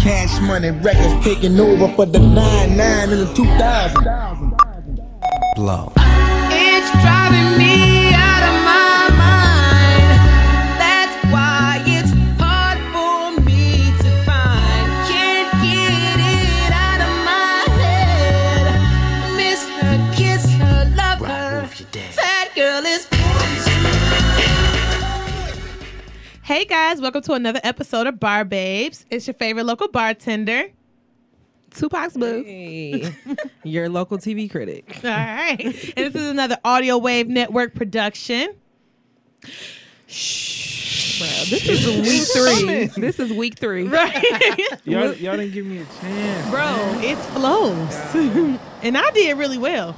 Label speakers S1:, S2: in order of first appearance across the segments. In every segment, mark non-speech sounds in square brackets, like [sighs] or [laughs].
S1: Cash money records taking over for the 9-9 in the 2000.
S2: Blow.
S3: It's driving me out of my mind. That's why it's hard for me to find. Can't get it out of my head. Miss her, kiss her, love her. That girl is
S4: Hey guys, welcome to another episode of Bar Babes. It's your favorite local bartender. [laughs]
S5: Tupac's boo. [laughs] Your local TV critic.
S4: All right. and this is another Audio Wave Network production.
S5: This is week three. this is week three.
S4: [laughs] Right.
S6: Y'all, y'all didn't give me a chance.
S4: Bro, it flows. [laughs] and I did really well.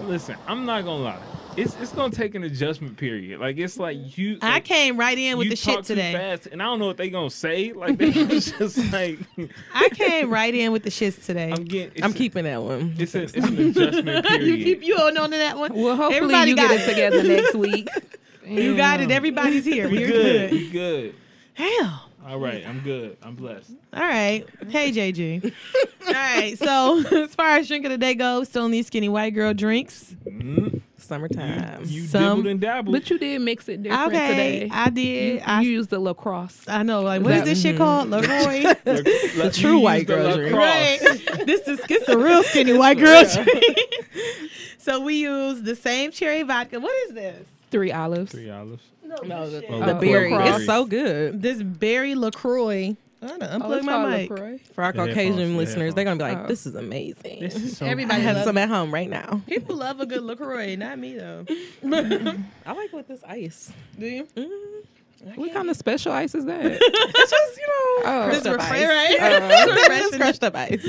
S6: Listen, I'm not gonna lie. It's it's gonna take an adjustment period. Like it's like you.
S4: I
S6: like,
S4: came right in with
S6: you
S4: the shit
S6: talk too
S4: today.
S6: fast, and I don't know what they gonna say. Like they was [laughs] just like
S4: I came right in with the shits today.
S6: I'm getting. It's
S5: I'm
S6: a-
S5: keeping that one.
S4: [laughs]
S6: It's, a, it's an adjustment period.
S4: You keep you on on to that one.
S5: Well, hopefully
S4: Everybody
S5: you get
S4: got
S5: it together next week.
S4: You got it. Everybody's here.
S6: we
S4: You're good.
S6: good. We good.
S4: Hell.
S6: All right. I'm good. I'm blessed.
S4: All right. Hey, JG. All right. So, [laughs] as far as drink of the day goes, still need skinny white girl drinks.
S6: Mm,
S5: Summertime.
S6: you
S4: Um, Some-
S6: dibbled and dabbled.
S5: but you did mix it different
S4: okay.
S5: today.
S4: I did. I,
S5: you used the lacrosse.
S4: I know. Like, what is
S5: That- mm-hmm.
S4: this shit
S5: [laughs]
S4: called? Leroy?
S6: [laughs] Look, look,
S5: true
S6: used
S5: white
S6: the
S5: girl
S6: La
S5: drink.
S6: Crosse.
S4: right. This is it's a
S5: [laughs]
S4: real skinny white girl drink. [laughs] so, we use the same cherry vodka. What is this?
S5: Three olives.
S6: Three olives.
S4: No, this, shit.
S6: Oh,
S5: The
S6: LaCroix.
S5: berry. It's
S6: Lacrosse.
S5: so good.
S4: this berry LaCroix. I don't
S5: Oh,
S4: unplug
S5: it's
S4: my
S5: called
S4: mic.
S5: LaCroix?
S2: For our
S6: The headphones,
S2: Caucasian
S6: the
S2: listeners, they're gonna be
S5: Oh.
S2: like, "This is amazing."
S6: This is so.
S4: Everybody
S2: I have
S4: loves
S2: some
S4: it.
S2: at home right now.
S4: People love a good LaCroix, not me
S5: [laughs]
S4: though.
S2: I like with this ice.
S4: Do you?
S5: What kind of special ice is that?
S2: It's just you know,
S5: Oh. Uh,
S4: This
S2: crushed up ice.
S4: refrigerator. [laughs]
S2: Just crushed up ice.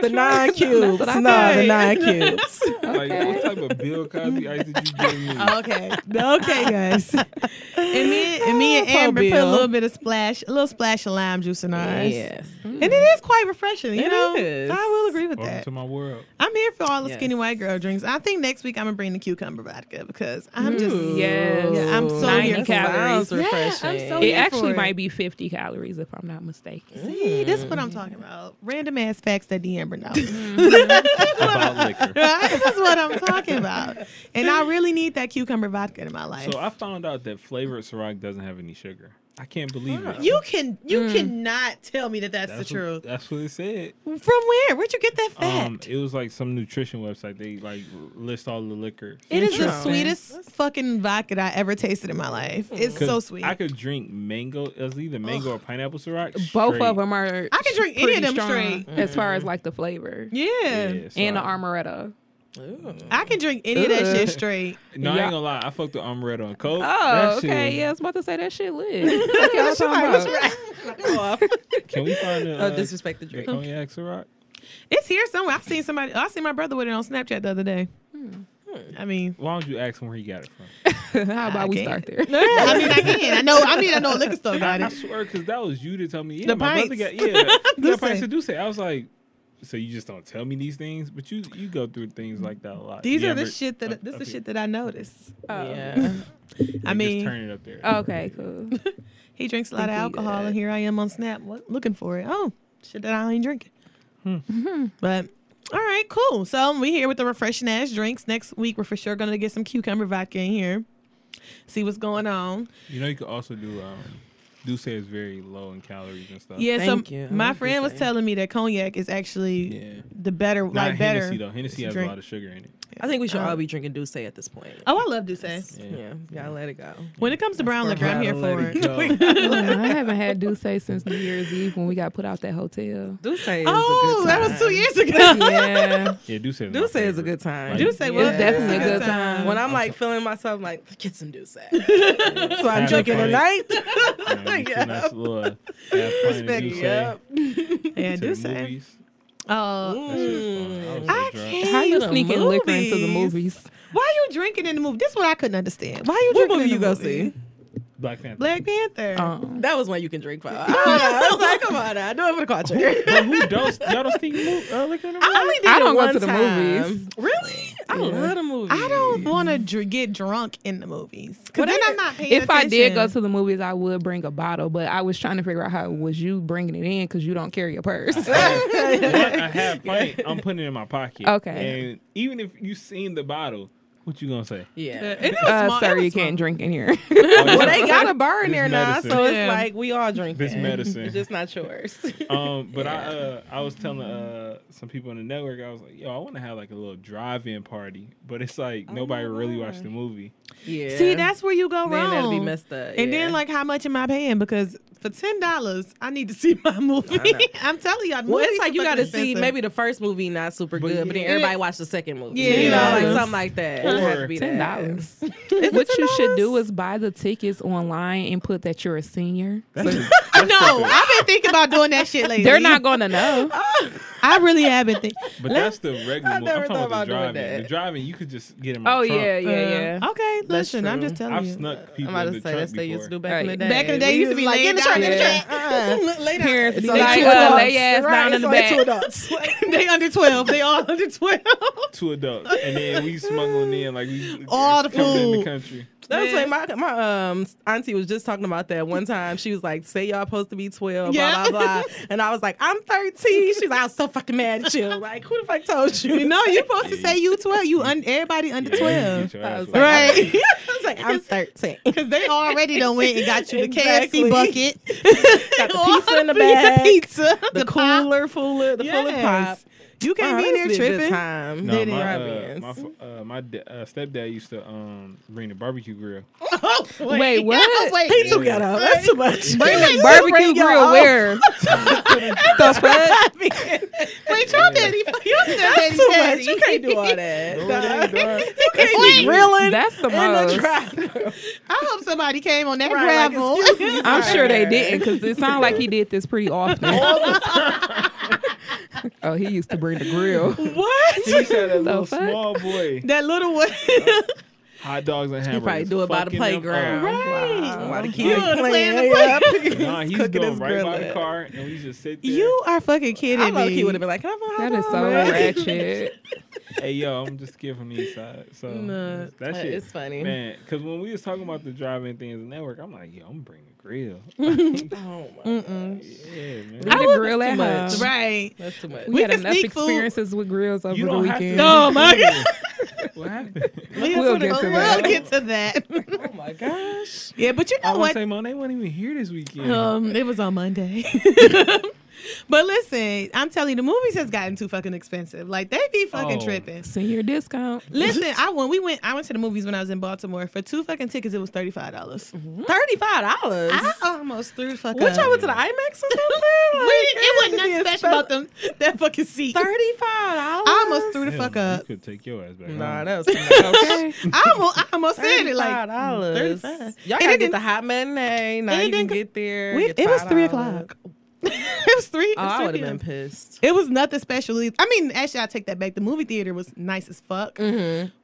S2: The nine cubes.
S5: what
S2: No,
S5: I
S2: the
S5: thought.
S2: nine cubes.
S6: Like what type of
S4: [laughs]
S6: Bill Cosby ice did you give me?
S4: Oh, okay. Okay, guys. And me and, me and
S2: Oh, [laughs] poor
S4: Amber put a
S2: Bill.
S4: little bit of splash, a little splash of lime juice in ours.
S2: Yes.
S4: And it is quite refreshing, you
S2: It
S4: know?
S2: is.
S4: I will agree with
S6: Welcome
S4: that.
S6: to my world.
S4: I'm here for all the skinny
S2: Yes.
S4: white girl drinks. I think next week I'm gonna bring the cucumber vodka because I'm just
S5: Yes.
S4: Yeah, I'm so here
S5: 90
S4: for
S5: calories.
S4: it. Yeah, I'm so
S7: Oh,
S5: It
S4: here for
S5: actually
S4: it.
S5: might be 50 calories if I'm not mistaken.
S4: See, this is what I'm talking about. Random ass facts that the
S2: [laughs]
S4: Amber knows. [laughs]
S5: [laughs]
S6: About liquor.
S4: this is what I'm talking about. And I really need that cucumber vodka in my life.
S6: So I found out that flavored Ciroc doesn't have any sugar. I can't believe it.
S4: you can you
S2: Mm.
S4: cannot tell me that that's,
S6: that's
S4: the
S6: what,
S4: truth.
S6: That's what it said.
S4: From where? Where'd you get that fact?
S6: Um, it was like some nutrition website. They like list all the liquor.
S4: It is the
S5: Interesting.
S4: sweetest fucking vodka that I ever tasted in my life. It's
S6: 'Cause
S4: so sweet.
S6: I
S4: I,
S6: could drink mango. It was either mango or pineapple Ciroc.
S5: Both
S6: straight.
S5: of them are.
S4: I can drink any
S5: pretty
S4: of them
S5: strong
S4: straight.
S5: As far as like the flavor
S4: yeah.
S6: Yeah, so
S5: and the
S6: I-
S5: armoretto.
S4: I can drink any of that shit [laughs] straight.
S6: No, I
S5: Yeah.
S6: ain't gonna lie. I fucked the amaretto and coke.
S5: Oh,
S6: That shit-
S5: okay. Yeah, I was about to say that shit [laughs] lit. What y'all talking [laughs] about?
S6: Can we find a,
S2: Oh,
S6: uh,
S2: disrespect the
S6: the
S2: drink.
S6: cognac Ciroc?
S4: [laughs] It's here somewhere. I seen somebody I seen my brother with it on Snapchat the other day. I mean,
S6: Why don't you ask him where he got it from?
S5: How about we
S4: Okay.
S5: start there?
S4: [laughs] I mean, I can. I know. I mean, I know a liquor [laughs] store got
S6: I
S4: it.
S6: swear, because that was you to tell me. Yeah,
S4: The
S6: my brother
S4: pints. [laughs]
S6: got yeah. yeah,
S4: Duce.
S6: pints of Duce. I was like, so you just don't tell me these things, but you you go through things like that a lot.
S4: These
S6: You
S4: are the
S6: ever-
S4: shit
S6: up-
S4: that this is
S6: up
S4: the
S6: here?
S4: shit that I noticed.
S5: Oh.
S2: Yeah.
S4: I
S6: Like,
S4: mean,
S6: just turn it up there. [laughs]
S5: Okay, cool.
S4: He drinks a lot of
S5: Think he
S4: alcohol,
S5: did.
S4: and here I am on Snap what, looking for it. Oh, shit that I ain't drinking. [laughs] But all right, cool. So we here with the refreshing ass drinks. Next week we're for sure gonna get some cucumber vodka in here. See what's going on.
S6: You know, you could also do um, Duce is very low in calories and stuff.
S4: Yeah,
S2: Thank
S4: so
S2: you. I
S4: my friend was
S2: appreciate it.
S4: telling me that cognac is actually
S6: yeah.
S4: the better,
S6: Not
S4: like better.
S6: Hennessy though. Hennessy has
S4: drink.
S6: a lot of sugar in it.
S2: [laughs]
S4: [laughs]
S2: I think we should all be drinking Douce at this point.
S4: Oh, I love Douce.
S2: Yeah, gotta let it go.
S4: When it comes to brown liquor, I'm here for it.
S5: I haven't had Duce since New Year's Eve when we got put out that hotel.
S2: Douce is a good time.
S4: Oh, that was two years ago.
S5: [laughs] Yeah.
S6: yeah, Duce is. my
S2: Douce is a
S6: favorite.
S2: good time.
S6: Like,
S4: Douce
S6: Yeah.
S4: was
S5: It's definitely a good time.
S2: When I'm like feeling myself, like get some Douce. so I'm
S6: Have
S2: drinking
S6: a
S2: tonight. [laughs]
S6: You know, you
S4: [laughs]
S6: get your nice little, uh, half pint of
S4: Respect,
S6: Douce,
S2: yep.
S4: Yeah,
S6: to the
S4: Douce.
S6: movies.
S4: Oh,
S6: That
S2: Mm.
S6: shit was fun.
S4: I
S6: I was so drunk.
S4: can't.
S5: How you
S2: the
S5: sneaking liquor into the
S2: movies.
S5: movies?
S4: Why are you drinking in the movie? This is what I couldn't understand. Why are you
S2: What
S4: drinking
S2: movie
S4: in
S2: you
S4: the
S2: go
S4: movie?
S2: see?
S6: Black Panther.
S4: Black Panther.
S5: Um,
S2: That was one you can drink for. I don't know. I was like, come on, now. do it for the culture.
S6: but who don't? Y'all don't think you move? Uh, liquor in the
S2: [laughs] I only did
S5: I
S2: it
S5: don't go
S2: one
S5: to the
S2: time.
S5: movies.
S2: Really? I
S7: I love the movie.
S4: I don't want to dr- get drunk in the movies because
S5: But
S4: then
S5: I-
S4: I'm not paying
S5: If I did go
S4: attention.
S5: to the movies, I would bring a bottle, but I was trying to figure out how was you bringing it in because you don't carry a purse.
S6: When
S7: [laughs]
S6: I have pint, I'm putting it in my pocket.
S5: Okay.
S6: And even if you seen the bottle, what you
S7: [laughs]
S6: gonna say?
S7: Yeah.
S4: And it was
S5: uh,
S4: small- it
S5: sir,
S4: was
S5: you
S4: small.
S5: can't drink in here.
S7: well, they got a
S6: [laughs]
S7: bar in
S6: This
S7: there now,
S6: medicine.
S7: so it's
S4: Yeah.
S7: like we all drink
S6: This medicine.
S7: It's [laughs] just not yours.
S6: Um, but I uh, I was telling uh, some people in the network, I was like, yo, I want to have like a little drive-in party, but it's like
S7: Oh
S6: nobody really watched the movie.
S7: yeah.
S4: See, that's where you go
S7: then
S4: wrong.
S7: that'll be messed up.
S4: And
S7: yeah.
S4: then, like, how much am I paying? Because for ten dollars, I need to see [laughs] my movie. I'm telling y'all,
S7: Well,
S4: movies
S7: it's like
S4: are
S7: you got
S4: fucking
S7: to see
S4: expensive. [laughs]
S7: maybe the first movie not super
S6: But
S7: good,
S6: yeah.
S7: but then everybody watch the second movie.
S4: Yeah.
S7: You know, like
S5: Yeah.
S7: something like that. It had to be
S5: Ten
S7: that.
S5: [laughs] dollars. What you should do is buy the tickets online and put that you're a senior.
S6: [laughs]
S7: [laughs]
S4: I know. I've been thinking about doing that shit lately.
S5: They're not going to know.
S4: I really have been thinking.
S6: But that's the regular. movie.
S7: never
S6: I'm talking
S7: thought
S6: about the
S7: about doing
S6: driving. The
S7: that.
S6: driving, you could just get in my
S5: Oh
S6: trunk.
S5: yeah, yeah, yeah.
S4: Okay, listen, I'm
S7: true.
S4: just telling
S6: I've
S4: you.
S6: snuck people
S7: I'm about
S6: in
S7: to
S6: the
S7: say
S6: trunk
S7: that's they used to do
S6: before.
S7: back in the
S5: Right.
S7: day.
S4: Back in the day,
S7: We
S4: you
S7: [laughs]
S4: used to be like,
S7: in the
S4: laying
S7: trunk, in the
S4: down.
S7: trunk. uh-uh." [laughs]
S4: Later,
S5: Parents be
S4: They
S5: like,
S4: two
S5: uh,
S4: adults.
S5: lay your ass down in the back.
S4: [laughs] they under twelve. They all under [laughs] twelve.
S6: [laughs] Two adults, and
S7: [laughs]
S6: then we smuggling in like we
S4: All the
S6: coming in
S4: food.
S6: the country.
S7: That's
S4: Yeah.
S7: what my my um auntie was just talking about that one time. She was like, "Say y'all supposed to be twelve,
S4: Yeah.
S7: blah blah blah," and I was like, "I'm 13. She's like, "I'm so fucking mad at you. Like, who the fuck told you?" [laughs]
S4: You know, you're supposed to say you twelve. You un- everybody under
S6: Yeah, you
S4: twelve,
S6: get your ass
S7: was
S4: [laughs]
S6: whooped.
S4: right?
S7: I was like,
S4: [laughs]
S7: "I'm 13.
S4: Because they already done went and got you the
S7: Exactly.
S4: KFC bucket, [laughs]
S7: Got the
S4: All
S7: pizza in the
S4: the
S7: bag,
S4: pizza,
S7: the,
S4: the pop.
S7: cooler full of the full of pop.
S4: Yes. You can't
S7: Oh,
S4: be
S7: that
S4: in
S7: used to
S4: there
S7: be a good
S4: tripping.
S7: time.
S6: No,
S7: Did it
S6: my,
S7: right,
S6: uh,
S7: yes. [laughs]
S6: my, fa- uh, my da- uh, stepdad used to um, bring the
S7: [laughs]
S6: barbecue grill.
S4: Oh,
S5: Wait, what?
S4: Wait.
S7: He too ghetto. That's too much.
S4: Bring the
S5: Barbecue
S7: y'all
S5: grill
S7: off.
S5: [laughs] where? the fuck?
S4: Wait, your daddy, [laughs] your daddy,
S7: That's too much.
S4: daddy.
S7: You can't
S4: [laughs]
S7: do all that.
S6: That's
S4: Wait,
S7: Grilling
S5: That's the
S7: and the
S5: most.
S7: drive.
S4: I hope somebody came on that
S7: Right, like,
S4: gravel.
S7: excuse me,
S5: I'm
S7: sir.
S5: sure they didn't because it sounded like he did this pretty often. [laughs] oh, he used to bring the
S4: [laughs]
S5: grill.
S4: what?
S6: he said a little
S5: fuck?
S6: small boy.
S4: [laughs] That little [laughs] one.
S6: Hot dogs and
S7: He
S6: hamburgers.
S7: probably do it by the
S6: fucking them
S7: playground.
S6: up.
S4: Right.
S7: While the kids
S4: You
S7: playing,
S4: playing the
S7: yeah. [laughs]
S6: Nah,
S7: He's
S6: he's
S7: cooking
S6: doing
S7: his
S6: right by
S7: grill
S6: the
S7: up.
S6: car, and we just sit there.
S4: You are fucking
S7: I
S4: kidding
S7: love
S4: me.
S7: he would have been like, "Can I have a hot
S5: That is
S7: dog,
S5: so
S7: man?"
S5: ratchet.
S6: Hey yo, I'm just kid from the east side,
S7: [laughs]
S6: so
S7: Nah, uh,
S6: that shit
S7: it's funny.
S6: man. Because when we was talking about the driving things and network, I'm like, yo, I'm bringing
S7: [laughs]
S6: a grill.
S7: Oh my,
S6: yeah, man.
S5: Bring the grill at
S7: much.
S5: home.
S4: right.
S7: that's too much.
S5: Um, We,
S4: We
S5: had
S4: can
S5: enough
S4: sneak food.
S5: experiences with grills over
S6: you
S5: the
S6: don't have to.
S5: weekend.
S7: Oh
S4: No, my
S6: God. what happened?
S4: Yes,
S5: We'll
S4: we'll
S5: get to
S4: we'll
S5: that.
S4: get to that.
S7: Oh my gosh.
S4: yeah, but you
S6: I
S4: know
S6: want to
S4: what?
S6: say, Monet wasn't even here this weekend.
S4: [laughs] Um, it was on Monday. [laughs] but listen, I'm telling you, the movies has gotten too fucking expensive. Like they be fucking
S6: Oh.
S4: tripping.
S5: Senior discount.
S4: Listen, I when we went, I went to the movies when I was in Baltimore for two fucking tickets. It was thirty five dollars.
S7: Thirty five dollars.
S4: I almost threw the fuck
S7: Which
S4: up.
S7: I went to the
S4: [laughs]
S7: IMAX or something.
S4: We- it wasn't nothing special about them that fucking seat.
S7: Thirty five dollars.
S4: I almost threw the
S6: Hell,
S4: fuck up.
S6: You could take your ass back.
S7: Nah,
S6: home.
S7: that
S4: [laughs]
S7: was okay.
S4: I almost, I almost said it
S7: Thirty-five
S4: like $35.
S7: dollars. Y'all
S4: And
S7: gotta
S4: it
S7: get
S4: didn't-
S7: the hot matinee. Now
S4: and it
S7: you can
S4: didn't-
S7: get there.
S4: we,
S7: get
S4: it was
S7: $5.
S4: three o'clock. [laughs] it was three. It
S7: Oh,
S4: was
S7: I
S4: three
S7: would have
S4: p.m.
S7: been pissed.
S4: It was nothing special. either. I mean, actually, I take that back. The movie theater was nice as fuck,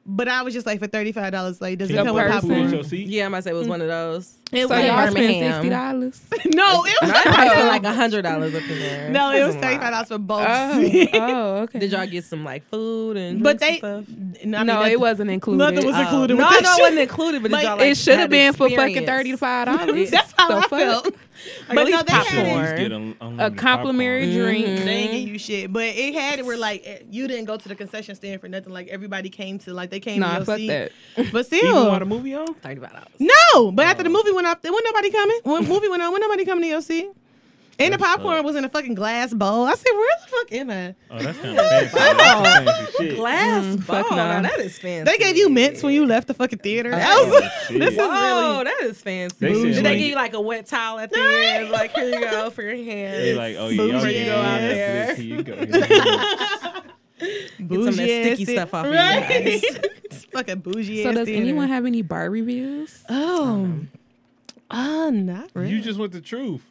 S4: but I was just like, for thirty five dollars, like, does it
S6: Can
S4: come
S6: you
S4: with
S6: put
S5: person.
S6: food in
S4: popcorn?
S6: your seat?
S7: Yeah, I might say it was one of those.
S4: It
S5: So
S4: was-
S5: y'all spent
S7: Birmingham.
S5: sixty dollars.
S4: [laughs] no, it was
S7: I probably [laughs] spent like a hundred dollars up in there.
S4: no, it was
S7: a
S4: thirty five
S7: lot.
S4: dollars for both. [laughs]
S5: Oh, [laughs] oh, okay.
S7: Did y'all get some like food and
S4: but they,
S7: drinks and stuff?
S4: n- I mean,
S5: no,
S4: that-
S5: it wasn't included.
S4: nothing was
S5: Uh,
S4: included
S7: No,
S4: with
S7: no,
S4: that
S7: it
S4: shit.
S7: wasn't included. But did
S4: Like,
S7: y'all like
S5: it should
S7: had
S5: have been for
S7: experience?
S5: fucking thirty to five [laughs] dollars.
S4: That's how
S5: The
S4: I
S5: fuck?
S4: felt.
S7: But
S4: But
S7: no,
S4: no,
S7: they
S4: they
S6: You should
S4: had
S6: at
S4: it.
S6: least
S7: popcorn.
S6: get un- unlimited
S5: A
S6: popcorn.
S5: complimentary drink.
S4: They ain't give you shit, but it had it where like eh, you didn't go to the concession stand for nothing. Like everybody came to like they came
S5: Nah,
S4: to your
S5: fuck
S4: seat.
S5: that.
S4: But
S6: Even while the
S4: still,
S6: movie on?
S7: Thirty-five dollars.
S4: no. But after the movie went off, there wasn't nobody coming.
S7: [laughs]
S4: When movie went on, when nobody coming to your seat. And the
S6: That's
S4: popcorn
S6: up.
S4: was in a fucking glass bowl. I said, "Where the fuck am I?"
S6: Oh, that's kind of fancy. That's fancy shit.
S7: Glass
S5: fuck
S7: ball.
S5: no.
S7: Now that is fancy.
S4: They gave you mints when you left the fucking theater. That
S6: Oh,
S4: was-
S6: shit.
S4: this is
S7: Oh,
S4: really.
S7: that is fancy.
S6: They said,
S7: Did they
S6: like-
S7: give you like a wet towel at the end? Like here you go for your
S6: They
S7: hands.
S6: like, oh yeah, y'all
S4: Bougie
S6: get out
S4: ass.
S6: there. Here you go. Here you go.
S7: Get some of that
S4: bougie-ass
S7: sticky
S4: thea-
S7: stuff off of you
S4: right?
S7: guys.
S4: [laughs] It's fucking bougie.
S5: So
S4: ass
S5: does
S4: theater.
S5: anyone have any bar reviews?
S4: Oh,
S7: Um,
S4: uh, not really.
S6: You just want the truth.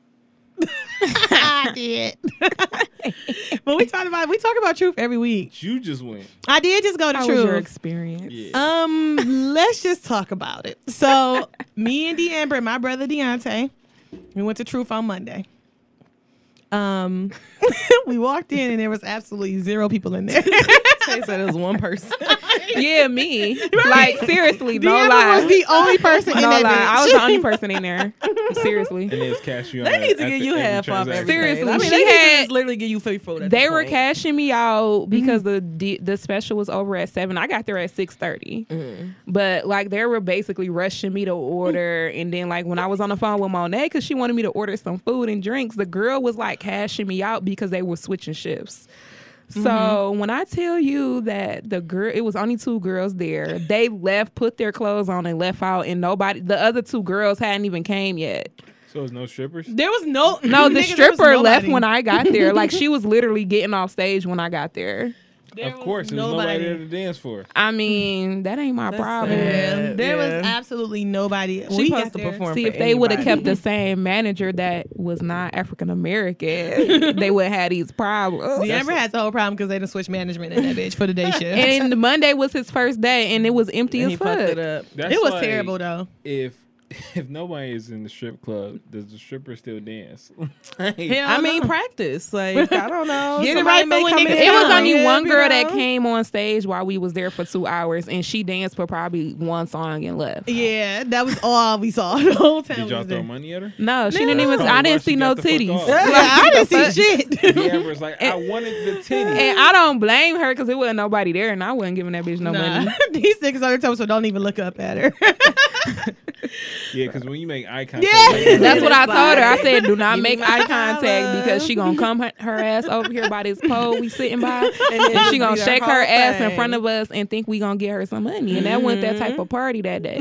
S4: I did. [laughs] but we talk about we talk about truth every week.
S6: You just went.
S4: I did just go to
S5: How was your
S4: truth.
S5: experience?
S4: Um, let's just talk about it. So me and DeAmber and my brother Deontay, we went to Truth on Monday. Um, [laughs]
S5: [laughs]
S4: we walked in and there was absolutely zero people in there.
S7: They said it was one person.
S5: yeah, me. Like seriously, no
S2: Deanna
S5: lie.
S2: was the only person in
S5: no lie.
S2: that bitch.
S5: I
S4: [laughs]
S5: was the only person in [laughs] there. Seriously.
S6: And it's cash you.
S7: [laughs] They need to give you half off everything.
S5: Seriously,
S7: I mean,
S5: she
S7: they need to
S5: had-
S7: just literally give you free food. At
S5: They
S7: this
S5: were
S7: point.
S5: cashing me out because the the special was over at seven. I got there at six thirty, but like they were basically rushing me to order. And then like when I was on the phone with Monet because she wanted me to order some food and drinks, the girl was like cashing me out because they were switching shifts. So when I tell you that the girl, it was only two girls there. They left, put their clothes on, and left out, and nobody. The other two girls hadn't even came yet.
S6: So it's no strippers.
S4: There was no
S5: No, the
S4: nigga, there was
S5: stripper left
S4: nobody.
S5: when I got there. Like she was literally getting off stage when I got there.
S4: There
S6: Of
S4: was
S6: course, there's nobody there to dance for.
S5: I mean, that ain't my problem.
S4: Yeah, there was
S7: Yeah.
S4: absolutely nobody.
S7: She
S4: we got
S7: supposed to
S4: there.
S7: perform.
S5: See,
S7: for
S5: if they would have
S7: anybody.
S5: [laughs] kept the same manager that was not African [laughs] American, they would have had these problems.
S4: The Amber has the whole problem because they done switched management in that bitch for the
S5: [laughs]
S4: day shift.
S5: And Monday was his first day, and it was empty
S7: And
S5: as
S7: he fucked it
S5: fuck.
S7: up.
S6: That's
S4: it was
S6: like
S4: terrible though.
S6: If [laughs] if nobody is in the strip club, does the stripper still dance? [laughs]
S4: Hell
S7: I mean,
S4: no.
S7: practice.
S5: [laughs]
S7: Like I don't know.
S4: Get it
S7: Somebody
S4: right for
S7: may
S4: when
S7: come
S4: niggas
S7: in
S4: get
S5: It was
S7: town.
S5: only
S7: Yeah,
S5: one
S7: you
S5: girl that
S7: know.
S5: came on stage while we was there for two hours, and she danced for probably one song and left.
S4: Yeah, that was all we saw [laughs] the whole time.
S6: Did
S4: we
S6: y'all
S4: was
S6: throw
S4: there. [laughs]
S6: money at her?
S5: No, she didn't
S6: That's
S5: even.
S6: probably
S5: I
S6: why
S5: didn't
S6: she
S5: see no
S6: got the fuck
S5: titties.
S6: off.
S4: Yeah, I didn't see shit.
S6: The Amber's like, I wanted the titty.
S5: And I don't blame her because it wasn't nobody there, and I wasn't giving that bitch no money.
S4: Nah, [laughs] these niggas are told, so don't even look up at her. [laughs]
S6: Yeah, because when you make eye contact,
S4: Yeah. [laughs]
S6: like,
S7: That's
S5: That's what I
S7: It's
S5: told her. I
S7: like,
S5: said, do not make eye
S4: holla.
S5: contact because she gonna come her, her ass over here by this pole we sitting by, and,
S7: then
S5: she gonna
S7: do the
S5: shake
S7: whole
S5: her ass in
S7: thing.
S5: front of us and think we gonna get her some money. And that went that type of party that day.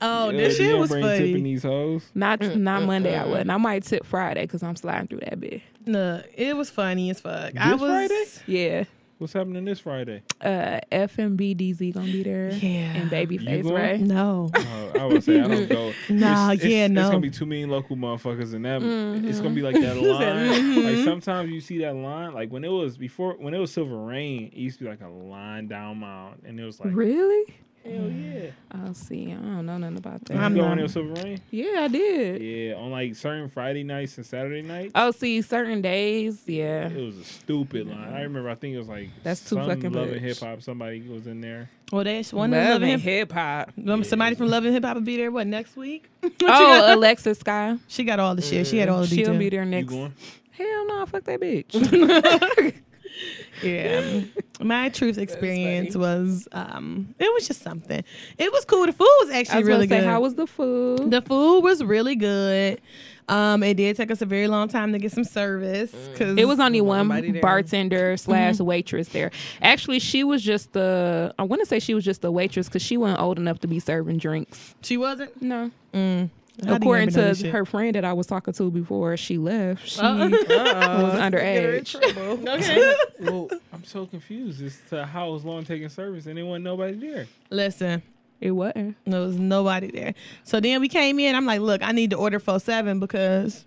S4: oh, this
S6: "Yo, uh, the
S4: shit was
S6: Amber ain't tipping
S4: funny.
S6: these hoes.
S5: Not not Monday. I wasn't. I might tip Friday because I'm sliding through that bit.
S4: Look, it was funny as fuck. I
S6: This
S4: was.
S6: Friday?
S5: Yeah.
S6: What's happening this Friday?
S5: Uh, FMBDZ gonna be there.
S4: Yeah.
S5: And Babyface,
S6: going?
S5: right?
S4: No.
S6: Oh, I would say
S4: [laughs]
S6: I don't go.
S4: Nah,
S6: it's,
S4: yeah,
S6: it's,
S4: no. Mm-hmm.
S6: It's gonna be too many local motherfuckers, and that it's gonna be
S4: [laughs]
S6: like that line. Like sometimes you see that line, like when it was before, when it was Silver Rain, it used to be like a line down mile, and it was like,
S5: Really?
S6: hell yeah.
S5: I'll Oh, see. I don't know nothing about that.
S6: You
S4: I'm
S6: go
S4: not-
S6: when it was Silver Rain?
S5: yeah, I did.
S6: Yeah, on like certain Friday nights and Saturday nights.
S5: Oh, see, certain days, yeah.
S6: It was a stupid line. I remember. I think it was like
S5: That's too
S6: some
S5: fucking
S6: Love and
S5: much.
S6: hip hop. Somebody was in there.
S4: Well, that's one of loving hip.
S5: hip hop.
S4: um, Somebody from Loving Hip Hop will be there. What next week? What you got?
S5: Oh, Alexa Sky.
S4: she got all the shit. She had all the
S5: She'll
S4: details.
S5: be there
S6: You
S5: next.
S6: going?
S5: Hell no, fuck that [laughs] bitch. [laughs]
S4: Yeah. My truth experience was um it was just something. It was cool. The food was
S5: I
S4: actually
S5: was
S4: really
S5: gonna
S4: good.
S5: say, how was the food?
S4: the food was really good. Um it did take us a very long time to get some service cuz
S5: Mm. it was um, only one
S7: Nobody there.
S5: bartender slash waitress there. Actually, she was just the. I want to say she was just the waitress because she wasn't old enough to be serving drinks.
S4: she wasn't
S5: No.
S4: How do you
S5: According
S4: even know
S5: to
S4: this shit?
S5: her friend that I was talking to before she left, she
S7: Uh-oh.
S5: was underage. [laughs]
S4: Okay.
S6: well, I'm so confused as to how it was long taking service and there wasn't nobody there.
S4: Listen,
S5: It wasn't.
S4: there was nobody there. So then we came in. I'm like, "Look, I need to order 47 because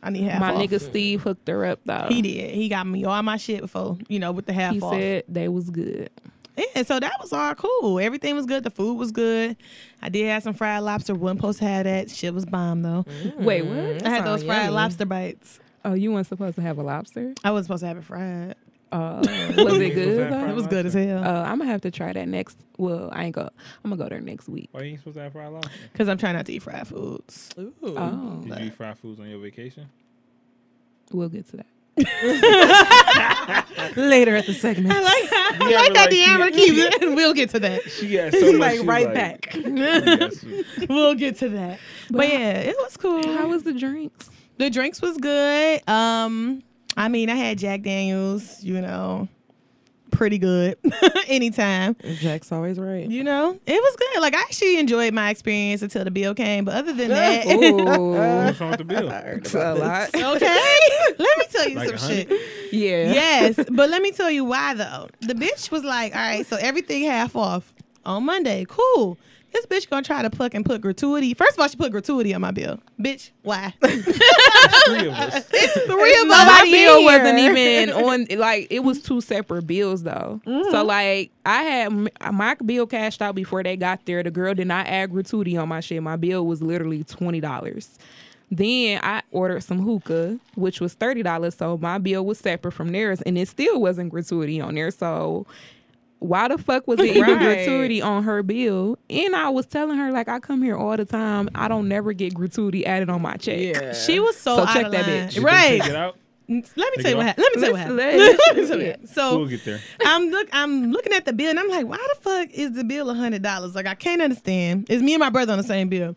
S4: I need half
S5: My
S4: off."
S5: nigga Steve hooked her up though.
S4: he did. He got me all my shit before, you know, with the half
S5: He
S4: off.
S5: said they was good.
S4: Yeah, so that was all cool. Everything was good. The food was good. I did have some fried lobster. One post had that. Shit was bomb though.
S5: Wait, what?
S4: I had those fried lobster bites.
S5: Oh, you weren't supposed to have a lobster?
S4: I wasn't supposed to have it fried.
S5: Uh, [laughs] was it
S6: Was that
S5: good?
S6: fried
S4: It
S5: though?
S4: was good as hell.
S5: Uh, I'm gonna have to try that next. Well, I ain't go. I'm gonna go there next week.
S6: Why you ain't supposed to have fried lobster?
S4: Because I'm trying not to eat fried
S5: [laughs]
S4: foods.
S5: Oh,
S6: Did you eat fried foods on your vacation?
S5: we'll get to that.
S7: [laughs] Later at the segment.
S4: I like, I
S6: Yeah,
S4: like
S6: but
S4: that
S6: like,
S4: the
S6: she-
S4: Amber keeps it. [laughs] And we'll get to that.
S6: She got so much.
S7: like
S6: she was
S7: right
S6: like, [laughs]
S7: back.
S6: "Yes."
S4: We'll get to that. But,
S5: But-
S4: yeah, it was cool.
S5: How was the drinks?
S4: the drinks was good. Um, I mean, I had Jack Daniels, you know, pretty good [laughs] anytime.
S7: Jack's always right.
S4: You know, it was good. Like I actually enjoyed my experience until the bill came. But other than that,
S5: Ooh,
S6: What's wrong with the bill?
S5: a
S7: [laughs]
S5: lot.
S4: [laughs] okay. [laughs] let me tell you
S6: Like a
S4: some
S6: hundred?
S4: shit.
S5: Yeah.
S4: Yes, but let me tell you why though. The bitch was like, "All right, so everything half off on Monday. Cool." This bitch gonna try to pluck and put gratuity. First of all, she put gratuity on my bill. Bitch,
S5: [laughs]
S4: why?
S6: Three of us.
S4: Three of
S5: My
S4: us.
S5: bill
S4: e-
S5: wasn't even on. Like it was two separate bills though.
S7: Mm-hmm.
S5: So like I had m- my bill cashed out before they got there. The girl did not add gratuity on my shit. My bill was literally twenty dollars. Then I ordered some hookah, which was thirty dollars. So my bill was separate from theirs, and it still wasn't gratuity on there. So why the fuck was it even
S7: Right.
S5: gratuity on her bill? And I was telling her like I come here all the time. I don't never get gratuity added on my check.
S7: Yeah.
S4: She was so,
S5: So
S4: out
S5: check
S4: of
S5: that
S4: line.
S5: bitch.
S6: Did they
S4: Right.
S6: take it out?
S4: Let me
S6: Take
S4: tell
S6: it
S4: you what
S6: off?
S4: happened. Let me tell you what
S5: Let's-
S4: happened. Let
S5: let's-
S4: me tell you what happened. [laughs] So
S6: We'll get there.
S4: I'm look. I'm looking at the bill and I'm like, why the fuck is the bill hundred dollars? Like I can't understand. It's me and my brother on the same bill.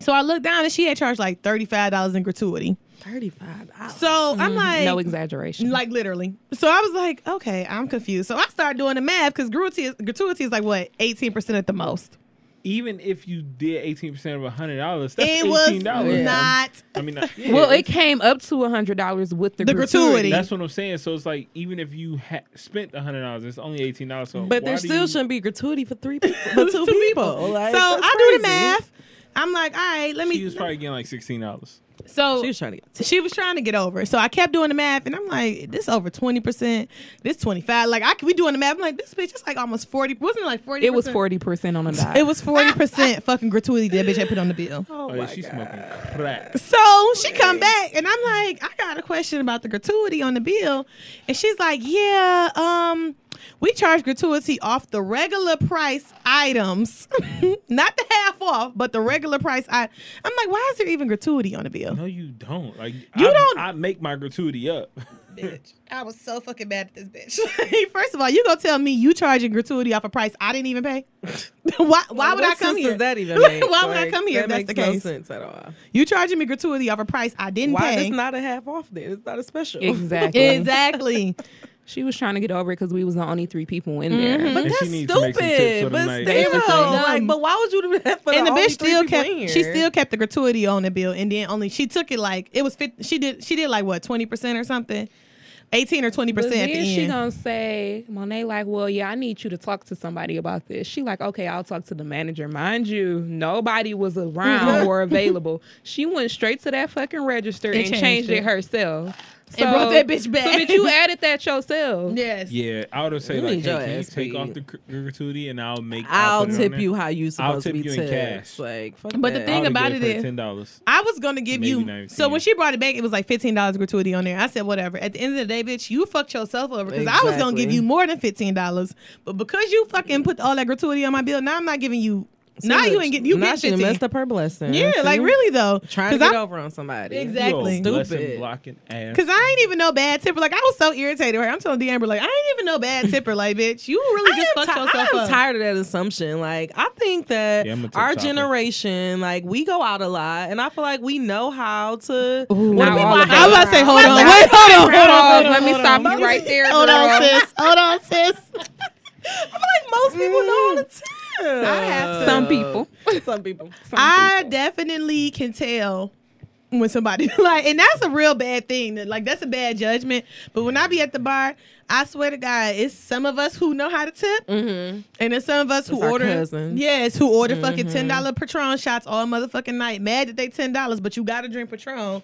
S4: So I looked down and she had charged like thirty five dollars in gratuity.
S7: Thirty-five dollars. Mm-hmm.
S4: So I'm like,
S5: no exaggeration.
S4: like literally. So I was like, okay, I'm confused. So I started doing the math because gratuity is, gratuity is like what eighteen percent at the most.
S6: Even if you did eighteen percent of a hundred dollars, that's
S4: it was
S6: eighteen dollars.
S4: not.
S6: I mean, not- yeah,
S5: well, it
S6: it's-
S5: came up to a hundred dollars with the,
S4: The gratuity.
S5: gratuity.
S6: That's what I'm saying. So it's like even if you ha- spent hundred dollars, it's only eighteen dollars. So
S7: But
S6: why
S7: there
S6: do
S7: still
S6: you-
S7: shouldn't be gratuity for three people, for [laughs]
S6: [laughs]
S7: two, people. Like,
S4: so
S7: that's
S4: I do the
S7: crazy.
S4: math. I'm like, all right, let me.
S6: She was probably getting like sixteen dollars.
S4: so
S7: She was trying to get.
S4: she was trying to get over. it. So I kept doing the math, and I'm like, this over twenty percent, this twenty five. Like I could be doing the math. I'm like, this bitch is like almost forty. Wasn't it like forty?
S5: it was forty percent on a dime.
S4: [laughs] It was forty percent [laughs] fucking gratuity that bitch had put on the bill.
S6: Oh, yeah, she's smoking crack.
S4: So she come back and I'm like, I got a question about the gratuity on the bill, and she's like, Yeah, um, we charge gratuity off the regular price items, [laughs] not the half off, but the regular price. I I'm like, why is there even gratuity on the bill?
S6: No, you don't. Like you
S4: don't-
S6: I make my gratuity up.
S4: I was so fucking mad at this bitch. [laughs] First of all, you gonna tell me you charging gratuity off a price I didn't even pay? [laughs] why why would I
S7: What
S4: come
S7: sense
S4: here?
S7: [laughs] Does that
S4: [laughs]
S7: even
S4: Why
S7: make?
S4: would I
S7: Like,
S4: come here if
S7: That
S4: that's
S7: makes
S4: the
S7: no
S4: case?
S7: sense at all.
S4: You charging me gratuity off a price I didn't
S7: Why
S4: pay.
S7: it's not a half off then? It's not a special.
S5: exactly.
S7: [laughs]
S4: exactly.
S5: She was trying to get over it because we was the only three people in
S4: Mm-hmm.
S5: there.
S7: But
S6: And she
S7: that's
S6: needs to make some tips for
S7: stupid.
S6: the
S7: But
S6: night.
S7: still,
S4: It's so dumb.
S7: like, but why would you do that for
S4: and the
S7: only
S4: bitch
S7: three
S4: still
S7: people
S4: kept
S7: in
S4: she
S7: here?
S4: still kept the gratuity on the bill and then only she took it like it was 50, she did she did like what 20% or something 18 or 20%
S5: But
S4: at the
S5: then
S4: end
S5: she gonna say, Monet, like, well, yeah, I need you to talk to somebody about this. She like, okay, I'll talk to the manager. Mind you, nobody was
S4: Mm-hmm. [laughs]
S5: around or available. She went straight to that fucking register and,
S4: changed
S5: changed,
S4: it.
S5: it, herself.
S4: And brought that bitch back.
S5: So bitch, you added that
S4: [laughs]
S5: yourself.
S4: yes
S6: Yeah, I would have said
S7: You
S6: like, hey,
S7: need your
S6: can you
S7: ass
S6: take
S7: beat.
S6: off the gr- gratuity and I'll make.
S7: I'll
S6: put it on
S7: tip
S6: there.
S7: you how you supposed
S6: tip
S7: to be
S6: you in
S7: tipped.
S6: cash.
S7: Like, fuck
S4: But the
S7: that.
S4: thing
S6: I would've
S4: about
S6: did
S4: it
S6: for
S4: is-
S6: ten dollars.
S4: I was gonna give
S6: Maybe not
S4: you
S6: even
S4: so when
S6: 10.
S4: she brought it back, it was like fifteen dollars gratuity on there. I said whatever. At the end of the day, bitch, you fucked yourself over because I was gonna
S7: Exactly.
S4: give you more than fifteen dollars, but because you fucking put all that gratuity on my bill, now I'm not giving you. now you ain't get you
S7: now
S4: get
S7: she done
S4: fifteen.
S7: messed up her blessing.
S4: Yeah,
S7: See?
S4: like really though,
S7: trying to
S4: 'Cause
S7: get
S4: I'm-
S7: over on somebody.
S4: Exactly.
S6: You a blessing
S7: Stupid.
S6: blocking ass.
S4: Cause I ain't even no bad tipper. Like I was so irritated. Right? I'm telling D'Amber, like I ain't even no bad tipper. Like bitch, you really
S7: I
S4: just
S7: am
S4: fucked
S7: ti-
S4: yourself
S7: I am
S4: up.
S7: tired of that assumption. Like, I think that
S6: Yeah, I'm a tip
S7: our
S6: topper.
S7: generation, like, we go out a lot, and I feel like we know how to.
S5: Not
S7: when people
S5: all
S7: are out
S5: of
S4: I was about to say, hold on,
S5: Not
S4: wait,
S5: all
S4: hold on,
S7: [laughs]
S5: Girl,
S4: hold on,
S5: let me
S4: hold
S5: stop
S4: on.
S5: you right there.
S4: Hold on,
S5: girl.
S4: sis. Hold on,
S7: [laughs]
S4: sis. Mm.
S7: like most people know how to tip.
S4: I have to-
S5: Some people.
S7: [laughs] Some people. Some
S4: I definitely can tell when somebody [laughs] like, and that's a real bad thing. that- Like that's a bad judgment. But when I be at the bar, I swear to God, it's some of us who know how to tip, and it's some of us who
S7: our
S4: order.
S7: cousins.
S4: Yes, who order fucking ten dollar Patron shots all motherfucking night. Mad that they ten dollars, but you got to drink Patron.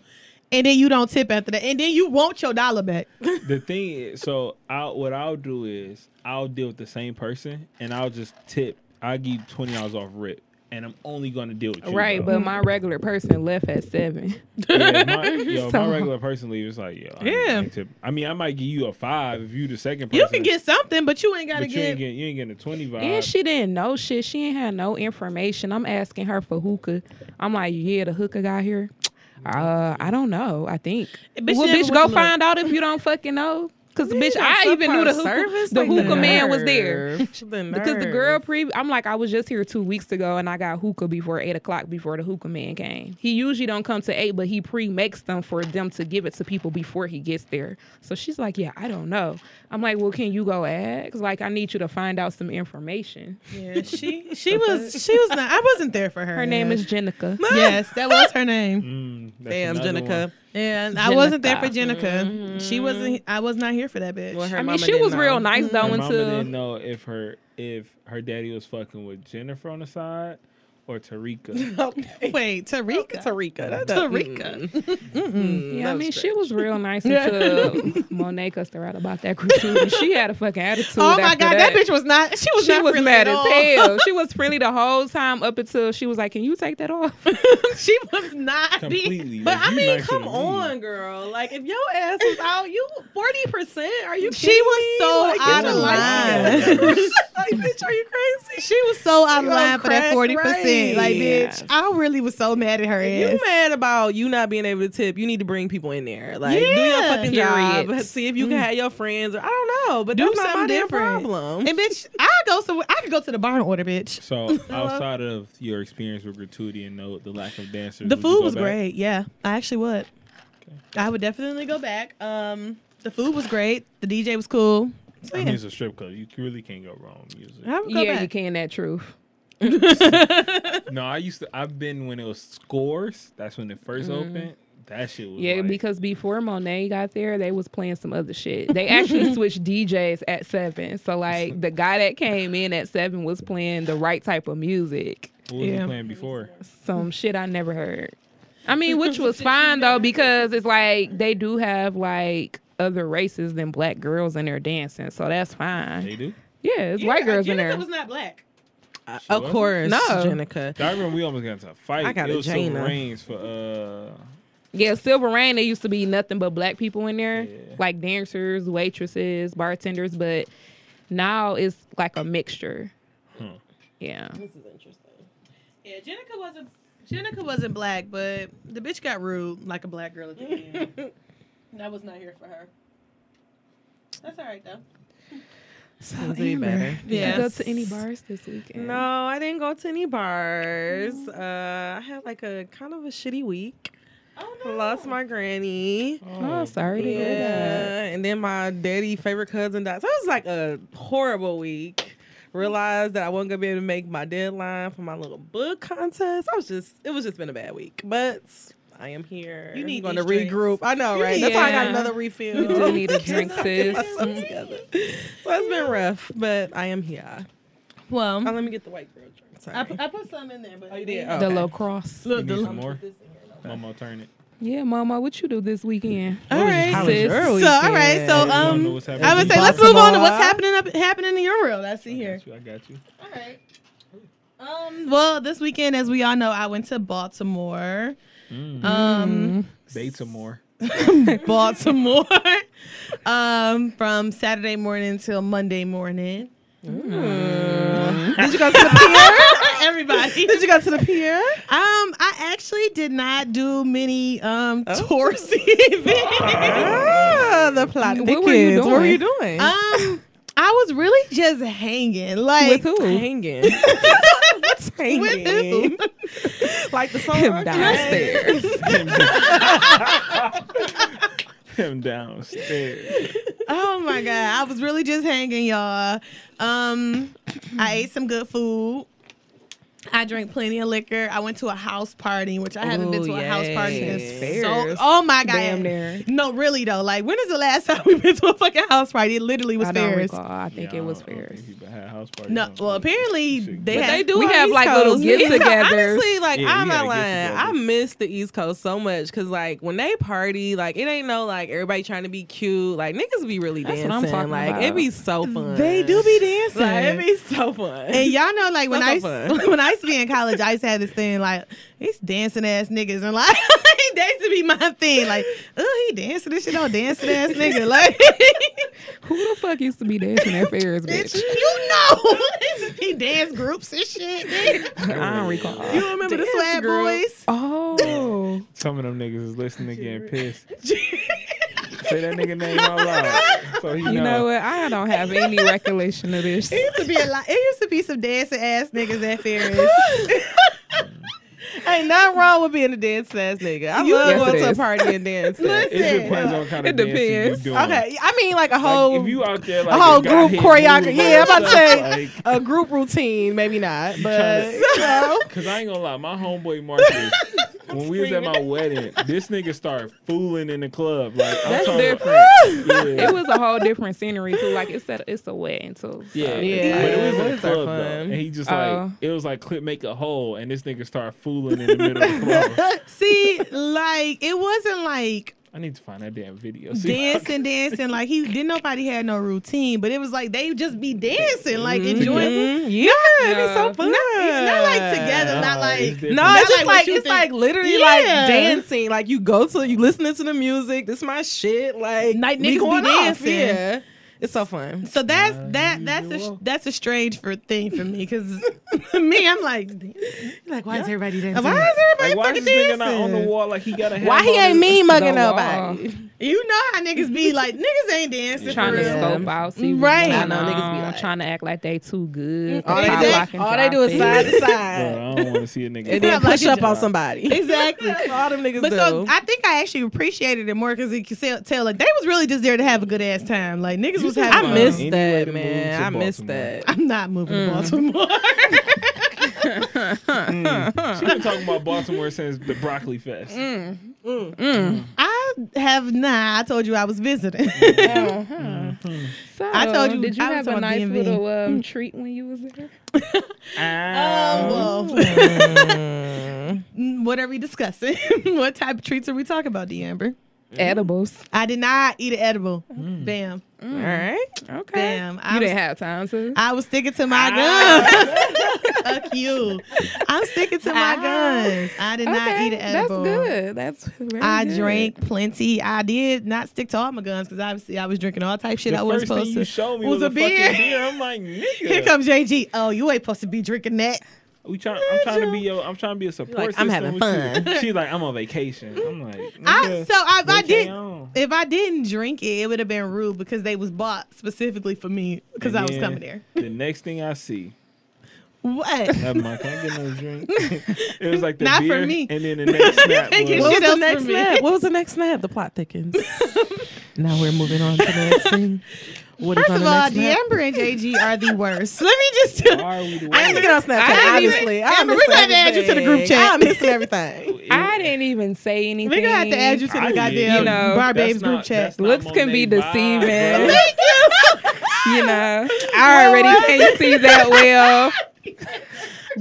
S4: And then you don't tip after that, and then you want your dollar back.
S6: the thing is, so I what I'll do is I'll deal with the same person and I'll just tip. I will give you twenty dollars off rip, and I'm only gonna deal with you.
S5: Right,
S6: bro.
S5: but my regular person left at seven.
S4: [laughs]
S6: yeah, my, yo, my
S5: So-
S6: regular person leave. It's like yo, I
S4: Yeah.
S6: yeah. Tip. I mean, I might give you a five if you the second person.
S4: You can get something, but you ain't gotta
S6: but you ain't
S4: get.
S6: getting you ain't getting a twenty vibe.
S5: And she didn't know shit. She ain't had no information. I'm asking her for hookah. I'm like, yeah, the hookah got here. Uh, I don't know. I think.
S4: Bitch, you
S5: well,
S4: never
S5: bitch,
S4: went
S5: go
S4: to look.
S5: find out if you don't fucking know. Cause bitch, I even knew the hookah,
S7: service,
S5: the
S7: like the
S5: hookah man was
S7: nerve.
S5: there.
S7: [laughs] The
S5: Because the
S7: nerve.
S5: girl pre, I'm like, I was just here two weeks ago, and I got hookah before eight o'clock before the hookah man came. He usually don't come to eight, but he pre makes them for them to give it to people before he gets there. So she's like, yeah, I don't know. I'm like, well, can you go ask? Like, I need you to find out some information.
S4: Yeah, she
S6: [laughs]
S4: she was she was not. I wasn't there for her.
S5: Her name is Jenica.
S4: Yes, that was her
S6: [laughs]
S4: name.
S6: Mm, that's
S7: Damn,
S6: another
S7: Jenica.
S6: one.
S4: Yeah, and I wasn't there for
S5: Jenica.
S4: Jenica. She
S5: Mm-hmm.
S4: wasn't. I was not here for that bitch.
S7: Well, her
S5: I mean,
S7: mama
S5: she was
S7: didn't
S5: real
S7: know.
S5: nice though
S6: Her mama
S5: until
S6: didn't know if her if her daddy was fucking with Jennifer on the side
S4: [laughs]
S6: or Tarika.
S2: Okay.
S4: [laughs] Wait, Tarika.
S7: Tarika. mm.
S4: Tarika.
S5: Yeah, I mean, she was real
S4: [laughs]
S5: nice until Monet cussed her out about that critique. and she had a fucking attitude.
S4: Oh my
S5: after
S4: god, that.
S5: that
S4: bitch was not. She was
S5: she
S4: Oh, not
S5: was
S4: friendly
S5: mad
S4: at
S5: as
S4: all.
S5: hell. She was friendly the whole time up until she was like, "Can you take
S4: [laughs]
S5: that off?"
S4: [laughs] she was not. being-
S6: [laughs] Completely.
S7: But
S6: Like,
S7: I
S6: you
S7: mean,
S6: nicer
S7: come
S6: than me.
S7: on, girl. Like, if your ass was out, you forty percent. Are you?
S4: She
S7: kidding
S4: was
S7: me?
S4: so
S7: Like,
S4: out
S7: get
S4: of
S7: your life
S4: line.
S7: together.
S4: [laughs]
S7: like, bitch, are you crazy?
S4: She was so out of
S7: You on
S4: line for that
S7: crack,
S4: forty percent. Like,
S5: right?
S4: bitch, I really was so mad at her ass.
S7: You mad about you not being able to tip? You need to bring people in there. Like, do your
S4: Yeah. Mm.
S7: fucking job. [laughs]
S5: Period.
S7: See if you can have your friends. Or I don't know, but
S4: Do
S7: that's not my
S4: something
S7: damn
S4: different.
S7: problem.
S4: And bitch, I go somewhere. I could go to the bar and order, bitch. [laughs]
S6: So outside of your experience with gratuity and no, the lack of dancers,
S4: The
S6: would you
S4: food
S6: go
S4: was
S6: back?
S4: great. Yeah, I actually would. I would definitely go back. Um, the food was great. The DJ was cool. So
S6: I
S4: yeah,
S6: mean, it's a strip club. You really can't go wrong with music.
S4: I would go
S5: yeah,
S4: back.
S5: you can. That truth.
S6: No, I used to. I've been when it was scores. That's when it first opened. That shit was
S5: Mm-hmm. Yeah,
S6: like,
S5: because before Monet got there, they was playing some other shit.
S4: [laughs]
S5: They actually switched DJs at seven. So like the guy that came in at seven was playing the right type of music.
S6: what was
S4: Yeah.
S6: you playing before?
S5: Some shit I never heard. I mean, which was fine though, because it's like they do have like other races than black girls in there dancing. So that's fine.
S6: They do.
S5: Yeah, it's white girls in
S4: Jenica
S5: there.
S4: was not black.
S7: of
S6: Sure.
S7: course,
S5: No.
S7: Jenica.
S6: I remember we almost got into a fight.
S7: I got
S6: it
S7: a
S6: was some
S7: Jaina.
S6: rains for uh.
S5: Yeah, Silver Rain, there used to be nothing but black people in there,
S6: Yeah.
S5: like dancers, waitresses, bartenders, but now it's like a mixture.
S6: Huh.
S5: Yeah.
S4: Yeah, Jenica wasn't. Jenica wasn't black, but the bitch got rude like a black girl at the end. [laughs] And I was not here for her. That's all right though.
S5: So,
S7: be better.
S5: did you go
S4: Yes.
S5: to any bars this weekend?
S7: No, I didn't go to any bars. Uh, I had like a kind of a shitty week.
S4: Oh
S7: Lost my granny.
S5: Oh, sorry to hear that.
S7: Yeah, and then my daddy favorite cousin died. So it was like a horrible week. Realized that I wasn't gonna be able to make my deadline for my little book contest. I was just, it was just been a bad week, but I am here.
S4: You need
S7: going to
S4: these drinks.
S7: regroup. I know, right?
S5: need-
S7: That's why I got
S5: Yeah.
S7: another refill.
S5: You do
S7: [laughs]
S5: need a drink, sis.
S7: Myself together. So it's been rough, but I am here.
S4: Well,
S7: Oh, let me get the white girl drink. Sorry.
S4: I, pu- I put some in there, but
S7: Oh, you did?
S5: The
S7: Okay.
S5: low cross.
S6: You need some more.
S7: This
S6: Mama, turn it.
S5: Yeah, Mama, what you do this weekend?
S4: all right.
S7: How
S4: So,
S7: was
S5: sis.
S7: your
S5: So,
S4: all
S7: weekend?
S4: right. So
S6: I don't
S4: um,
S6: know what's happening.
S4: I would say let's move
S7: Baltimore.
S4: on to what's happening up happening in your world. I see
S6: I
S4: here.
S6: got you. I got you.
S4: All right. Um. Well, this weekend, as we all know, I went to Baltimore.
S6: Mm.
S4: Um,
S6: Date some [laughs] more.
S4: Baltimore. [laughs] um, from Saturday morning till Monday morning.
S7: did you go
S4: [laughs]
S7: to the pier?
S4: Everybody.
S7: did you go to the pier?
S4: Um, I actually did not do many um
S7: Oh.
S4: touristy [laughs] events.
S7: Ah, the plot
S5: What
S7: thickens.
S5: were you
S7: What were you
S5: doing?
S7: doing?
S4: Um, I was really just hanging, like
S5: With who?
S7: hanging.
S4: What's hanging? With who?
S7: [laughs] like the song
S5: Him
S7: okay.
S5: [laughs] downstairs.
S6: Him downstairs.
S4: Oh my god, I was really just hanging, y'all. Um, I ate some good food. I drank plenty of liquor. I went to a house party, which I haven't been
S7: Ooh,
S4: to a house party
S7: yes.
S4: in so.
S5: Fairs.
S4: Oh my god,
S5: Damn near.
S4: No, really though. Like, when is the last time [laughs] we been to a fucking house party? It literally was
S5: I don't
S4: Ferris.
S5: recall. I think
S6: Yeah,
S5: it was
S6: I don't think
S5: Ferris.
S6: people had house parties
S4: No,
S6: on
S4: well,
S6: Friday.
S4: apparently
S6: Shit.
S4: they
S6: But
S4: have.
S7: They do
S5: We
S7: on
S5: have,
S7: East
S5: like, little
S7: Coast.
S5: get-togethers.
S7: Honestly, like
S6: Yeah, you
S7: I'm not
S6: gotta
S7: lying.
S6: get
S7: I
S6: together.
S7: miss the East Coast so much because like when they party, like it ain't no like everybody trying to be cute. Like niggas be really
S5: That's
S7: dancing.
S5: what I'm talking
S7: like
S5: about.
S7: it be so fun.
S4: They do be dancing.
S7: [laughs] Like it be so fun. [laughs]
S4: and y'all know, like when
S7: So
S4: I
S7: fun.
S4: used, [laughs] when I used to be in college, I used to have this thing like these dancing ass niggas, and like [laughs] that used to be my thing. Like, oh, he dancing this shit on dancing ass nigga. Like, [laughs]
S5: Who the fuck used to be dancing at Ferris,
S4: bitch,
S5: bitch?
S4: you know, [laughs] he dance groups and shit.
S5: I don't recall.
S4: You remember the
S7: Dance
S4: Swag
S7: group.
S4: Boys?
S5: Oh.
S6: Some of them niggas is listening getting pissed.
S5: [laughs]
S6: Say that nigga name out loud. So he
S5: You know what? I don't have any recollection of this.
S4: It used to be a lot. It used to be some dancing ass niggas at Ferris.
S7: [laughs] Ain't nothing wrong with being a dance ass nigga. I
S5: You-
S7: love
S5: Yes,
S7: going
S5: it
S7: to a
S5: is.
S4: [laughs]
S7: party and dance. okay,
S6: It depends on kind of
S5: It
S6: depends.
S5: depends.
S6: you doing.
S7: I mean like a whole
S6: Like, if you out there like
S7: a whole
S6: and got
S7: group
S6: hit,
S7: choreography.
S6: move
S7: Yeah, I'm about to
S6: yourself,
S7: say
S6: like,
S7: a
S6: [laughs]
S7: group routine, maybe not, but [laughs]
S6: tryna-
S7: you know. [laughs]
S6: Cause I ain't gonna lie, my homeboy Marcus, when we was at my wedding, this nigga started fooling in the club. Like I'm
S5: That's
S6: talking about-
S5: different.
S6: yeah.
S5: it was a whole different scenery too. Like it's a, it's a wedding too.
S6: Yeah,
S7: Yeah,
S6: but it was in the
S7: weddings are
S6: club though,
S7: fun.
S6: and he just like
S5: Oh.
S6: it was like clip make a hole, and this nigga started fooling in the middle of
S7: [laughs]
S6: the club.
S4: See, like it wasn't like
S6: I need to find that damn video. [laughs] See,
S4: dancing, dancing. Like he didn't nobody had no routine, but it was like they just be dancing, like
S6: Mm-hmm.
S4: enjoying.
S7: Mm-hmm. Yeah, it's so
S5: Yeah.
S7: fun.
S4: Not, not like together, not
S6: No,
S4: like
S6: it's different.
S7: No,
S4: Not
S7: it's just
S4: like what
S7: like,
S4: you
S7: it's
S4: think.
S7: like literally like
S4: Yeah.
S7: dancing. Like you go to you listening to the music. This my shit. Like
S4: Night
S7: we
S4: niggas be
S7: going off,
S4: dancing.
S7: Yeah, it's so fun.
S4: So that's that
S6: you
S4: that's a
S6: will.
S4: that's a strange for thing for me because [laughs] me I'm like
S2: Like, why is everybody dancing?
S4: why is everybody
S6: like, why is
S4: fucking
S6: this nigga not on
S4: dancing?
S6: the wall? Like he gotta.
S7: Why he ain't mean mugging
S5: The wall.
S7: nobody?
S4: you know how niggas be
S6: [laughs]
S4: like niggas ain't dancing
S5: Trying
S4: for
S5: to
S4: real.
S7: Yeah.
S5: scope out, see what's
S4: Right.
S5: going
S7: I know, niggas be
S5: on,
S7: like-
S5: trying to act like they too good.
S7: All they,
S5: Pop
S7: do-
S5: lock and
S7: all they do
S5: drop
S7: is side
S5: it.
S7: [laughs] to
S6: Bro,
S7: side
S6: I don't want to see a nigga.
S7: and then
S4: Not like
S7: push
S4: a
S7: up on
S6: job.
S7: [laughs] somebody.
S4: Exactly.
S7: That's all them niggas
S4: But
S7: do.
S4: so I think I actually appreciated it more because it could sell- tell like they was really just there to have a good ass time. Like niggas was
S6: said
S4: having.
S7: I
S6: fun.
S7: miss
S6: Any way
S7: that
S6: to
S7: man. I
S6: move to
S7: miss
S6: Baltimore.
S7: that.
S4: I'm not moving
S6: Mm.
S4: to Baltimore.
S6: She been talking about Baltimore since the broccoli fest.
S4: I have not. I told you I was visiting.
S5: So,
S4: I told you,
S5: Did you
S4: I was
S5: have a
S4: on
S5: nice
S4: DMV.
S5: little
S4: Mm.
S5: um, treat when you was there?
S4: Mm-hmm. Um, Oh, [laughs] Well, Mm, what are we discussing? [laughs] what type of treats are we talking about, D'Amber?
S5: Edibles.
S4: I did not eat an edible. Bam.
S7: All right.
S5: Okay.
S4: Bam.
S5: You
S4: I was-
S5: didn't have time to.
S4: I was sticking to my guns. Fuck you. I'm sticking to my
S5: Ah.
S4: guns. I did not eat an edible.
S5: That's good. That's very
S4: I
S5: good.
S4: drank plenty. I did not stick to all my guns because obviously I was drinking all type shit
S6: The
S4: I wasn't
S6: first
S4: supposed
S6: thing you
S4: to.
S6: showed me
S4: was
S6: was,
S4: a
S6: a fucking
S4: beer.
S6: beer.
S4: [laughs]
S6: I'm like, nigga.
S4: Here comes JG. Oh, you ain't supposed to be drinking that.
S6: We trying, I'm trying to be your, I'm trying to be a support
S7: Like,
S6: system.
S7: I'm having
S6: with you. [laughs] She's like, I'm on
S4: [laughs]
S6: vacation. I'm like,
S4: I,
S6: nigga,
S4: so I, I
S6: vacay
S4: did.
S6: on.
S4: If I didn't drink it, it would have been rude because they was bought specifically for me because
S6: And
S4: I was
S6: then
S4: coming there.
S6: The next thing I see,
S4: What?
S6: I'm like, can I get
S4: [laughs]
S6: another drink? [laughs] it was like the
S4: Not for
S6: beer,
S4: me.
S6: and then
S4: [laughs]
S6: the next snap
S4: Thank you,
S6: was,
S7: What was
S4: Shit
S7: the
S4: else
S7: next
S4: for me.
S7: snap? What was the [laughs] next snap? The plot thickens. now we're moving on to the [laughs] next scene. What is
S4: First
S7: on
S4: of
S7: the
S4: all,
S7: next snap?
S4: D'Amber and JG are the worst. Let me just. Tell-
S6: why are we the
S7: I didn't
S6: worst?
S7: think it on
S4: I
S7: Snapchat,
S4: didn't even-
S7: obviously. I
S4: Amber,
S7: missed
S4: we're gonna have to add you to the group
S7: everything.
S4: chat.
S7: I'm missing everything.
S5: I didn't even say anything.
S4: We're gonna have to add you to the
S6: I did.
S4: goddamn
S5: You know,
S4: Bar
S6: That's
S4: Babes
S6: not-
S4: group chat.
S6: that's not
S5: Looks can be
S6: Monet vibe, bro.
S5: deceiving.
S4: Thank you.
S5: You know, I already can't see that
S7: [laughs]
S5: well.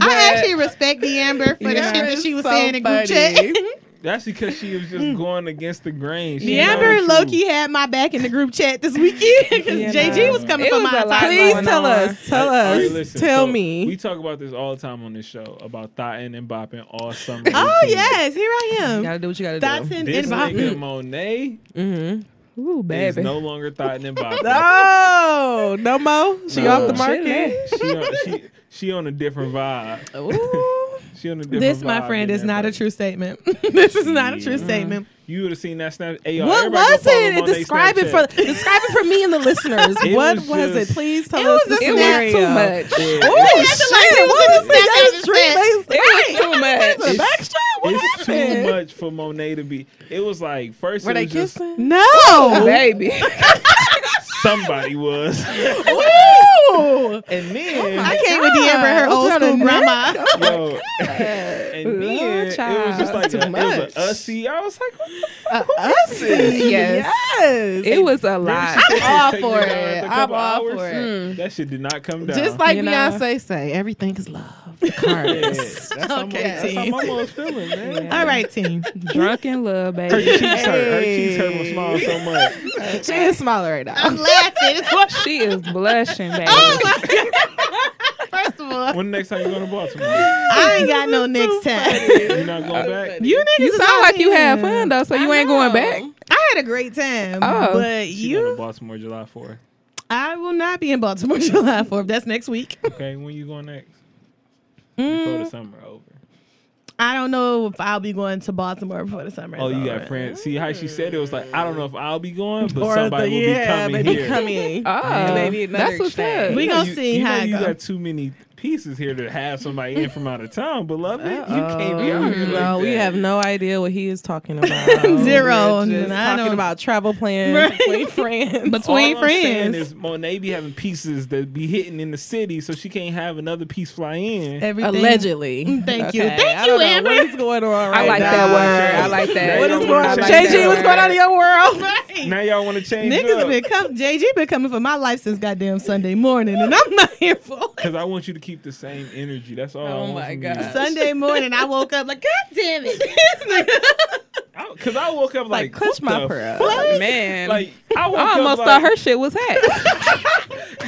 S4: I actually respect D'Amber for the
S5: Yeah.
S4: shit that she was
S7: So
S4: saying in group [laughs]
S7: funny.
S4: chat.
S6: That's because she
S4: [laughs]
S6: was just going against the grain. She
S4: D'Amber
S6: knows
S4: low
S6: truth.
S4: key had my back in the group chat this weekend [laughs] because
S5: You
S4: JG
S5: know.
S4: was coming
S5: It
S4: for
S5: was
S4: my
S5: a lot
S4: entire
S7: [laughs]
S5: going
S7: Please tell
S5: on.
S7: us. Tell
S6: All right,
S7: us.
S6: listen,
S7: tell
S6: so
S7: me.
S6: We talk about this all the time on this show about thotting and bopping all summer.
S4: Oh
S6: routine.
S4: yes, here I
S7: You
S4: am.
S7: gotta do what you gotta
S4: That's
S7: do.
S4: in
S6: This
S4: inbox.
S6: nigga Monet
S7: Mm-hmm.
S5: Ooh,
S6: is
S5: baby.
S6: no longer thotting
S7: [laughs]
S6: and bopping.
S7: No, no mo. She
S6: No.
S7: off the
S6: She
S7: market.
S6: she, on, she, she on a different vibe.
S7: Ooh.
S6: She on a different
S4: This,
S6: vibe
S4: my friend,
S6: than
S4: is not a
S6: everybody.
S4: true statement. [laughs] this is not a true
S6: Yeah.
S4: statement.
S6: You would have seen that snap. Hey, y'all,
S7: What
S6: everybody go
S7: was
S6: follow
S7: it?
S6: Monet
S7: Describe it for
S6: Snapchat.
S7: describe it for me and the listeners.
S6: It
S7: what
S6: was
S7: was,
S6: just-
S7: it? Please tell
S4: It
S7: us
S4: was
S7: the
S4: a
S5: It
S7: scenario.
S5: was too much.
S7: Oh,
S6: Yeah.
S7: shit. What
S4: That
S7: was that?
S4: is
S7: Dream-based-
S5: It
S4: [laughs]
S5: was too
S7: The
S5: much.
S7: backstrap? What
S6: It's too
S7: happened?
S6: much for Monet to be. It was like first
S7: Were
S6: it
S7: they
S6: was just
S7: kissing?
S5: [laughs]
S4: No,
S5: Baby,
S7: [laughs]
S6: somebody was,
S7: Ooh.
S6: [laughs] and
S7: Oh,
S6: then
S4: I came with D'Amber, her
S7: God.
S4: old
S7: Was it on
S4: school
S7: a
S4: grandma. [laughs]
S6: Yo, [laughs] and then
S5: Lord,
S6: it was
S5: child.
S6: just like
S7: That's
S6: a,
S7: too
S6: it
S7: much.
S6: was a ussy. I was like, what the
S7: Us?
S5: Yes.
S7: Yes.
S5: it was a lot.
S6: all [laughs]
S7: for it. I'm all for it.
S6: That shit did not come down.
S7: Just like
S5: You know?
S7: Beyonce say, everything is love.
S6: Yeah,
S7: Cards.
S6: that's how
S4: Okay,
S6: my-
S7: [laughs]
S6: that's how
S4: team.
S6: my mom's feeling, man.
S4: All right,
S5: [laughs]
S4: team.
S5: Drunk in love,
S6: Her
S5: baby.
S6: cheeks hurt. Her cheeks hurt from smiling so much.
S7: she is smiling right now.
S4: I'm
S5: [laughs]
S4: laughing. It's what-
S5: She is blushing, baby.
S4: First of all,
S6: When the next time you go to Baltimore,
S4: I ain't got no next time.
S7: [laughs]
S6: you're not going
S4: [laughs]
S6: back.
S4: You niggas
S5: you sound like you had
S4: have
S5: fun though, so you ain't going back.
S4: I had a great time,
S5: Oh.
S4: but
S6: She going
S4: you,
S6: to Baltimore July 4th.
S4: I will not be in Baltimore [laughs] July 4th. That's next week.
S6: Okay, when you going next? Before
S7: Mm.
S6: the summer over.
S4: I don't know if I'll be going to Baltimore before the summer. is
S6: Oh, you got
S4: over.
S6: friends. See how she said it was like I don't know if I'll be going, but
S7: Or
S6: somebody
S7: the-
S6: will be
S7: yeah,
S6: coming
S7: baby
S6: here.
S7: coming.
S5: Oh,
S7: Maybe another
S5: that's what's
S7: exchange.
S5: up.
S4: We
S6: You know
S4: gonna
S6: you-
S4: see
S6: you
S4: how
S6: know
S4: it
S6: you
S4: go.
S6: got too many pieces here to have somebody in from out of town, beloved. You can't be out here. like
S7: No, Oh, we
S6: that.
S7: have no idea what he is talking [laughs] about.
S4: Zero.
S7: We're just
S4: I
S7: talking
S4: don't-
S7: about travel plans
S4: Right.
S7: [laughs] between friends.
S4: Between
S6: All I'm saying
S4: friends.
S6: is Monet be having pieces that be hitting in the city, so she can't have another piece fly in.
S4: Everything.
S7: Allegedly.
S4: Thank you. Thank
S7: I
S4: you,
S7: don't know
S4: Amber.
S7: What is going on right
S5: I like
S7: now?
S5: that word. I like that.
S6: What is going
S5: I
S6: on?
S5: like
S6: JG,
S5: that
S6: what's
S5: word.
S6: going on in
S7: your world?
S4: Right.
S6: Now y'all want to change
S4: Niggas
S6: up
S4: been come. JG been coming for my life since goddamn Sunday morning, and I'm not here for it.
S6: because I want you to keep the same energy. That's all.
S7: Oh
S6: I want
S7: my
S6: from
S7: God.
S4: Sunday morning, I woke up like, God damn
S7: [laughs]
S4: it!
S6: Because I, woke up
S7: Like,
S6: like,
S7: clutch
S6: what
S7: my
S6: the
S7: pearl.
S6: fuck?
S5: Man,
S6: Like I, woke
S5: I
S6: up,
S5: almost
S6: like,
S5: thought her shit was hacked.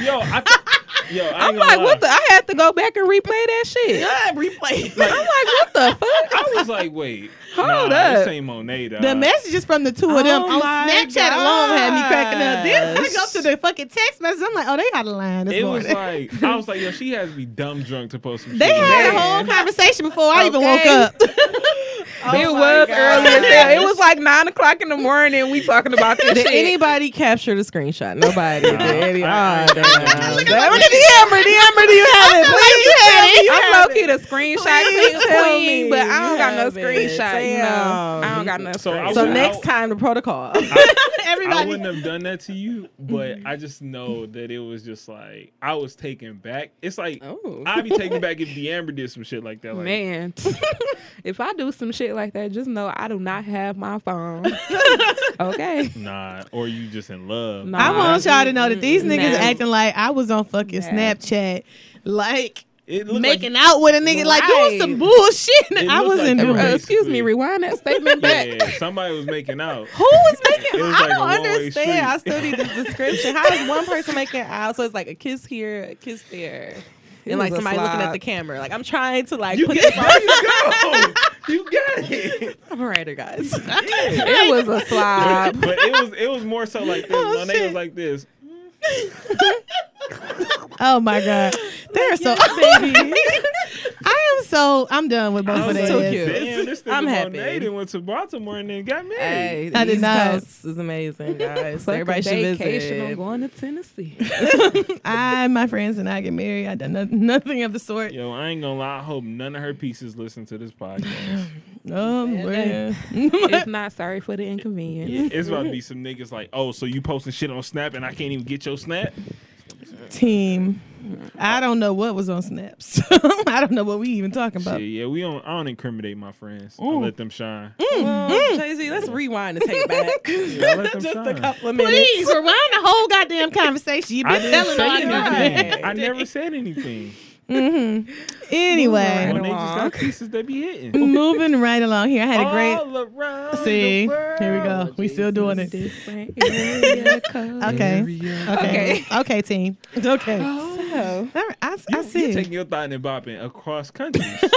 S6: Yo, I th- yo, I
S5: I'm
S6: ain't gonna lie.
S5: like, [laughs] what the? I had to go back and replay that shit.
S4: Replay.
S5: I'm like, what the fuck?
S6: I was like, wait,
S5: Hold
S6: nah,
S5: up.
S6: This ain't Monet. Dog.
S4: The messages from the two of them
S7: Oh
S4: on
S7: my
S4: Snapchat alone had me cracking up. Then I go
S7: gosh.
S4: to the fucking text message. I'm like, oh, they out of line this
S6: It was
S4: morning.
S6: like I was like, yo, she has to be dumb drunk to post some.
S4: they
S6: shit.
S4: had a
S5: Man.
S4: whole conversation before I even woke
S5: Okay.
S4: up.
S7: [laughs]
S5: it was early as hell. It was like nine o'clock in the morning. We talking about this
S7: Did
S5: shit.
S7: anybody capture the screenshot? Nobody did. Any-
S6: I-
S7: oh, damn.
S4: Look at the Amber. The Amber, do you have it? Please you have it.
S5: I'm low key the screenshot
S7: Please
S5: queen,
S7: tell
S5: queen,
S7: me
S5: but I don't
S7: you
S5: got no
S7: have it.
S5: screenshot. You know, I
S7: Damn.
S5: don't got no.
S6: So I
S5: screenshot.
S6: was
S7: So
S6: I-
S7: next time, the
S6: [laughs]
S7: protocol.
S6: I
S4: [laughs] Everybody.
S6: wouldn't have done that to you, but I just know that it was just like I was taken back. It's like
S7: Oh.
S6: I'd be taken back if D'Amber did some shit like that. Like,
S5: Man, [laughs] if I do some shit like that, just know I do not have my [laughs] phone. okay.
S6: Nah, or you just in love.
S5: Nah.
S4: I want y'all to know that these
S5: Nah.
S4: niggas acting like I was on fucking
S5: Nah.
S4: Snapchat, like
S6: It looked
S4: making
S6: like,
S4: out with a nigga, like doing some
S5: Right.
S4: bullshit. [laughs]
S6: It
S4: I
S6: looked
S4: wasn't
S6: like
S4: doing.
S5: Uh,
S6: Basically.
S5: excuse me. Rewind that statement back.
S6: yeah, somebody was making out.
S4: Who was making?
S6: It was
S4: I
S6: like a
S4: don't
S6: one-way
S4: understand. I
S6: street.
S4: still need
S7: the description. How is one person making out? So it's like a kiss here, a kiss there.
S5: It
S7: And like
S5: was a
S7: somebody looking at
S5: slop.
S7: the camera. Like I'm trying to like
S6: You
S7: put
S6: get
S7: this
S6: there you [laughs] go. You got it.
S7: operator,
S6: [laughs]
S7: guys.
S5: It was a slide.
S6: But, but it was it was more so like this. Monet was like this.
S4: [laughs] Oh my god, they're so [laughs] I am so. I'm done with both
S6: I
S4: of
S6: was
S4: those.
S7: so
S6: like,
S7: cute.
S6: Damn, this
S7: I'm
S6: nigga
S7: happy.
S6: Monet done went to Baltimore and then got married.
S7: Hey,
S4: I did
S7: East
S4: not.
S7: Coast is
S6: [laughs]
S7: amazing, guys.
S5: Fuck a
S7: Everybody should
S5: vacation. I'm
S7: visit.
S5: going to Tennessee.
S4: I, my friends, and I get married. I done no- nothing of the sort.
S6: Yo, I ain't gonna lie. I hope none of her pieces listen to this podcast.
S4: Oh man.
S5: if not, sorry for the inconvenience.
S6: Yeah, it's about
S4: [laughs]
S6: to be some niggas like, oh, so you posting shit on Snap and I can't even get your Snap?
S4: team. I don't know what was on [laughs] snaps. I don't know what we even talking about.
S6: Shit, yeah, we don't. I don't incriminate my friends.
S4: Mm.
S6: I let
S4: [laughs]
S6: them shine.
S7: Well, Mm-hmm. Jay-Z, let's rewind and take
S6: [laughs]
S7: back.
S6: Yeah, I let them
S7: Just a
S6: shine.
S7: couple of minutes.
S4: Please rewind the whole goddamn conversation. You've
S6: I
S4: been telling
S6: didn't say
S4: all night.
S6: anything. I never
S4: [laughs]
S6: said anything.
S4: Anyway,
S6: When they just got pieces, they be hitting.
S4: moving right along here. I had a great.
S6: All around
S4: See,
S6: the world.
S4: here we go. We still doing it.
S5: Different area code.
S4: Okay. Okay.
S5: Okay.
S4: Okay, team. It's okay. All right, I, I
S6: You,
S4: see.
S6: you taking your thought and bopping
S4: [laughs]
S6: across countries.
S4: Uh,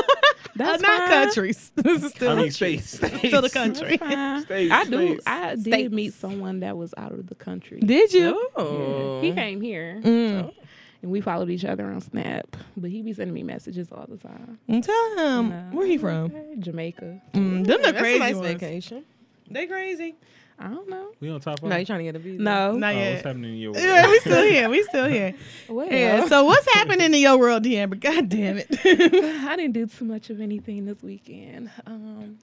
S5: That's
S4: not
S5: fine.
S4: countries. [laughs] This is
S6: I
S4: still,
S6: mean,
S4: [laughs]
S6: states. states.
S4: still the country.
S5: Fine.
S6: States,
S5: I do.
S6: states.
S5: I did
S7: States.
S5: meet someone that was out of the country.
S4: Did you? Mm.
S7: Oh.
S5: He came here, so- and we followed each other on Snap. But he be sending me messages all the time.
S4: Mm, Tell him Um, where he from.
S5: Okay, Jamaica.
S4: Mm, them the
S7: That's
S4: crazy
S7: a nice
S4: ones.
S7: vacation.
S4: They crazy.
S5: I don't know.
S6: We on top of
S7: No, you trying to get a visa?
S5: No.
S4: Not
S6: Oh, what's
S4: yet.
S6: happening in your world?
S4: [laughs] Yeah, we still here. We still here.
S5: Well,
S4: Yeah. So what's happening in your world, Deamber? God damn it. [laughs]
S5: I didn't do too much of anything this weekend. Um,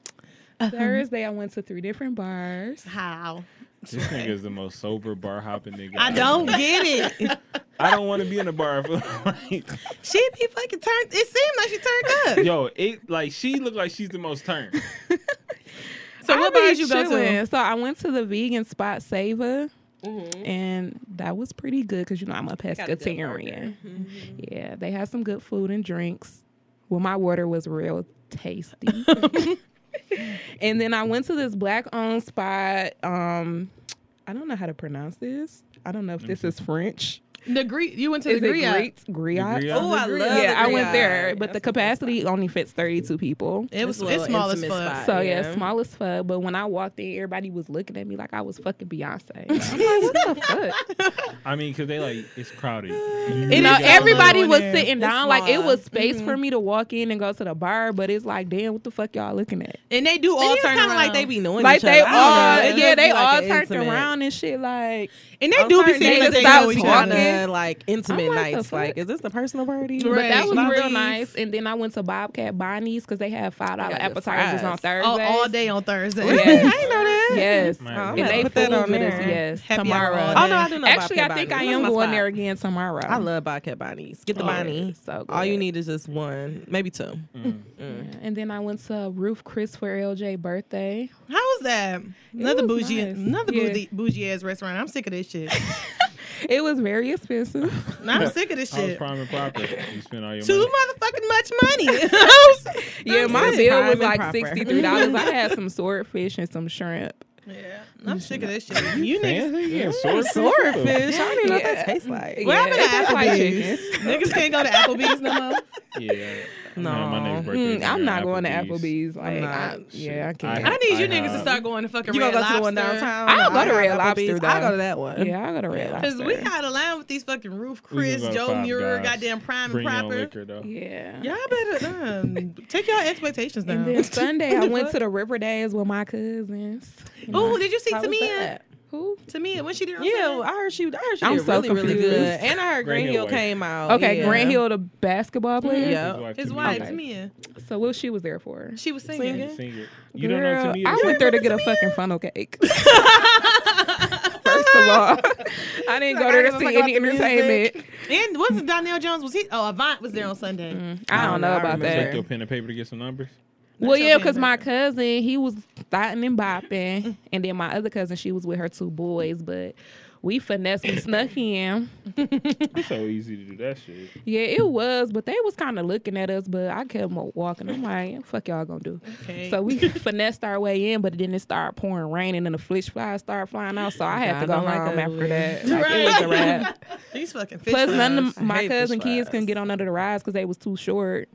S4: Uh-huh.
S5: Thursday, I went to three different bars.
S4: How?
S6: This nigga is the most sober bar hopping nigga.
S4: I
S6: I've
S4: don't
S6: ever-
S4: get it.
S6: I don't want to be in a bar. [laughs] For, like,
S4: She be fucking turned. It seemed like she turned up.
S6: [laughs] yo, it like she looked like she's the most turned.
S4: So what
S5: I
S4: bars
S5: be
S4: you go to?
S5: chilling. So I went to the vegan spot Saver,
S4: Mm-hmm.
S5: and that was pretty good because you know I'm a
S7: a good
S5: pescatarian.
S4: Mm-hmm.
S5: Yeah, they had some good food and drinks. Well, my water was real
S4: [laughs]
S5: tasty. and then I went to this black-owned spot. Um, I don't know how to pronounce this. I don't know if this is French.
S4: [laughs] The Greek. You went to
S5: Is
S4: the
S5: it
S4: Greek.
S5: Greek? Griots?
S6: Griots?
S7: Oh, I love
S5: Yeah,
S7: the
S5: I went
S7: Griots.
S5: there, but the
S7: That's
S5: capacity only fits 32 people.
S4: It was
S7: a
S4: it's
S7: little
S4: small as
S7: intimate
S4: fuck.
S7: spot.
S5: So yeah,
S7: Yeah.
S5: small as fuck. But when I walked in, everybody was looking at me like I was fucking Beyonce. I'm like, what the fuck?
S6: I mean, because they like it's crowded.
S5: You
S4: It
S5: know,
S4: is kinda
S5: everybody
S4: little
S5: was
S4: there.
S5: sitting
S7: It's
S5: down. Like it
S7: small.
S5: was space for me to walk in and go to the bar, but it's like, damn, what the fuck y'all looking at?
S4: And they do all
S7: It's
S4: turn
S7: kind of
S4: around.
S7: like they be knowing
S5: Like
S7: each other.
S5: they
S7: I don't
S5: all,
S7: know. It
S5: yeah,
S7: must be
S5: they
S7: like
S5: all
S7: an
S5: turned
S7: intimate.
S5: around and shit. Like
S4: and they
S7: I'm
S4: do be
S7: sorry,
S4: seeing
S5: they
S4: like
S5: just
S4: they
S5: stopped
S4: know each
S5: talking.
S4: other.
S7: the like intimate
S5: I'm like, the
S7: nights.
S5: fuck?
S7: Like, is this the personal party?
S5: But that was real
S7: Bobby's?
S5: nice. And then I went to Bobcat Bonnie's because they have five dollar
S7: got good
S5: appetizers on
S7: fries.
S5: Thursday.
S4: all, Oh, all day on Thursday. [laughs]
S5: Yes.
S7: I didn't know that. Oh,
S5: Yes.
S6: Man,
S7: I'm
S5: And
S7: gonna
S5: they
S7: put that
S5: food
S7: on
S5: with us,
S7: there.
S5: Yes.
S4: Happy hour
S5: tomorrow.
S4: all
S7: Oh no, I do know.
S5: Actually,
S7: Bobcat
S5: I think I
S7: Bonnie's. That's
S5: am
S7: my
S5: going
S7: spot.
S5: there again tomorrow.
S7: I love Bobcat Bonnie's. Get the
S5: Yeah,
S7: Bonnie.
S5: it's So good.
S7: All you need Oh, is just one, maybe two.
S5: [laughs] Yeah. And then I went to Roof Chris for LJ birthday.
S4: How was that? Another
S5: was
S4: bougie,
S5: nice.
S4: another
S5: Yeah.
S4: bougie, bougie ass restaurant. I'm sick of this shit.
S5: It was very expensive.
S7: [laughs]
S5: [laughs]
S4: I'm sick of this
S6: How was
S4: shit.
S6: prime and proper? You spend all your
S4: Too
S6: money.
S4: motherfucking much [laughs] money.
S5: yeah, my
S7: This is
S5: bill
S7: prime
S5: was
S7: and
S5: like
S7: proper.
S5: sixty three dollars. I
S7: [laughs]
S5: had some swordfish and some shrimp.
S4: yeah, I'm sick of this shit. You niggas,
S6: Fancy? Yeah, swordfish.
S7: Swordfish. I don't even know what
S5: Yeah.
S7: that tastes like.
S4: what happened to
S5: it tastes like
S4: Applebee's? niggas can't go to Applebee's no more.
S6: Yeah. No, my nigga's
S5: Mm,
S6: birthday.
S5: I'm not going to Applebee's. Like,
S7: not.
S5: I, yeah, I can't.
S4: [laughs] I need you
S6: I
S4: niggas to
S6: have-
S4: start going to fucking
S7: You
S4: Red
S7: gonna go
S4: Lobster.
S7: to the one downtown?
S5: I'll go to
S7: I
S5: Red
S7: got
S5: Lobster,
S7: Applebee's. I'll
S5: though.
S7: go to that one.
S5: yeah, I got to Red
S4: Because
S5: Lobster.
S4: we got a line with these fucking Roof
S6: We can
S4: Chris,
S6: go to
S4: Joe
S6: Five
S4: Muir,
S6: Guys.
S4: goddamn Prime
S6: Bring your
S4: and
S6: own
S4: Proper.
S6: liquor though.
S5: yeah.
S4: Y'all better um, take your expectations down.
S5: And
S4: [laughs]
S5: then Sunday, I went to the River Days with my cousins.
S4: Oh, did you see
S7: How was
S4: Tamia?
S7: that?
S5: Who?
S4: Tamia, when she did her
S7: Yeah, I heard she. I heard she
S5: I'm
S7: did
S5: so
S7: really, really
S5: confused.
S7: good. And I heard Green
S6: Grant Hill
S7: Hill
S6: wife.
S7: came out.
S5: Okay,
S7: Oh, yeah. Mm-hmm.
S5: Grant Hill, the basketball player.
S7: Yeah.
S4: his
S6: Tamia.
S4: wife,
S5: Okay.
S4: Tamia,
S5: So, well, she was there for.
S4: she was singing.
S7: Singing?
S6: Sing it. You
S5: Girl,
S6: don't know Tamia.
S5: I went there to get a fucking funnel cake. First of all, [laughs] I didn't go
S7: I
S5: there
S7: give
S5: to
S7: a
S5: see
S7: fuck
S5: any
S7: about the
S5: entertainment.
S4: And wasn't Donnell Jones? Was he? Oh, Avant was there on Sunday.
S5: I don't know
S7: I
S5: about
S7: remember
S6: Take
S5: that.
S6: your pen and paper to get some numbers.
S5: Well,
S4: your
S5: yeah,
S4: business.
S5: because my cousin, he was thotting and bopping. And then my other cousin, she was with her two boys, but we finessed, we snuck in.
S6: It's so easy to do that shit.
S5: Yeah, it was, but they was kind of looking at us, but I kept mo- walking. I'm like, fuck y'all gonna do.
S4: Okay.
S5: So we [laughs] finessed our way in, but then it started pouring rain and then the fish flies started flying out. So I had to go
S7: Gotta
S5: home
S7: love
S5: after
S7: it.
S5: that. Like, It was
S4: [laughs]
S5: a wrap.
S4: These fucking fish.
S5: Plus, none of
S7: I
S5: m- my
S7: hate fish
S5: cousin kids
S7: flies.
S5: couldn't get on under the rides because they was too short.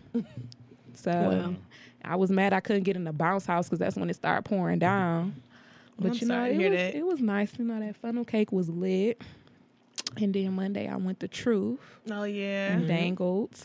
S5: So I was mad I couldn't get in the bounce house because that's when it started pouring down. But
S4: Mm-hmm. Oh, I'm
S5: you know,
S4: sorry to
S5: it
S4: hear
S5: was,
S4: that.
S5: it was nice. You know, that funnel cake was lit. And then Monday, I went to Truth
S4: oh yeah.
S5: and dangled.
S4: [laughs]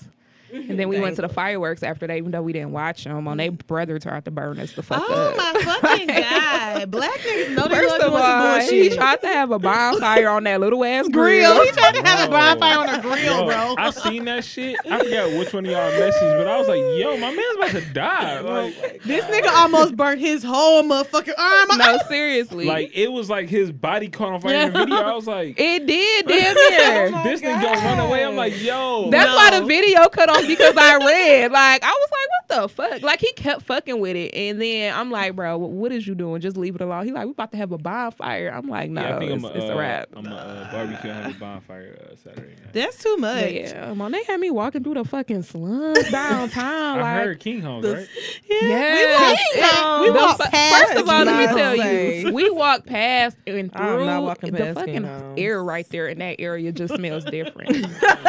S5: And then we went to the fireworks after that, even though we didn't watch them. On their brother tried to burn us the fuck
S4: Mm-hmm. Oh
S5: up.
S4: my
S5: [laughs]
S4: fucking god! Black niggas know they
S5: First
S4: love
S5: of
S4: doing some
S5: all,
S4: bullshit.
S5: he tried to have a bonfire on that
S4: [laughs]
S5: little ass grill.
S4: grill. He tried to have a
S6: Bro.
S4: bonfire on a grill,
S6: Yo,
S4: bro.
S6: I seen that shit. I forgot which one of y'all messaged, but I was like, yo, my man's about to die. Like,
S4: This nigga almost burnt his whole motherfucking arm.
S5: No, seriously,
S6: like it was like his body caught on fire in the video. I was like,
S5: [laughs]
S4: [laughs]
S5: it did damn near.
S6: this nigga gonna run away. I'm like, yo.
S5: That's
S4: No.
S5: why the video cut off because I read. Like I was like, what the fuck? Like he kept fucking with it, and then I'm like, bro, wh- what is you doing? Just leave it alone. He like, we about to have a bonfire. I'm like, no,
S6: yeah, I think
S5: it's,
S6: I'm a,
S5: it's
S6: uh,
S5: a wrap.
S6: I'm a uh, barbecue and have a bonfire uh, Saturday night.
S4: That's too much.
S5: But yeah, man, they had me walking through the fucking slums downtown.
S6: I
S5: like,
S6: heard King Homes, right?
S5: Yes.
S4: We walked
S5: Um,
S4: we
S5: the
S4: walked
S5: fu-
S4: past
S5: First of all, let me
S7: Mount
S5: tell you,
S7: Saint.
S5: we walked past and
S7: I'm
S5: through
S7: not walking
S5: the
S7: past
S5: fucking
S7: Kingdoms.
S5: air right there in that area just
S4: [laughs]
S5: smells different.
S7: because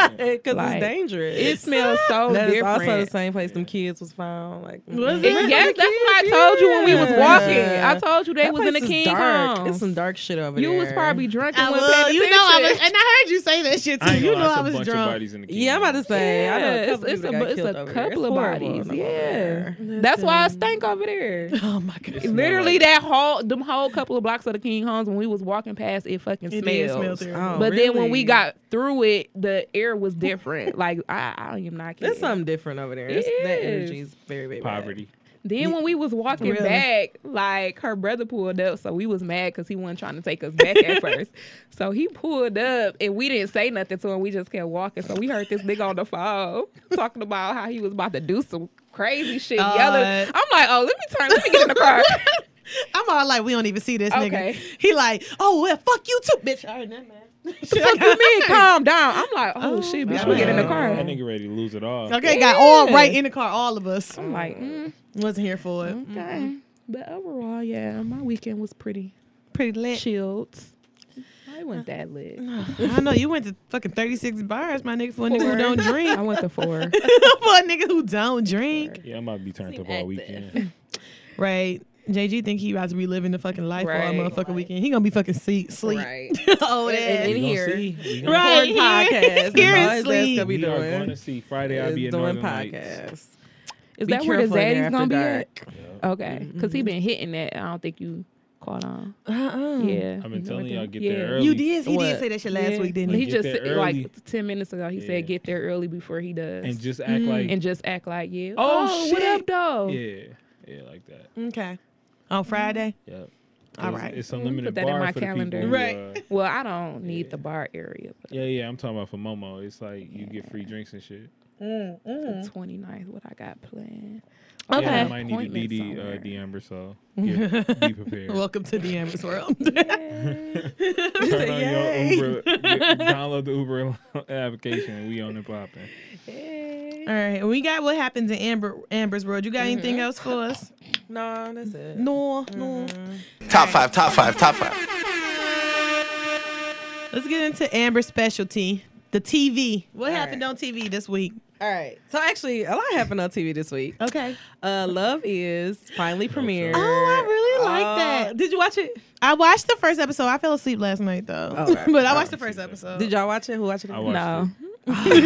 S5: Like,
S7: it's dangerous.
S5: it smells so
S7: That is
S5: different.
S7: also the same place them kids was found. Like,
S4: Was
S7: mm.
S5: It- yes, that's what I told you when we was walking. I told you they
S7: That
S5: was in the
S7: place is
S5: king
S7: dark.
S5: Kong.
S7: It's some dark shit over
S5: You
S7: there.
S5: was probably drunk
S4: I
S5: and
S4: was,
S5: wasn't paying
S4: you know, I was,
S5: attention.
S4: and I heard you say that shit too.
S6: I ain't
S4: You
S6: gonna
S4: know,
S6: lie, it's
S4: I
S6: a
S4: was
S6: bunch of
S4: drunk.
S6: bodies in the King
S7: Yeah, I'm about to
S6: Homes.
S7: say. I know a
S5: Yes,
S7: couple people
S5: it's a
S7: that
S5: bu-
S7: got
S5: it's
S7: killed
S5: a
S7: over there.
S5: couple of
S7: horrible
S5: bodies.
S7: over
S5: Yeah,
S7: there.
S5: that's why I stank over there.
S4: Oh my god.
S6: It smell
S5: Literally,
S6: like-
S5: that whole them whole couple of blocks of the King Homes when we was walking past, it fucking
S4: It did
S5: smells.
S4: smell terrible.
S7: Oh,
S5: But then when we
S7: really?
S5: got through it, the air was different. like I, I am not kidding.
S7: There's something different over there.
S5: It
S7: It's, that
S5: is.
S7: energy is very, very bad.
S6: poverty.
S5: Then when we was walking
S4: Really?
S5: back, like her brother pulled up, so we was mad because he wasn't trying to take us back
S4: [laughs]
S5: at first. So he pulled up, and we didn't say nothing to him. We just kept walking. So we heard this nigga on the phone talking about how he was about to do some crazy shit,
S4: Uh,
S5: yelling. I'm like, oh, let me turn, let me get in the
S4: [laughs]
S5: car.
S4: [laughs] I'm all like, we don't even see this
S5: Okay.
S4: nigga. He like, oh well, fuck you too, bitch. I heard that man.
S5: Fuck you, mean calm down. I'm like, oh,
S4: Oh,
S5: shit, bitch,
S4: yeah.
S5: we get in the
S6: Uh,
S5: car.
S6: That nigga ready to lose it
S4: [laughs]
S6: all.
S4: Okay, got all
S5: Yeah.
S4: right in the car, all of us.
S5: I'm like, mm,
S4: Wasn't here for
S5: Mm-hmm.
S4: it.
S5: okay. But overall, yeah, my weekend was pretty
S4: Pretty lit.
S5: chilled. I
S4: Uh,
S5: went that lit.
S4: I know you went to fucking 36 bars, my nigga, for a nigga who
S5: Four.
S4: don't drink.
S5: I went to four.
S4: [laughs] for a nigga who don't drink.
S6: Yeah, I'm about to be turned up all weekend.
S4: Right. JG think he about to be living the fucking life
S5: Right.
S4: for a motherfucking weekend. He gonna be fucking sleep. sleep.
S7: Right.
S4: [laughs] oh,
S7: and
S4: yeah.
S7: then-
S6: We gonna
S7: here.
S6: see. We gonna-
S4: Right.
S7: Porn podcast.
S4: Here is
S7: That's all his ass
S4: sleep.
S7: gonna be
S6: We are going
S7: doing.
S6: to see Friday. I'll
S7: Is
S6: be in
S7: doing
S6: Northern Lights.
S7: podcast.
S5: Is
S7: Be
S5: that where the
S7: careful in there
S5: zaddy's
S7: after
S5: gonna be
S7: dark.
S5: Mm-hmm. at? Okay, because he been hitting that. I don't think you caught on.
S4: Uh-uh.
S5: Yeah,
S6: I've
S5: Mm. you
S6: been
S5: know
S6: telling
S5: what
S6: y'all
S5: that-
S6: get
S5: yeah.
S6: there early.
S4: You did. He did
S5: What?
S4: say that shit last
S5: Yeah.
S4: week, didn't
S5: He
S4: he?
S6: Get
S5: just
S6: there
S5: said-
S6: early.
S5: like ten minutes ago. He
S6: Yeah.
S5: said get there early before he does,
S6: and just act like
S5: and just act like yeah.
S6: Oh,
S5: what
S6: shit.
S5: up, though?
S6: yeah, yeah, like that.
S4: Okay. On Friday.
S6: Yep.
S4: Mm. All
S6: It's-
S4: right.
S6: It's
S5: me
S6: unlimited
S5: put that in
S6: bar
S5: my
S6: for the people
S5: calendar.
S6: who,
S4: Right.
S6: uh,
S5: Well, I don't need the
S6: Yeah.
S5: bar area, but
S6: yeah, yeah. I'm talking about for Momo. It's like you get free drinks and shit.
S5: the 29th, what I got planned.
S4: Okay.
S6: Yeah, I might need a
S5: Appointment
S6: DD
S5: somewhere.
S6: uh, DM or so. Get, be prepared.
S4: Welcome to the Amber's world.
S6: Turn on your Uber. get- download the Uber [laughs] application and we on and popping.
S4: All right, we got what happens in Amber Amber's world. You got anything else for us? Mm-hmm.
S7: No, that's it.
S4: Mm-hmm. No, no.
S8: Top five, top five, top five.
S4: Let's get into Amber's specialty, the TV. What happened on TV this week?
S7: All right. So actually, a lot happened on TV this week.
S4: Okay.
S7: Uh, Love is finally premiered.
S4: Oh, I really like
S7: Uh,
S4: that.
S7: Did you watch it?
S4: I watched the first episode. I fell asleep last night though, [laughs]
S7: Okay.
S4: but I watched the
S6: haven't
S4: first
S6: seen that.
S4: episode.
S7: Did y'all watch it? Who watched it?
S6: I watched
S5: No.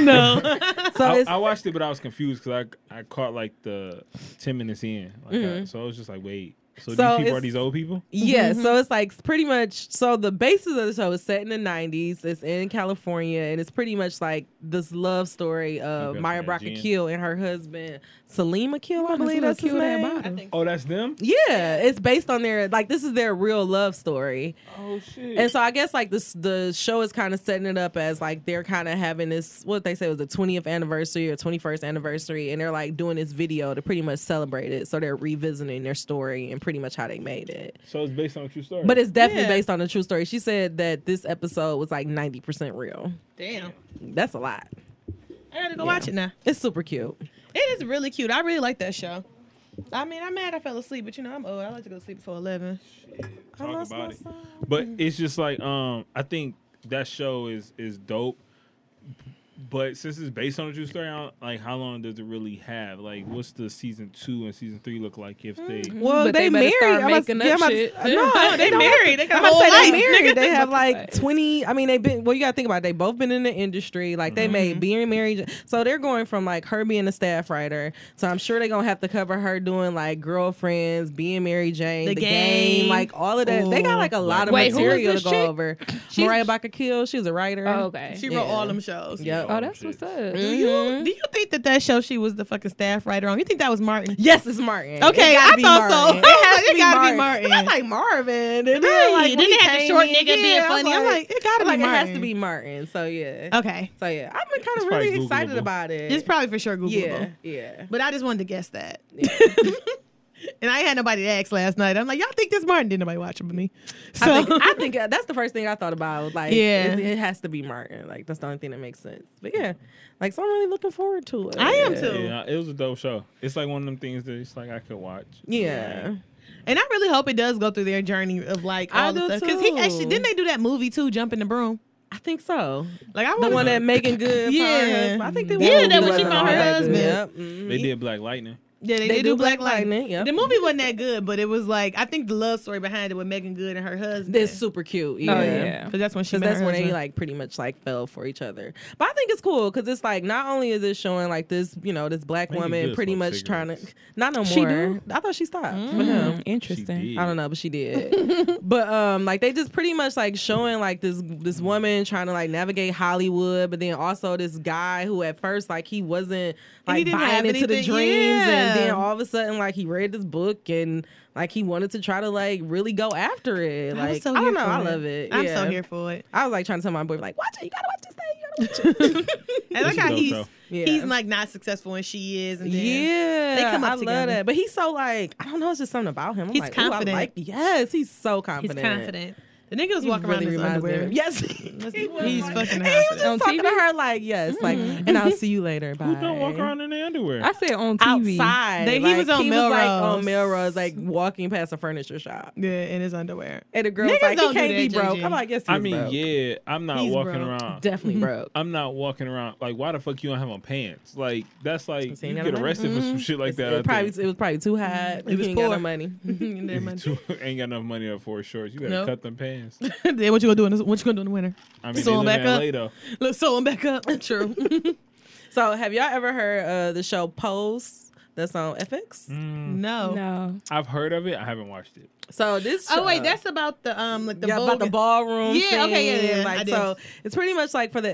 S4: no.
S6: it. I, I watched it, but I was confused because I I caught like the ten minutes in, like I, so I was just like, wait. So,
S7: So
S6: these people are
S7: it's-
S6: these old people?
S7: Yeah, so it's like pretty much so the basis of the show is set in the 90s. It's in California and it's pretty much like this love story of
S6: Okay,
S7: Maya
S6: yeah,
S7: Brock
S6: Jen.
S7: Akil and her husband Salim Akil, I believe
S5: little
S7: that's his
S5: Akil that
S7: name.
S5: bottle. I
S6: Oh, that's them.
S7: Yeah, it's based on their like this is their real love story.
S6: Oh shit.
S7: And so I guess like this the show is kind of setting it up as like they're kind of having this what they say was the 20th anniversary or 21st anniversary and they're like doing this video to pretty much celebrate it. So they're revisiting their story and pretty much how they made it.
S6: so it's based on a true story.
S7: But it's definitely
S4: Yeah.
S7: based on a true story. She said that this episode was like 90% real.
S4: Damn.
S7: That's a lot.
S4: I gotta go watch it now.
S7: It's super cute.
S4: It is really cute. I really like that show. I mean, I'm mad I fell asleep, but you know I'm old. I like to go to sleep before eleven.
S6: talk about it. But it's just like um, I think that show is is dope. But since it's based on a true story, I don't, like how long does it really have? Like, what's the season two and season three look like if they?
S7: Well,
S5: But they better start
S7: I'm about-
S5: making up
S7: yeah, I'm about-
S5: shit.
S7: [laughs] No,
S4: They
S7: don't-
S4: married. They got
S7: I'm
S4: a
S7: about
S4: whole
S7: to say
S4: life.
S7: they married. They have
S5: Right.
S7: like twenty. I mean, they've been. Well, you got to think about. It. They both been in the industry. Like they
S4: Mm-hmm.
S7: made being married. So they're going from like her being a staff writer. So I'm sure they're gonna have to cover her doing like girlfriends, being Mary Jane,
S4: The
S7: the, game.
S4: Game.
S7: like all of that. They got like a lot of
S5: Wait, who was
S7: material
S5: this
S7: to go
S5: chick?
S7: over. Mariah Baca Kill. She's a writer.
S5: Oh, okay.
S4: She
S7: Yeah. Mm-hmm.
S4: wrote all them shows.
S7: Yep.
S5: Oh, that's what's up.
S4: Do you do you think that that show she was the fucking staff writer on? You think that was Martin?
S7: Yes, it's Martin.
S4: Okay,
S7: It gotta
S4: I
S7: be
S4: thought so. [laughs] I was
S7: Martin.
S4: like,
S7: It has to be
S4: gotta
S7: Martin.
S4: be Martin.
S7: I was like Marvin. And
S4: Right.
S7: then, like,
S4: Then
S7: when
S4: they
S7: he
S4: had the
S7: came
S4: short
S7: in,
S4: nigga being
S7: yeah, I was
S4: funny. I'm like, it gotta be
S7: like, It has
S4: Martin.
S7: to be Martin. So yeah.
S4: Okay,
S7: So yeah, I've been kind
S6: It's
S7: of
S6: probably
S7: really excited
S6: Googleable.
S7: about it.
S4: it's probably for sure Googleable.
S7: yeah,
S4: [laughs]
S7: yeah.
S4: But I just wanted to guess that. and I had nobody to ask last night. I'm like, y'all think this Martin? Didn't nobody watch it but me. So
S7: I think, I think uh, that's the first thing I thought about. was, Like,
S4: Yeah.
S7: it, it has to be Martin. Like, that's the only thing that makes sense. But yeah, like, so I'm really looking forward to it.
S4: I am too.
S6: Yeah, it was a dope show. It's like one of them things that it's like I could watch.
S7: Yeah,
S4: And I really hope it does go through their journey of like
S7: I
S4: all the
S7: do
S4: stuff. Because he actually
S7: too.
S4: didn't they do that movie too, Jump in the Broom?
S7: I think so.
S4: Like I
S7: The
S4: want
S7: one that Megan Good, found her
S4: Yeah.
S7: husband. I think they
S4: Yeah,
S7: were-
S4: that when
S7: it
S4: she
S7: wasn't
S4: found
S7: all
S4: her
S7: that good.
S4: husband.
S7: Yep. mhm.
S6: They did Black Lightning.
S4: Yeah, they,
S7: They
S4: did do Black Lightning.
S7: yeah.
S4: The movie wasn't that good, but it was like I think the love story behind it with Megan Good and her husband.
S7: They're super cute. Yeah.
S5: Oh yeah.
S4: because that's when she
S7: Because
S4: met
S7: that's
S4: her
S7: when they
S4: husband.
S7: like pretty much like fell for each other. But I think it's cool because it's like not only is it showing like this, you know, this black
S6: Megan
S7: woman
S6: Good
S7: pretty
S6: smoked
S7: much trying to
S6: cigarettes.
S7: [laughs] not no more.
S5: She do?
S7: I thought she stopped.
S4: Mm-hmm.
S7: for him.
S5: Mm, [laughs] interesting.
S6: Mm-hmm. She
S7: I don't know, but
S4: [laughs]
S7: she did. but um, like they just pretty much like showing like this this woman trying to like navigate Hollywood, but then also this guy who at first like he wasn't
S4: And he
S7: like
S4: didn't have
S7: buying into the
S4: anything-
S7: dreams,
S4: yeah.
S7: and then all of a sudden like he read this book and like he wanted to try to like really go after it.
S4: I
S7: Like I,
S4: was so
S7: don't
S4: here
S7: know,
S4: for
S7: I love it.
S4: I'm
S7: Yeah.
S4: so here for
S7: [laughs]
S4: it.
S7: I was like trying to tell my boy like watch it, you gotta watch this thing, you gotta watch it.
S4: And like
S6: It's a
S4: how
S6: dope
S4: he's
S6: show.
S7: Yeah.
S4: he's like not successful and she is. And then,
S7: [laughs] Yeah,
S4: They come up
S7: I
S4: together.
S7: love that. But he's so like I don't know. It's just something about him. I'm
S4: He's
S7: like, ooh, I
S4: confident.
S7: like- yes, he's so
S4: He's
S7: confident.
S4: confident. The nigga was
S7: He
S4: walking
S7: really
S4: around in his
S7: reminds me of [laughs]
S4: underwear.
S7: him. Yes, he was
S4: he's
S7: like-
S4: fucking
S7: And he
S4: hot.
S7: was
S4: [laughs]
S7: just
S5: On
S7: talking to
S5: TV?
S7: her like, yes, like, and I'll see you later. Bye.
S6: Who don't walk around in their underwear?
S5: I said on TV.
S7: outside?
S4: They- he
S7: Like,
S4: was on
S7: like
S4: Melrose.
S7: on Melrose, like walking past a furniture shop,
S4: Yeah, in his underwear.
S7: and the girl was
S4: Niggas
S7: like,
S4: don't
S7: "He
S4: do
S7: can't
S4: that,
S7: be broke."
S4: JJ.
S7: I'm like, "Yes, he
S6: I
S7: was
S6: mean,
S7: broke.
S6: yeah, I'm not
S4: He's
S6: walking
S4: broke.
S6: around. [laughs]
S7: definitely broke."
S6: I'm not walking around. Like, why the fuck you don't have on pants? Like, that's like
S7: saying
S6: you
S7: that
S6: get
S7: I'm-
S6: arrested for some shit like that. I
S7: it, probably,
S6: think.
S7: it was probably too high. He
S4: was
S7: didn't got
S4: poor.
S7: no money. [laughs]
S4: And
S6: [laughs]
S4: then my-
S6: Too- ain't got enough money up for shorts. You better
S4: Nope.
S6: cut
S7: [laughs]
S6: them pants.
S4: [laughs] Then what you gonna do in this, what you gonna do in the winter? [laughs]
S6: I mean,
S4: Sew
S6: they
S4: 'em
S6: live
S4: back
S6: in
S4: up.
S6: LA though.
S7: [laughs]
S4: Let's sew him back up. True.
S7: So, have y'all ever heard uh, the show Pose? that's on
S4: [laughs]
S7: FX.
S6: Mm.
S4: No.
S6: [laughs]
S5: No.
S6: I've heard of it. I haven't watched it.
S7: So this
S4: Oh wait,
S7: show-
S4: that's about the um like the
S7: yeah, about the
S4: vulgar-
S7: ballroom.
S4: Yeah, okay, yeah,
S7: scene,
S4: yeah, I
S7: Like
S4: did.
S7: so, it's pretty much like for the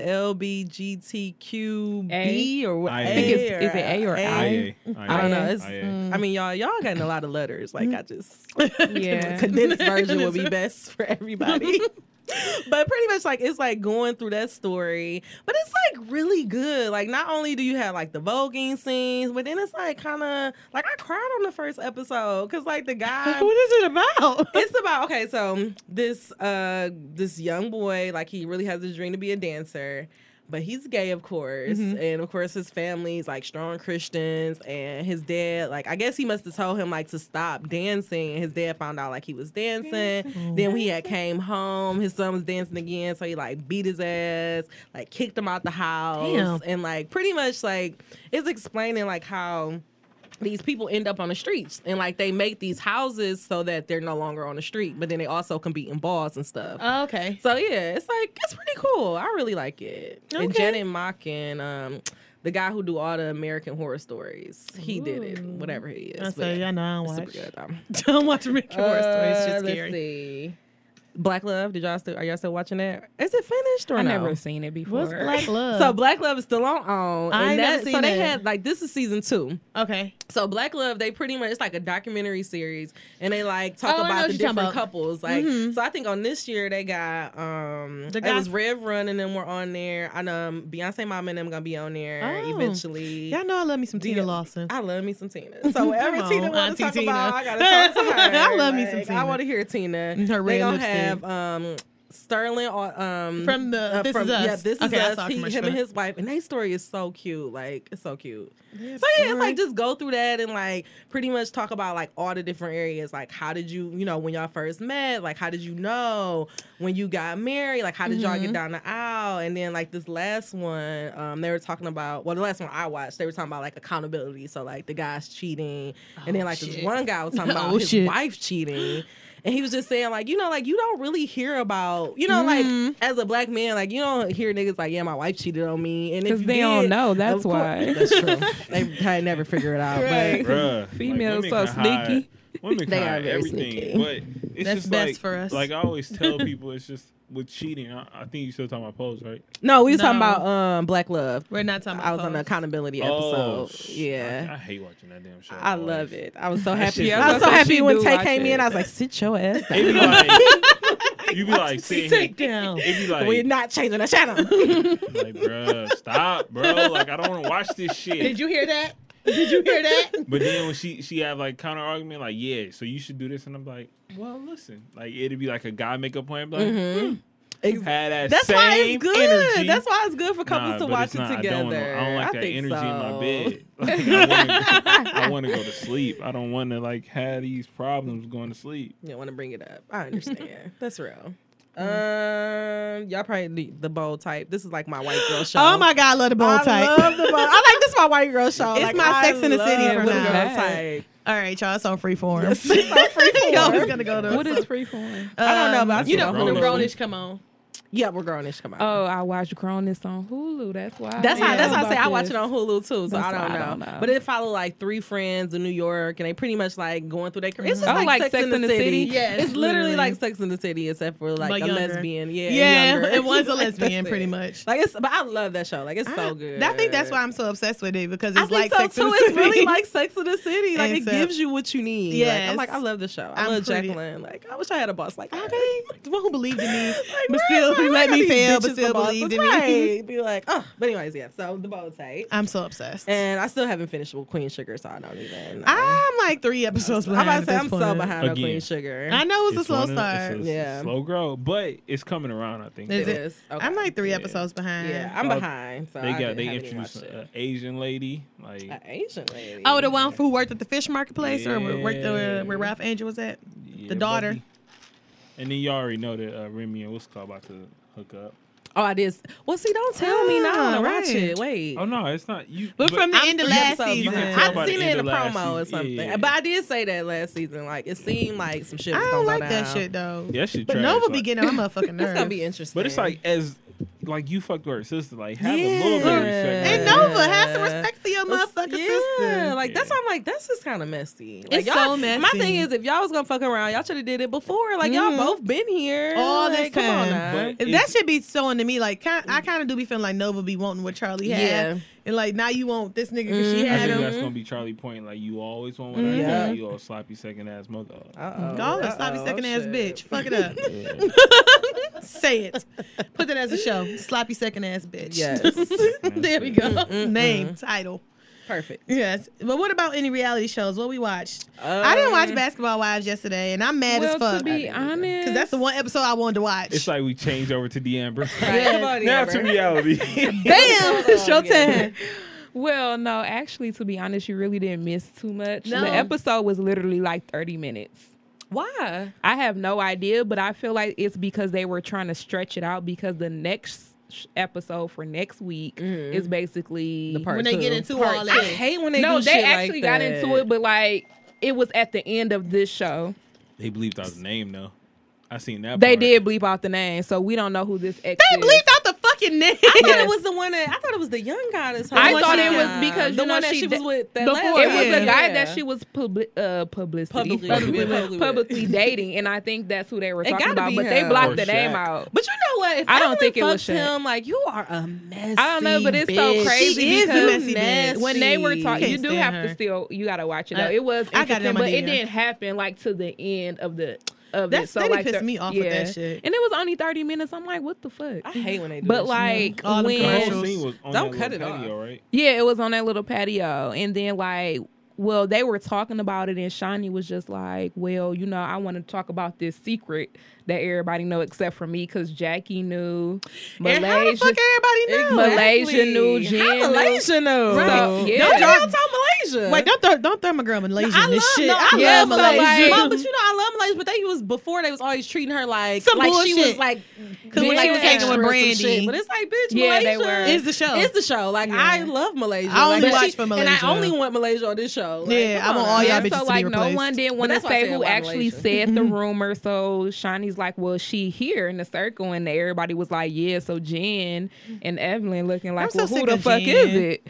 S7: LBGTQB or what?
S6: I-
S7: I
S6: I think
S5: it's- is it A or I?
S6: IA.
S7: Eh? Mm. I
S6: eh,
S7: don't know.
S5: IA.
S7: It's, mm.
S4: Mm.
S7: I mean, y'all, y'all getting a lot of letters. Like I just
S4: [laughs]
S5: Yeah.
S7: [laughs] condensed version would be best for everybody. [laughs] but pretty much like it's like going through that story, but it's like really good. Like not only do you have like the voguing scenes, but then it's like kind of like I cried on the first episode because like the [laughs] guy
S4: What is it about?
S7: [laughs] it's about okay so this uh this young boy like he really has this dream to be a dancer but he's gay of course and of course his family's like strong christians and his dad like i guess he must have told him like to stop dancing and his dad found out like he was dancing then when he had came home his son was dancing again so he like beat his ass like kicked him out the house
S4: Damn.
S7: and like pretty much like it's explaining like how these people end up on the streets and like they make these houses so that they're no longer on the street, but then they also can be in bars and stuff.
S4: Oh. okay.
S7: so yeah, it's like it's pretty cool. I really like it. And
S4: Okay.
S7: Janet Mock and um the guy who do all the American horror stories. He did it, whatever he is.
S4: I
S7: but
S4: say, yeah, no, I don't
S7: it's
S4: watch.
S7: super good. Um,
S4: [laughs] Don't watch Rick and Morty. It's
S7: uh,
S4: just
S7: let's
S4: scary.
S7: see. Black Love, did y'all still are y'all still watching that? Is it finished or
S5: I
S7: no?
S5: never seen it before.
S4: What's Black Love?
S7: so Black Love is still on on.
S4: I
S7: and
S4: ain't
S7: that-
S4: never seen
S7: so they
S4: that.
S7: had like this is season two.
S4: okay.
S7: So Black Love, they pretty much it's like a documentary series, and they like talk
S4: Oh, I know
S7: about
S4: what
S7: the
S4: you're talking
S7: different
S4: about. Mm-hmm.
S7: couples. Like, so I think on this year they got um,
S4: The
S7: the
S4: guy-
S7: it was Rev Run and them were on there. I know um, Beyonce Mama and them gonna be on there
S4: Oh.
S7: eventually.
S4: Y'all know I love me some Tina
S7: Yeah.
S4: Lawson.
S7: I love me
S4: [laughs]
S7: some Tina. So whatever
S4: Come
S7: Tina
S4: on,
S7: want
S4: Auntie
S7: to talk
S4: Tina.
S7: about, I gotta
S4: [laughs]
S7: talk to her.
S4: I love me some
S7: Like, I
S4: Tina.
S7: want to hear Tina.
S4: And her
S7: they
S4: red
S7: gonna
S4: lipstick.
S7: have um, Sterling or um
S4: From the This Is Us.
S7: Yeah, this
S4: Okay, I
S7: is
S4: saw a
S7: us. He,
S4: commercial
S7: him
S4: for
S7: and
S4: that.
S7: his wife, and their story is so cute. Like it's so cute. So yeah, it's like just go through that and like pretty much talk about like all the different areas. Like how did you, you know, when y'all first met, like how did you know when you got married, like how did y'all
S5: Mm-hmm.
S7: get down the aisle? And then like this last one, um, they were talking about well, the last one I watched, they were talking about like accountability. So like the guy's cheating, and
S5: Oh,
S7: then like this one guy was
S5: [laughs]
S7: talking about
S4: Oh,
S7: his
S4: shit.
S7: wife cheating. And he was just saying, like, you know, like you don't really hear about, you know, like
S5: Mm-hmm.
S7: as a black man, like you don't hear niggas like, yeah, my wife cheated on me, and if
S5: 'Cause
S7: you
S5: they
S7: did,
S5: don't know, that's
S7: of cour- [laughs]
S5: why.
S7: That's true.
S4: [laughs]
S7: they probably never figure it out, but
S6: Bruh,
S5: Females
S6: women
S5: so
S6: can hide-
S5: sneaky.
S6: Women
S7: They
S6: they
S7: are
S6: hide
S7: very
S6: everything,
S7: sneaky.
S6: but it's
S4: That's
S6: just
S4: best
S6: like,
S4: for us.
S6: Like
S7: [laughs]
S6: I always tell people, it's just with cheating. I, I think you still talking about pose, right?
S7: no, we was talking
S4: No.
S7: about um black love.
S4: We're not talking about
S7: I was on the
S4: Pose.
S7: accountability
S6: Oh,
S7: episode.
S6: sh- I, I
S7: yeah.
S6: hate watching that damn show.
S7: I
S6: boy.
S7: love it. I was so happy.
S6: shit
S7: I was
S5: is-
S7: so
S5: She
S7: happy
S5: do
S7: when Tay
S5: like
S7: came
S5: that.
S7: in. I was like, sit your
S4: [laughs]
S7: ass down.
S6: It
S7: [laughs]
S6: be like you be like sitting here-
S4: Take down.
S6: It be like,
S7: We're not changing the channel. [laughs]
S6: like, bruh, stop, bro. Like, I don't want to watch
S7: [laughs]
S6: this shit.
S4: Did you hear that? Did you hear that?
S6: But then when she she have like counter argument, like yeah, so you should do this, and I'm like, well, listen, like it'd be like a guy make a plan, but like,
S7: Mm-hmm. Ex-
S6: had that
S7: That's
S6: same
S7: why it's good.
S6: energy.
S7: That's why it's good for
S6: Nah,
S7: couples
S6: but
S7: to watch
S6: it's not.
S7: it
S6: I don't,
S7: together.
S6: wanna- I don't like that
S7: think
S6: energy
S7: so.
S6: in my bed.
S7: [laughs]
S6: Like, I want to go to sleep. I don't want to like have these problems going to sleep.
S7: You don't want to bring it up. I understand. [laughs] That's real. Um, y'all probably need the bold type. This is like my white girl show.
S4: Oh my God, I love the bold
S7: I
S4: type.
S7: love the bold. I like this [laughs] is my white girl show.
S4: It's
S7: Like,
S4: my
S7: I
S4: Sex and the City
S7: love
S4: for
S7: the
S4: now.
S7: Girl type.
S4: All right, y'all, it's on freeform.
S7: It's my free [laughs]
S4: Y'all
S7: form.
S4: was gonna go to.
S5: What is freeform?
S7: I don't know, but I
S4: um, you
S7: see
S4: know
S7: the
S4: when the
S6: Grownish.
S4: Grownish come on.
S7: yeah, we're grownish. Come on.
S5: Oh, I watched Cronus on Hulu. That's why.
S7: That's
S5: I
S7: how.
S5: know
S7: That's how I say
S5: about
S7: I watch
S5: this.
S7: it on Hulu too. So
S5: That's
S7: I don't,
S5: why
S7: know.
S5: I don't know.
S7: But it follow like three friends in New York, and they pretty much like going through their career. It's just
S5: Oh,
S4: Mm-hmm.
S7: like,
S5: like
S7: Sex, in the, City.
S4: Yes,
S7: it's literally
S4: literally.
S7: like Sex in the City, except for like
S4: But
S7: a
S4: younger.
S7: lesbian. Yeah, and
S4: Yeah, [laughs]
S7: younger.
S4: it was a
S7: [laughs] Like,
S4: lesbian,
S7: that's
S4: pretty
S7: it.
S4: much.
S7: Like it's, but I love that show. Like it's
S4: I-
S7: so good.
S4: I think that's why I'm so obsessed with it because
S7: I
S4: it's
S7: think
S4: like
S7: so
S4: Sex
S7: too.
S4: and the
S7: It's really
S4: City. [laughs]
S7: like Sex in the City. Like it
S4: Except-
S7: gives you what you need. Like, I'm
S4: Yes.
S7: like I love the show. I
S4: I'm
S7: love
S4: pretty-
S7: Jacqueline. Like I wish I had a boss like that.
S4: okay, the one who believed in me,
S7: Like,
S4: but
S7: where-
S4: still
S7: where-
S4: who [laughs]
S7: where
S4: let
S7: are
S4: me
S7: these
S4: fail,
S7: bitches
S4: but still
S7: for bosses?
S4: believed in me.
S7: [laughs] Right. Be like, oh, but anyways, yeah. So the bow type.
S4: I'm so obsessed.
S7: And I still haven't finished with Queen Sugar, so I don't even.
S4: I'm like three episodes
S7: I'm
S4: behind.
S7: about to
S4: at
S7: say
S4: this
S7: I'm so
S4: point.
S7: behind on
S6: Again.
S7: Queen Sugar.
S4: I know it's, a slow
S6: one of-
S4: start.
S6: It's a
S7: Yeah.
S6: slow grow, but it's coming around. I think.
S4: Is
S7: It
S6: though.
S7: is. Okay.
S4: I'm like three
S6: Yeah.
S4: episodes behind.
S7: yeah, I'm
S6: Uh,
S7: behind. So
S6: They
S7: I
S6: got
S7: didn't-
S6: they
S7: haven't even
S6: introduced uh,
S7: watched
S6: an
S7: it.
S6: Asian lady. Like
S7: An Uh, Asian lady.
S4: Oh, the one who worked at the fish marketplace or where, worked
S6: Yeah.
S4: where, where Ralph Angel was at?
S6: yeah,
S4: the daughter.
S6: buddy. And then you already know that uh, Remy and what's called about to hook up.
S7: Oh, I did. Well, see, don't tell me now. I
S4: Ah,
S7: wanna watch
S4: right.
S7: it. Wait.
S6: Oh no, it's not you.
S4: But from the
S7: I'm
S4: end of
S7: three
S4: last
S7: episodes
S4: season.
S7: behind.
S6: You can tell by
S7: I've
S6: the
S7: seen it
S6: end
S7: in
S6: of
S7: the
S6: last
S7: promo or
S6: season.
S7: something.
S6: Yeah.
S7: But I did say that last season. Like it seemed like some shit.
S4: I
S7: was
S4: don't
S7: gonna
S4: like
S7: go
S4: that
S7: down.
S4: shit though.
S6: yeah, she
S4: But
S6: trash,
S4: Nova
S7: [laughs]
S6: like-
S4: be getting on my fucking nerves.
S7: It's gonna be interesting.
S6: But it's like as like you fucked with her sister. Like have a little bit of respect.
S7: Yeah.
S4: And Nova has some respect for your motherfucking
S7: yeah,
S4: sister.
S7: like that's why I'm like that's just kind of messy. Like,
S4: It's
S7: y'all,
S4: so messy.
S7: My thing is, if y'all was gonna fuck around, y'all should have did it before. Like
S4: Mhm.
S7: y'all
S5: Mm-hmm.
S7: both been here
S4: All
S7: like,
S4: this
S7: Come on
S4: time.
S7: now.
S6: But
S4: If that should be so into me, like kind, I kind of do be feeling like Nova be wanting what Charlie had,
S7: Yeah.
S4: and like now you want this nigga because she
S6: I
S4: had
S6: think that's
S4: him.
S6: gonna be Charlie Point. Like you always want what I
S7: Mm-hmm. Yeah.
S6: got. You old sloppy second ass mother.
S7: Uh-oh.
S4: Go and
S7: Uh-oh.
S4: sloppy second ass
S7: Shit.
S4: bitch. Fuck it up. [laughs]
S6: Yeah.
S4: Say it. Put that as a show. Sloppy second ass bitch.
S5: [laughs]
S7: Yes.
S4: [laughs] there we go. Name, title.
S7: [laughs] Perfect.
S4: Yes. But what about any reality shows? What we watched? I didn't watch
S7: Um,
S4: Basketball Wives yesterday, and I'm mad as
S5: well,
S4: fuck.
S5: to be honest,
S4: Because that's the one episode I wanted to watch.
S6: It's like we change over to the
S7: [laughs]
S6: Amber.
S7: Everybody
S6: now
S7: ever.
S6: to reality.
S4: Bam! It's your turn.
S5: well, no, actually, to be honest, you really didn't miss too much.
S4: No.
S5: The episode was literally like 30 minutes.
S7: Why?
S5: I have no idea, but I feel like it's because they were trying to stretch it out because the next sh- episode for next week is basically
S7: The part
S4: When they get
S7: two.
S4: into
S7: Part
S4: all
S7: two.
S4: that.
S7: I hate when they
S5: no,
S7: do
S5: they
S7: shit like
S5: actually got into
S7: that.
S5: it, but like it was at the end of this show.
S6: [laughs] they believed out the name though. I seen that.
S5: They
S6: part.
S5: did bleep out the name, so we don't know who this ex.
S4: They
S5: is.
S4: bleeped out the fucking name.
S7: I thought
S5: [laughs] Yes.
S7: it was the one that I thought it was the young guy. That's
S5: I
S7: one
S5: thought
S7: she
S5: it was
S7: got.
S5: because
S7: the
S5: you know
S7: one
S5: that
S7: that she
S5: the-
S7: was with. That
S5: Before
S7: last
S5: it was
S7: time.
S5: a guy
S7: Yeah.
S5: that she was public, uh, publicity,
S7: Publicly-
S5: publicly,
S7: publicly with.
S5: [laughs] publicly dating, and I think that's who they were
S7: It
S5: talking
S7: gotta
S5: about.
S7: be
S5: But they
S7: him.
S5: blocked
S6: Or
S5: the name
S6: Shaq.
S5: out.
S7: But you know what? If
S5: I don't think it was
S7: fucks
S5: Shaq.
S7: him. Like you are a messy.
S5: I don't know, but it's so
S7: bitch.
S5: crazy
S4: She is a
S5: because
S4: messy bitch.
S5: when they were talking, you
S4: Can't
S5: do have
S4: stand
S5: to
S4: her.
S5: still you gotta watch it though.
S4: I-
S5: It was
S4: I got it
S5: interesting,
S4: on my
S5: but it
S4: DVR.
S5: didn't happen like to the end of the of
S4: That's-
S5: it. So
S4: they
S5: like
S4: pissed
S5: the-
S4: me off with that shit.
S5: and it was only thirty minutes. I'm like, what the fuck?
S7: I hate when they do.
S5: But
S7: that
S5: like
S4: All them
S6: The
S5: when
S6: whole scene was on
S7: Don't
S6: that
S7: cut
S6: little
S7: it off.
S6: patio, right?
S5: yeah, it was on that little patio, and then like. Well, they were talking about it, and Shawnee was just like, "Well, you know, I want to talk about this secret that everybody know except for me, because Jackie knew,
S4: And how the fuck everybody knew?
S5: Malaysia knew,
S7: Exactly.
S5: Jen
S7: How
S5: knew.
S7: Malaysia know?
S5: Right.
S7: So,
S5: Yeah.
S7: Don't y'all
S4: Don't-
S7: talk Malaysia.
S4: Wait, don't throw, don't throw my girl Malaysia in this shit.
S7: no,
S4: I
S5: yeah,
S4: love
S5: so,
S4: Malaysia.
S5: like- [laughs]
S7: Mom, but you know I love Malaysia, but they was before they was always treating her like
S4: Some
S7: like she was
S4: bullshit.
S7: like
S4: 'Cause when
S5: she
S7: like
S5: was
S7: an
S5: hanging
S7: extra
S4: with
S7: or some
S4: Brandy.
S7: shit. But it's like, bitch,
S5: Yeah, they
S7: Malaysia
S5: were.
S4: It's the show.
S7: It's the show. Like I love Malaysia.
S4: I only
S7: Like,
S4: watch
S7: she-
S4: for
S7: And
S4: Malaysia.
S7: I only want Malaysia on this show. Like,
S4: Yeah,
S7: come
S4: I want
S7: on
S4: all
S7: now.
S4: y'all
S5: And
S4: bitches
S5: so
S4: to be
S5: like no
S4: replaced. Mm-hmm.
S5: one didn't
S7: But
S5: want to
S7: that's why I
S5: say
S7: said
S5: who
S7: why
S5: actually
S7: Malaysia.
S5: said the rumor. So Shawnee's like, well, she here in the circle, and everybody was like, yeah. So Jen and Evelyn looking like,
S4: so
S5: well, who
S4: sick
S5: the
S4: of
S5: fuck is
S4: Jen.
S5: it?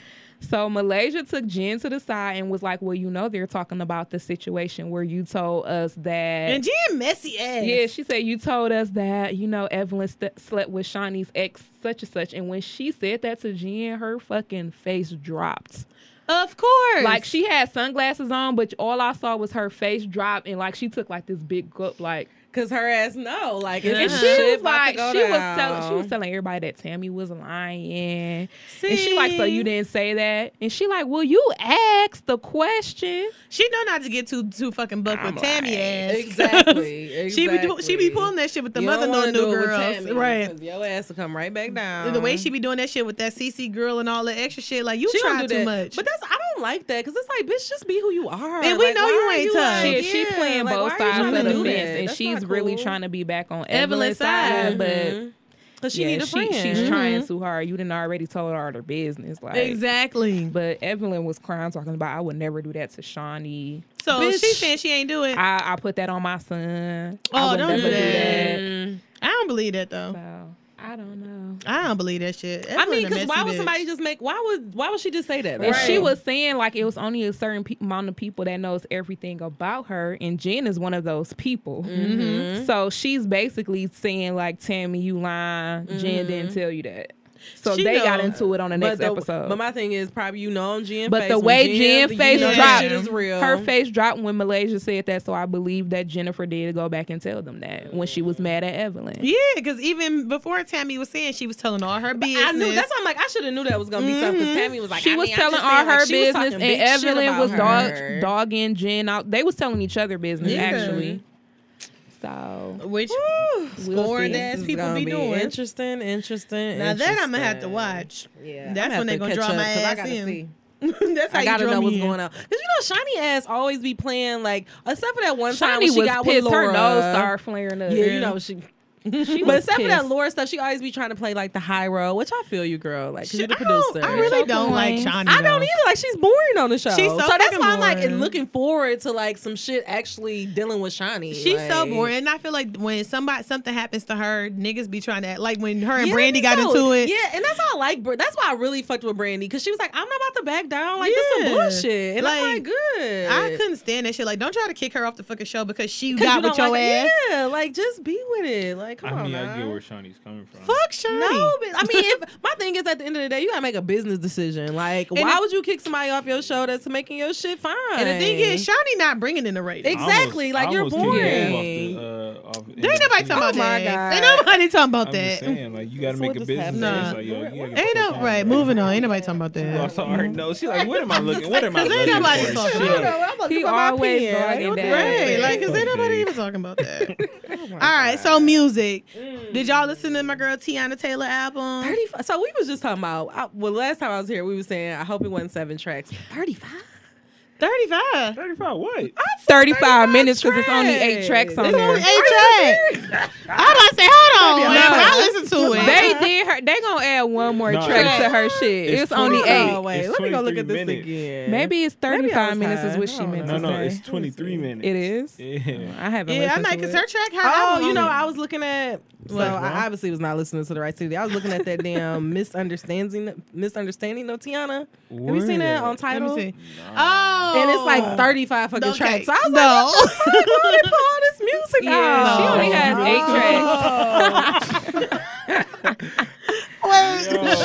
S5: So Malaysia took Jen to the side and was like, well, you know, they're talking about the situation where you told us that.
S4: and Jen messy ass.
S5: yeah, she said you told us that you know Evelyn st- slept with Shawnee's ex, such and such, and when she said that to Jen, her fucking face dropped.
S4: of course.
S5: Like she had sunglasses on, but all I saw was her face drop, and like she took like this big gulp, like
S7: Cause her ass no, like it's
S5: and
S7: some
S5: she
S7: shit
S5: was
S7: about to
S5: like,
S7: go
S5: she was
S7: down.
S5: telling, she was [laughs] telling everybody that Tammy was lying, and she like, so you didn't say that, and she like, well, you asked the question,
S4: she know not to get too too fucking buck
S5: I'm
S4: with Tammy
S5: like,
S4: ass. [laughs]
S7: exactly. exactly.
S4: she be do- she be pulling that shit with the
S7: You
S4: mother
S7: don't
S4: no
S7: wanna do
S4: new
S7: it with
S4: girls,
S7: Tammy,
S4: right?
S7: 'cause Your ass will come right back down.
S4: the way she be doing that shit with that CC girl and all that extra shit, like you
S7: She don't
S4: try
S7: do
S4: too
S7: that.
S4: much.
S7: But that's I don't like that because it's like, bitch, just be who you are.
S4: And we
S7: Like,
S4: know
S7: why
S4: you
S7: are
S4: ain't tough.
S5: shit,
S7: like,
S5: she
S7: yeah,
S5: playing
S7: like, why
S5: both
S7: are you
S5: sides
S7: trying to
S5: of the
S7: do
S5: fence,
S7: that?
S5: and
S7: That's
S5: she's
S7: not
S5: really
S7: cool.
S5: trying to be back on
S4: Evelyn's
S5: Evelyn's side,
S4: side.
S5: but.
S7: Cause she
S5: yeah,
S7: need a friend. Mm-hmm.
S5: she's trying too hard. You didn't already told her her business, like
S4: exactly.
S5: But Evelyn was crying, talking about I would never do that to Shawnee.
S4: so
S7: bitch.
S4: she said she ain't do it. I,
S5: I, I put that on my son.
S4: Oh,
S5: I would
S4: don't
S5: never
S4: do that.
S5: do
S4: don't believe that though.
S5: that. So I don't know.
S4: I don't believe that shit.
S7: I
S4: Evelyn
S7: mean,
S4: a
S7: because why
S4: messy
S7: would
S4: bitch.
S7: somebody just make? Why would why would she just say that?
S5: And
S7: Right.
S5: she was saying like it was only a certain pe- amount of people that knows everything about her, and Jen is one of those people.
S7: Mm-hmm.
S5: So she's basically saying like Tammy, you lying. Jen didn't tell you that. So
S4: She
S5: they got
S4: know.
S5: into it on the
S7: Mm-hmm. But
S5: next
S7: the-
S5: episode.
S7: But my thing is probably you know Jen.
S5: But
S7: face,
S5: the
S7: when
S5: way Jen
S7: you
S5: face
S7: know that
S4: dropped,
S7: shit is real.
S5: Her face dropped when Malaysia said that, so I believe that Jennifer did go back and tell them that when she
S7: Mm.
S5: was mad at Evelyn.
S4: Yeah, because even before Tammy was saying she was telling all her business.
S7: I knew that's why I'm like I should have knew that was gonna be something because Tammy was like
S5: she
S7: I
S5: was
S7: mean, I'm
S5: telling
S7: just
S5: all
S7: saying, like,
S5: her
S7: she was
S5: business,
S7: talking
S5: and
S7: big shit
S5: Evelyn
S7: about
S5: was dog
S7: her.
S5: dogging Jen out. They was telling each other business
S4: Yeah.
S5: actually. So
S4: which
S5: we'll
S4: scorned
S5: see.
S4: ass
S7: It's
S4: people
S7: gonna
S4: be doing.
S7: interesting, interesting.
S4: Now that I'm gonna have to
S7: interesting.
S4: watch.
S7: Yeah,
S4: That's when
S7: I'ma have
S4: they
S7: to
S4: gonna
S7: catch
S4: draw
S7: up,
S4: my
S7: 'cause I
S4: ass
S7: gotta
S4: in.
S7: see.
S4: [laughs] that's how
S7: I
S4: you
S7: gotta
S4: draw
S7: know
S4: me
S7: what's
S4: in.
S7: going on. Cause you know, Shiny ass always be playing like, except for that one time
S5: Shawnee
S7: when she
S5: was
S7: got
S5: pissed.
S7: with Laura.
S5: Her nose started flaring up.
S7: Yeah, you know she.
S5: She
S7: But
S5: was
S7: except for that
S5: pissed.
S7: Laura stuff, she always be trying to play like the high role, which I feel you, girl. Like 'cause
S4: She-
S7: you're the
S4: I don't-
S7: producer.
S4: I really don't like
S5: Shonda
S4: Shonda.
S7: I don't
S4: though.
S7: either. Like she's boring on the show.
S4: She's so
S7: so that's
S4: fucking
S7: why I'm like
S4: boring.
S7: looking forward to like some shit actually dealing with Shani.
S4: She's so
S7: like-
S4: boring, and I feel like when somebody something happens to her, niggas be trying to act like when her and
S7: Yeah,
S4: Brandy
S7: me
S4: got
S7: too.
S4: into it.
S7: Yeah, and that's why I like. Br- That's why I really fucked with Brandy because she was like, "I'm not about to back down. Like this
S4: Yeah.
S7: is bullshit." And I'm
S4: Like,
S7: like, "Good."
S4: I couldn't stand that shit. Like, don't try to kick her off the fucking show because she
S7: 'Cause
S4: got
S7: you
S4: with your
S7: don't like-
S4: ass.
S7: Yeah, like just be with it. Like, come
S6: I
S7: on,
S6: mean, I get
S7: now.
S6: where Shawnee's coming from.
S4: Fuck Shonda.
S7: No, but I mean, if
S4: [laughs]
S7: my thing is at the end of the day, you gotta make a business decision. Like, why
S4: it-
S7: would you kick somebody off your show that's making your shit fine?
S4: and the thing is, Shawnee not bringing in the ratings.
S6: I almost-
S7: exactly, like,
S6: I
S7: you're
S6: almost kicked
S7: boring.
S6: you off the, uh, off-
S4: There ain't nobody talking about
S7: Oh my
S4: that.
S7: God.
S4: Ain't nobody talking about
S6: I'm
S4: that.
S6: just saying, like you got to make a
S7: what just
S6: business.
S7: happened.
S6: Nah. Like,
S4: Nah.
S6: yo, you gotta
S4: Ain't
S6: focus
S4: no
S6: on
S4: right.
S6: it.
S4: Moving on. Ain't nobody talking about
S6: Oh,
S4: that.
S6: sorry. No, she like, what am I looking? What am I
S4: Cause ain't nobody
S6: looking for?
S4: talking
S6: Shit.
S4: shit.
S5: He
S4: my
S5: always
S4: pen.
S5: vlogging
S4: What the-
S5: that.
S4: Right. Like, cause ain't nobody even talking about that.
S7: Oh
S4: All right. So music.
S7: Mm.
S4: Did y'all listen to my girl Tiana Taylor album?
S7: 35. So we was just talking about. I, well, last time I was here, we was saying I hope it wasn't seven tracks. Thirty-five.
S4: 35.
S6: Thirty-five. What?
S5: 35, minutes because it's only eight
S7: tracks.
S5: tracks on
S4: It's
S5: there.
S4: only eight tracks. I'm about to say, hold on.
S5: No.
S4: I listen to it.
S5: They did her. They gonna add one more
S6: No,
S5: track
S6: it's-
S5: to her shit. It's, only
S6: twenty-
S5: eight.
S7: Oh wait,
S6: It's
S7: let me go look
S6: 23
S7: at this
S6: minutes.
S7: again.
S5: Maybe it's
S7: I was
S5: 35 minutes is
S7: high.
S5: what she
S7: No,
S5: meant
S6: No,
S5: to
S6: no,
S5: say.
S6: it's twenty-three minutes.
S5: It is?
S6: Yeah.
S5: I haven't.
S4: yeah, I'm
S5: listened
S4: like,
S5: to
S4: cause
S5: it.
S4: her track high.
S7: Oh, you know, I was looking at. So
S6: Like, what?
S7: I obviously was not listening to the right city. I was looking at that
S6: [laughs]
S7: damn misunderstanding, misunderstanding of Tiana. Have you seen that
S6: Word.
S7: on
S4: Let me
S7: title?
S4: see.
S7: And
S4: Oh,
S7: it's like 35 fucking
S4: Okay.
S7: tracks. So I was [laughs] like,
S4: No.
S7: what the
S4: [laughs]
S7: fuck? Why they put all this music
S5: Yeah,
S7: out?
S5: she
S6: Oh,
S5: only has eight tracks.
S4: [laughs]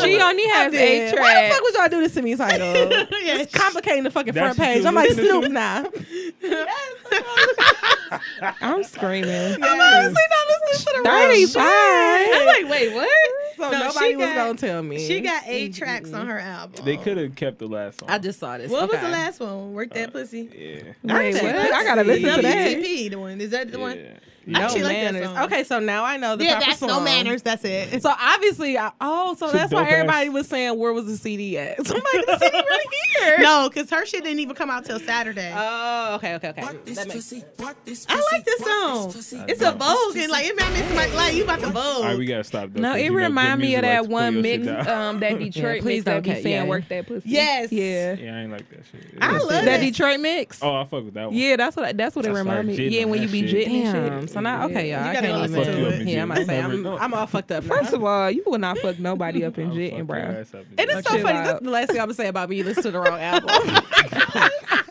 S5: She only has eight
S7: Why the
S5: tracks.
S7: fuck would y'all do this to me, title?
S6: [laughs]
S4: Yeah,
S7: It's complicating the fucking
S6: That's
S7: front
S6: what you
S7: page. I'm like,
S6: listen to?
S7: Snoop now.
S6: [laughs]
S5: I'm screaming.
S7: I'm obviously not listening to the right shit.
S5: 35. I'm
S7: like, wait, what?
S4: No,
S7: So nobody
S4: she
S7: was
S4: got-
S7: going to tell me.
S4: she got 8 tracks on her album.
S6: They could have kept the last song.
S7: I just saw this.
S4: What was the
S7: Okay.
S4: last one? Work that pussy.
S6: Yeah.
S5: Wait,
S4: Actually,
S5: what?
S4: that's
S5: I gotta listen to that.
S4: WTP, the one is that the one?
S6: Yeah.
S4: I
S7: No
S4: actually like that
S7: manners.
S4: song.
S7: okay, so now I know the
S4: yeah,
S7: proper
S4: that's no
S7: song.
S4: manners. That's it.
S7: So obviously, I, oh, so
S6: It's a
S7: that's why
S6: dope ass-
S7: everybody was saying where was the CD
S5: [laughs]
S7: at? So I'm like, the CD really here?
S4: [laughs] no, because her shit didn't even come out till Saturday.
S7: Oh, okay, okay, okay. That makes-
S4: I like this song. It's a vogue and like it made me smell like you about to vogue.
S6: All right, we gotta stop. though,
S5: No,
S6: 'cause
S5: it
S6: you know, good
S5: remind me
S6: music
S5: of
S6: likes
S5: that
S6: to pull
S5: one
S6: your shit
S5: mix,
S6: down. [laughs]
S5: um, that Detroit
S7: please
S5: mix that
S7: don't
S5: be
S7: cut-
S5: saying
S7: yeah.
S5: work that pussy.
S4: Yes.
S5: Yeah.
S6: Yeah, I ain't like that shit.
S4: I
S6: Yeah.
S4: love
S5: That
S4: that.
S5: Detroit mix.
S6: Oh, I fuck with that one.
S5: Yeah, that's what I, that's what it
S6: I started
S5: remind me.
S6: jitting
S5: Yeah,
S6: on
S5: when you
S6: that
S5: be
S6: shit.
S5: jitting and
S7: Damn.
S5: shit.
S7: So now, okay, y'all.
S4: You
S7: I
S4: gotta
S7: can't
S4: listen
S7: even
S4: to
S7: do
S4: it.
S7: it. Yeah, I might say
S6: Never
S7: I'm,
S6: know.
S7: I'm all fucked up. now.
S5: First of all, you will not fuck nobody up in
S6: I'll
S5: jitting,
S6: fuck your
S5: bro.
S6: ass up in
S7: And
S6: jail.
S7: it's so
S5: Chill
S7: funny.
S5: out.
S7: That's the last thing I'm gonna say about me. You listen to the wrong album.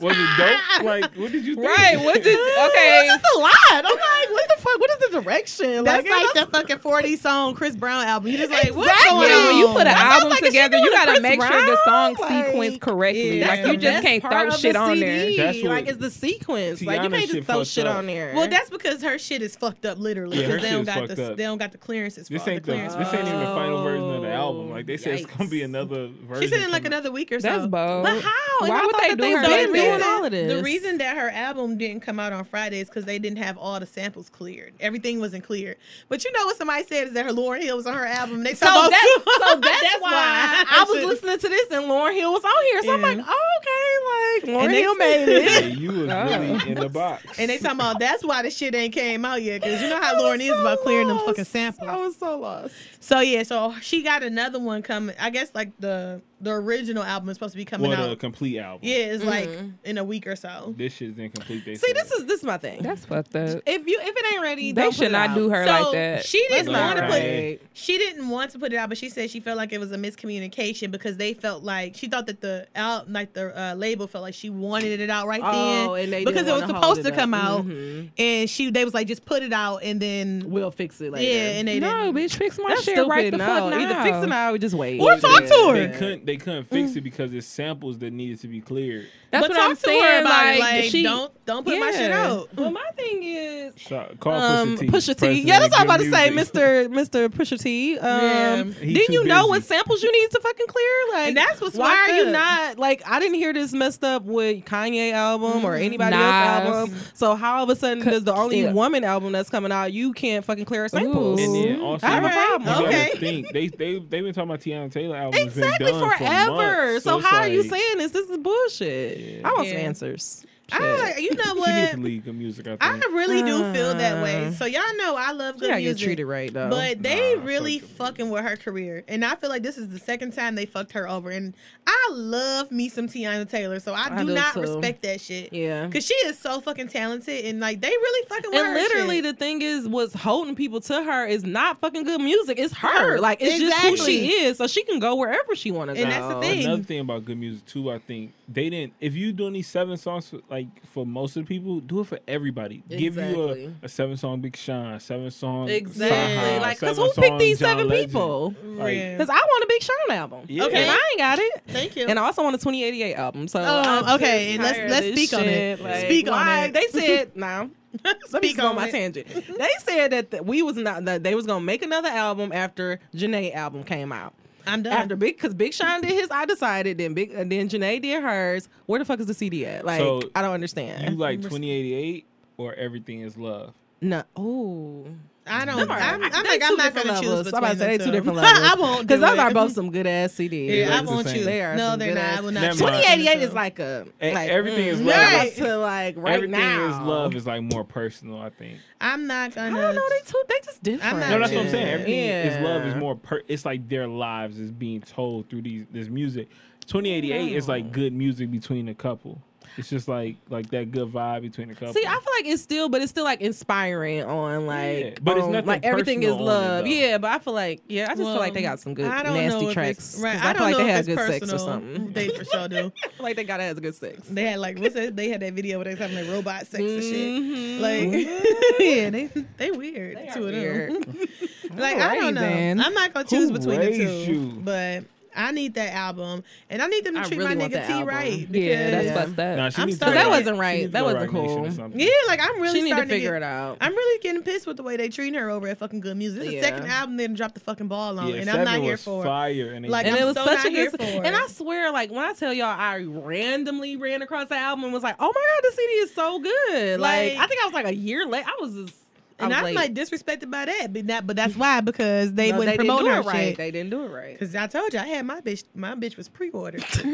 S6: Was
S7: [laughs]
S6: it dope? Like, what did you think?
S5: Right? What [laughs] did? Okay.
S4: It's a lot. I'm like, what the fuck? What is the direction? That's like, the fucking 40 song Chris Brown album. You just like, what's going
S5: Yeah,
S4: on?
S5: when you put an
S4: That sounds
S5: album
S4: like a shit
S5: together, you
S4: doing
S5: gotta
S4: Chris
S5: make sure
S4: Brown.
S5: the song
S4: Like,
S5: sequence correctly.
S4: yeah.
S5: like you just can't throw shit on there.
S6: That's what-
S7: like it's the sequence. like you
S6: Tiana
S7: can't
S6: shit
S7: just throw
S6: fucked
S7: shit
S6: up.
S7: on there.
S4: Well, that's because her shit is fucked up literally
S6: Yeah, her
S4: because they
S6: shit
S4: don't
S6: is
S4: got
S6: fucked
S4: the
S6: up.
S4: they don't got the clearances.
S6: [laughs] This
S4: for
S6: ain't
S4: the
S6: the,
S4: clearance.
S6: this ain't even the final version of the album. Like they said, it's gonna be
S7: Oh, Yikes.
S6: another version.
S4: She said in
S6: coming
S4: like another week or so.
S5: That's bold.
S4: But how?
S5: Why would they do her
S4: so the,
S5: like that?
S4: reason,
S7: All of
S4: the
S7: this.
S4: reason that her album didn't come out on Friday is because they didn't have all the samples cleared. Everything wasn't cleared. But you know what somebody said is that her Lauren Hill was on her album. They
S7: so,
S4: talk about- [laughs]
S7: that, so that's, why, I was
S4: shit.
S7: listening to this and Lauren Hill was on here. So I'm
S4: Yeah.
S7: like, oh, okay, like Lauren
S4: And they-
S7: Hill made it.
S6: Yeah,
S7: [laughs]
S6: you was really in the box.
S4: And they talking about that's why the shit ain't came out yet because you know how Lauren is about clearing them fucking samples.
S7: I was so lost.
S4: So yeah, so she got another one coming. I guess like the the original album is supposed to be coming
S6: what
S4: out.
S6: a complete album.
S4: yeah, it's like
S7: Mm-hmm.
S4: in a week or so.
S6: This shit's incomplete. They
S7: See,
S6: said.
S7: this is this is my thing.
S5: That's fucked up.
S7: if you if it ain't ready,
S5: They
S7: don't put
S5: should
S7: it
S5: not
S7: out.
S5: do her
S4: so
S5: like that.
S4: she didn't want
S6: not
S4: to
S6: right.
S4: put she didn't want to put it out, but she said she felt like it was a miscommunication because they felt like she thought that the out like the uh, label felt like she wanted it out right
S7: Oh,
S4: then
S7: and they
S4: because it
S7: didn't
S4: was
S7: wanna hold
S4: supposed
S7: it
S4: to
S7: up.
S4: come out,
S7: Mhm.
S4: and she they was like just put it out and then
S7: We'll fix it later.
S4: yeah, and they
S5: no,
S4: didn't.
S5: bitch, fix my
S7: that's
S5: shit
S7: stupid.
S5: right the
S7: no,
S5: fuck now.
S7: either fix it now or just wait.
S4: Or talk to her.
S6: They couldn't. They couldn't fix
S7: Mm.
S6: it because it's samples that needed to be cleared.
S5: That's
S4: but
S5: what
S4: talk to
S5: I'm
S4: her
S5: saying.
S4: about
S5: Like,
S4: it. Like
S5: she,
S4: don't don't put my shit
S5: Yeah.
S4: out.
S7: Oh, Well, my thing is,
S6: So, call
S7: um,
S6: Pusha T.
S7: Pusha T.
S6: President
S7: Yeah, that's what I'm about to
S6: Good
S7: say,
S6: Music.
S7: Mister Mister Pusha T. Um,
S6: He
S7: didn't
S6: too
S7: you know
S6: busy.
S7: what samples you need to fucking clear? Like,
S4: And that's what's
S7: why are
S4: fucked
S7: you
S4: up.
S7: not like? I didn't hear this messed up with Kanye album or anybody
S4: Mm,
S5: Nas.
S7: else album. So how all of a sudden
S5: Cut-
S7: does the only
S5: yeah.
S7: woman album that's coming out you can't fucking clear samples?
S5: Ooh.
S6: And then also,
S7: I have a
S6: you
S7: problem.
S6: gotta
S4: Okay.
S6: think they they they've been talking about Tiana Taylor album.
S7: Exactly
S6: been done
S7: forever.
S6: For months,
S7: so
S6: it's
S7: how are you
S6: like-
S7: saying this? This is bullshit.
S6: Yeah.
S7: I want
S4: Yeah.
S7: some answers.
S4: I, Ah, you know
S6: She needs
S4: what?
S6: to lead the music. I
S4: I
S6: think.
S4: really do feel that way. So y'all know I love
S7: You
S4: good
S7: Uh. gotta get
S4: music.
S7: treated right though.
S4: But they
S6: Nah,
S4: really
S6: fuck it.
S4: fucking with her career. And I feel like this is the second time they fucked her over. And I love me some Tiana Taylor. So I do,
S7: I do
S4: not
S7: too.
S4: respect that shit.
S7: yeah.
S4: Cause she is so fucking talented and like they really fucking with
S7: And
S4: her
S7: literally,
S4: shit.
S7: the thing is, what's holding people to her is not fucking good music. It's her.
S4: Her.
S7: Like it's just who
S4: Exactly.
S7: she is. So she can go wherever she want to go.
S4: And that's the thing.
S6: Another thing about good music too, I think they didn't. If you doing these seven songs, for, like for most of the people, do it for everybody. Give you
S7: Exactly.
S6: a, a seven song Big Sean, seven song
S7: Exactly.
S6: Saha,
S7: like, cause
S6: seven
S7: who picked
S6: song
S7: these
S6: John
S7: seven
S6: Legend.
S7: people?
S6: Like,
S4: Yeah.
S7: Cause I want a Big Sean album.
S6: Yeah.
S7: Okay, and I ain't got it.
S4: Thank you.
S7: And I also want a 2088 album. So
S4: Um,
S7: I'm
S4: okay,
S7: just
S4: let's-
S7: tired of
S4: let's
S7: this
S4: speak on it.
S7: shit. Like,
S4: Speak on
S7: why-
S4: it.
S7: They said
S4: [laughs]
S7: no. Let me
S4: Speak
S7: just go
S4: on
S7: on my
S4: it.
S7: tangent. They said that th- we was not that they was gonna make another album after Janae album came out.
S4: I'm done.
S7: After Big, because Big Sean did his, I decided. Then Big, and then Janae did hers. Where the fuck is the CD at? Like,
S6: So,
S7: I don't
S6: You
S7: understand.
S6: like 2088 or Everything Is Love?
S7: no, oh,
S4: I don't.
S7: Them are-
S4: I'm, I'm
S7: they
S4: like
S7: two
S4: I'm not
S7: different
S4: gonna choose
S7: levels.
S4: between
S7: I'm about to say
S4: the
S7: they two
S4: [laughs]
S7: different
S4: I
S7: levels. [laughs]
S4: won't.
S7: because
S4: do
S7: those
S4: it.
S7: are both some good ass CDs.
S6: They
S4: Yeah, I
S6: look the
S4: won't
S6: same.
S4: choose.
S7: They are
S4: no,
S7: some
S4: they're
S7: good
S4: not.
S7: ass-
S4: I will not.
S6: Never
S4: choose
S6: mind.
S4: between them
S7: 2088
S4: two.
S7: is like a
S6: E-
S7: like,
S6: everything is
S7: mm,
S6: love.
S7: right to like right
S6: everything
S7: now.
S6: is love is like more personal. I think.
S4: I'm not
S7: I
S4: gonna.
S7: don't know. They two. They just different.
S4: not-
S6: No, that's what I'm saying.
S4: Yeah.
S6: Everything is love is
S7: Yeah.
S6: more. Per- it's like their lives is being told through these this music. 2088 is like good music between a couple. It's just like like that good vibe between a couple.
S7: See, I feel like it's still, but it's still like inspiring on like,
S6: Yeah, but it's
S7: on,
S6: nothing
S7: like everything is
S6: personal on it,
S7: love.
S6: though.
S7: yeah, but I feel like yeah, I just feel like they
S4: Well,
S7: got some good
S4: I don't know
S7: nasty
S4: if
S7: tracks.
S4: it's- Right.
S7: 'cause
S4: I, don't
S7: feel like
S4: know
S7: they
S4: if
S7: had
S4: it's
S7: good
S4: personal.
S7: sex or something. [laughs]
S4: They for sure do.
S7: I feel like they gotta have good sex.
S4: They had like what's that? They had that video where they was having like robot sex and shit.
S7: Mhm.
S4: Like [laughs] yeah, they they weird.
S7: They
S4: the
S7: are
S4: two of them.
S7: weird.
S4: [laughs]
S7: [laughs]
S4: Like I
S7: Alrighty
S4: don't know.
S7: then.
S4: I'm not gonna
S6: Who
S4: choose between the two.
S6: raised you?
S4: But I need that album, and I need them to
S7: I
S4: treat
S7: really
S4: my
S7: want
S4: nigga
S7: that
S4: T
S7: album.
S4: right.
S5: Yeah, that's
S4: because-
S5: fucked up.
S6: Nah, she
S4: I'm
S6: needs to
S4: sorry.
S6: go
S4: That
S6: to-
S7: wasn't
S6: she
S7: right.
S6: needs to
S7: That
S6: go to
S7: wasn't
S6: Roc Nation
S7: cool.
S6: or something.
S4: Yeah, like I'm really
S7: she need to
S4: starting
S7: figure
S4: get,
S7: it out.
S4: I'm really getting pissed with the way they treating her over at fucking good music. This is
S7: Yeah.
S4: the second album they done dropped the fucking ball on,
S6: Yeah,
S4: and I'm not
S6: Seven
S4: here
S6: was
S4: for. it.
S6: fire. And, they-
S4: Like,
S7: and
S4: I'm
S7: it was
S4: so
S7: such
S4: not
S7: a
S4: here
S7: good.
S4: for
S7: And
S4: it.
S7: I swear, like when I tell y'all, I randomly ran across the album and was like, "Oh my god, this CD is so good!" Like,
S4: Like-
S7: I think I was like a year late. I was just
S4: And
S7: I
S4: I'm
S7: was
S4: like
S7: late.
S4: disrespected by that, but that, but that's why because they
S7: No,
S4: wouldn't
S7: didn't
S4: promote
S7: do
S4: her
S7: it right.
S4: shit.
S7: They didn't do it right.
S4: Cause I told you I had my bitch. My bitch was pre-ordered.
S6: yeah.
S4: [laughs]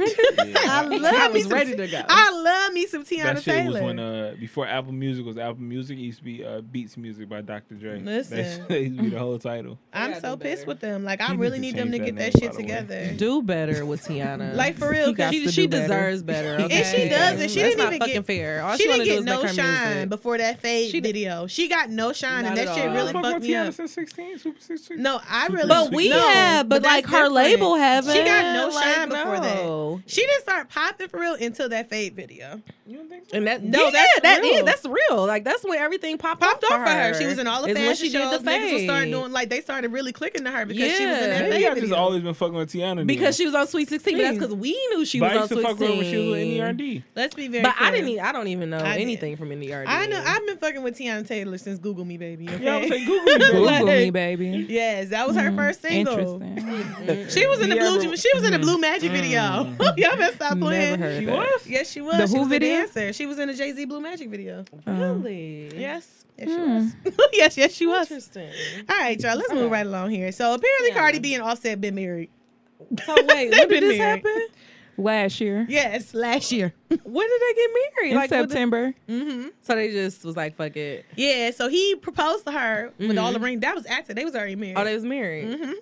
S4: I love
S7: [laughs] I
S4: me
S7: was
S4: some-
S7: ready to go.
S4: I love me some Tiana
S6: that shit
S4: Taylor.
S6: was when uh before Apple Music was Apple Music. It used to be uh, Beats Music by Dr. Dre.
S4: Listen.
S6: that [laughs] used to be the whole title.
S4: I'm
S7: gotta
S4: so
S7: do
S4: pissed
S7: better.
S4: with them. Like I
S6: He
S4: really
S6: needs
S4: need them
S6: to
S4: to get that
S6: change that
S4: shit
S6: name, by the way. [laughs]
S4: together.
S7: do better with
S4: [laughs]
S7: Tiana.
S4: Like for real, because
S7: she,
S4: she,
S7: she deserves better. Okay?
S4: And she does, and she
S7: That's
S4: didn't
S7: not
S4: even
S7: fucking
S4: get-
S7: fair. All
S4: she,
S7: she, wanna
S4: didn't
S7: do
S4: get no
S7: is make her
S4: shine
S7: music.
S4: before that fade
S7: She did-
S4: video. She got no shine,
S7: Not
S4: and that
S7: at
S4: shit
S7: all.
S4: really
S7: Fuck
S4: fucked
S6: with
S4: me
S6: Tiana
S4: up.
S6: since 16, Super 16.
S4: No, I really.
S7: But we
S4: no,
S7: have, but,
S4: that's
S7: like her
S4: different.
S7: label haven't.
S4: She got no
S7: Like,
S4: shine before
S7: no.
S4: that. She didn't start popping for real until that fade video.
S6: You don't think so?
S7: And that
S4: No,
S7: no, yeah,
S4: that's
S7: that
S4: real.
S7: is- that's real. Like that's when everything popped,
S4: Popped
S7: off
S4: off for her. She was in all the
S7: is when
S4: fashion
S7: she
S4: shows.
S7: did the
S4: Niggas was starting
S7: fade.
S4: doing like they started really clicking to her because she was in
S7: Yeah.
S4: that
S6: Maybe I
S4: fade
S6: just
S4: video.
S6: always been fucking with Tiana then.
S7: because she was on Sweet Sixteen. But that's because we knew she
S6: But
S7: was
S6: I
S7: on
S6: used to
S7: Sweet
S6: fuck with her when she was
S7: E
S6: with E
S7: Sixteen.
S6: NERD.
S4: Let's be very.
S7: But I
S4: clear.
S7: didn't. e- I don't even know
S4: I did.
S7: anything from E NERD.
S4: I know. I've been fucking with Tiana Taylor since Google Me Baby. Okay?
S6: Yeah, I
S4: [laughs]
S6: was like,
S5: [laughs]
S6: Google me,
S5: Google
S6: girl.
S5: me, baby.
S4: Yes, that was her
S7: Mm-hmm.
S4: first single.
S5: Interesting.
S4: She was in the
S6: You
S4: blue.
S6: ever- Mm-hmm.
S4: She was in the blue magic video. [laughs] Y'all better stop
S5: Never
S4: playing.
S5: heard
S6: She
S5: that.
S6: was?
S4: Yes, she was.
S5: The
S4: she
S5: who
S4: was
S5: video?
S4: a dancer. She was in a Jay Z blue magic video.
S7: Um, really.
S4: Yes, yes,
S7: Hmm.
S4: she was. [laughs] yes, yes, she was.
S7: Interesting.
S4: All right, y'all. Let's move right along here. So apparently, Cardi B and Offset been married.
S7: So [laughs] wait,
S4: They've been
S7: when did this
S4: married.
S7: happen?
S5: Last year.
S4: Yes, last year.
S7: When did they get married?
S5: In
S7: like what did-
S5: September.
S7: so they just was like, fuck it.
S4: Yeah. So he proposed to her with all the ring. That was after they was already married.
S7: Mm-hmm. Oh, they was married.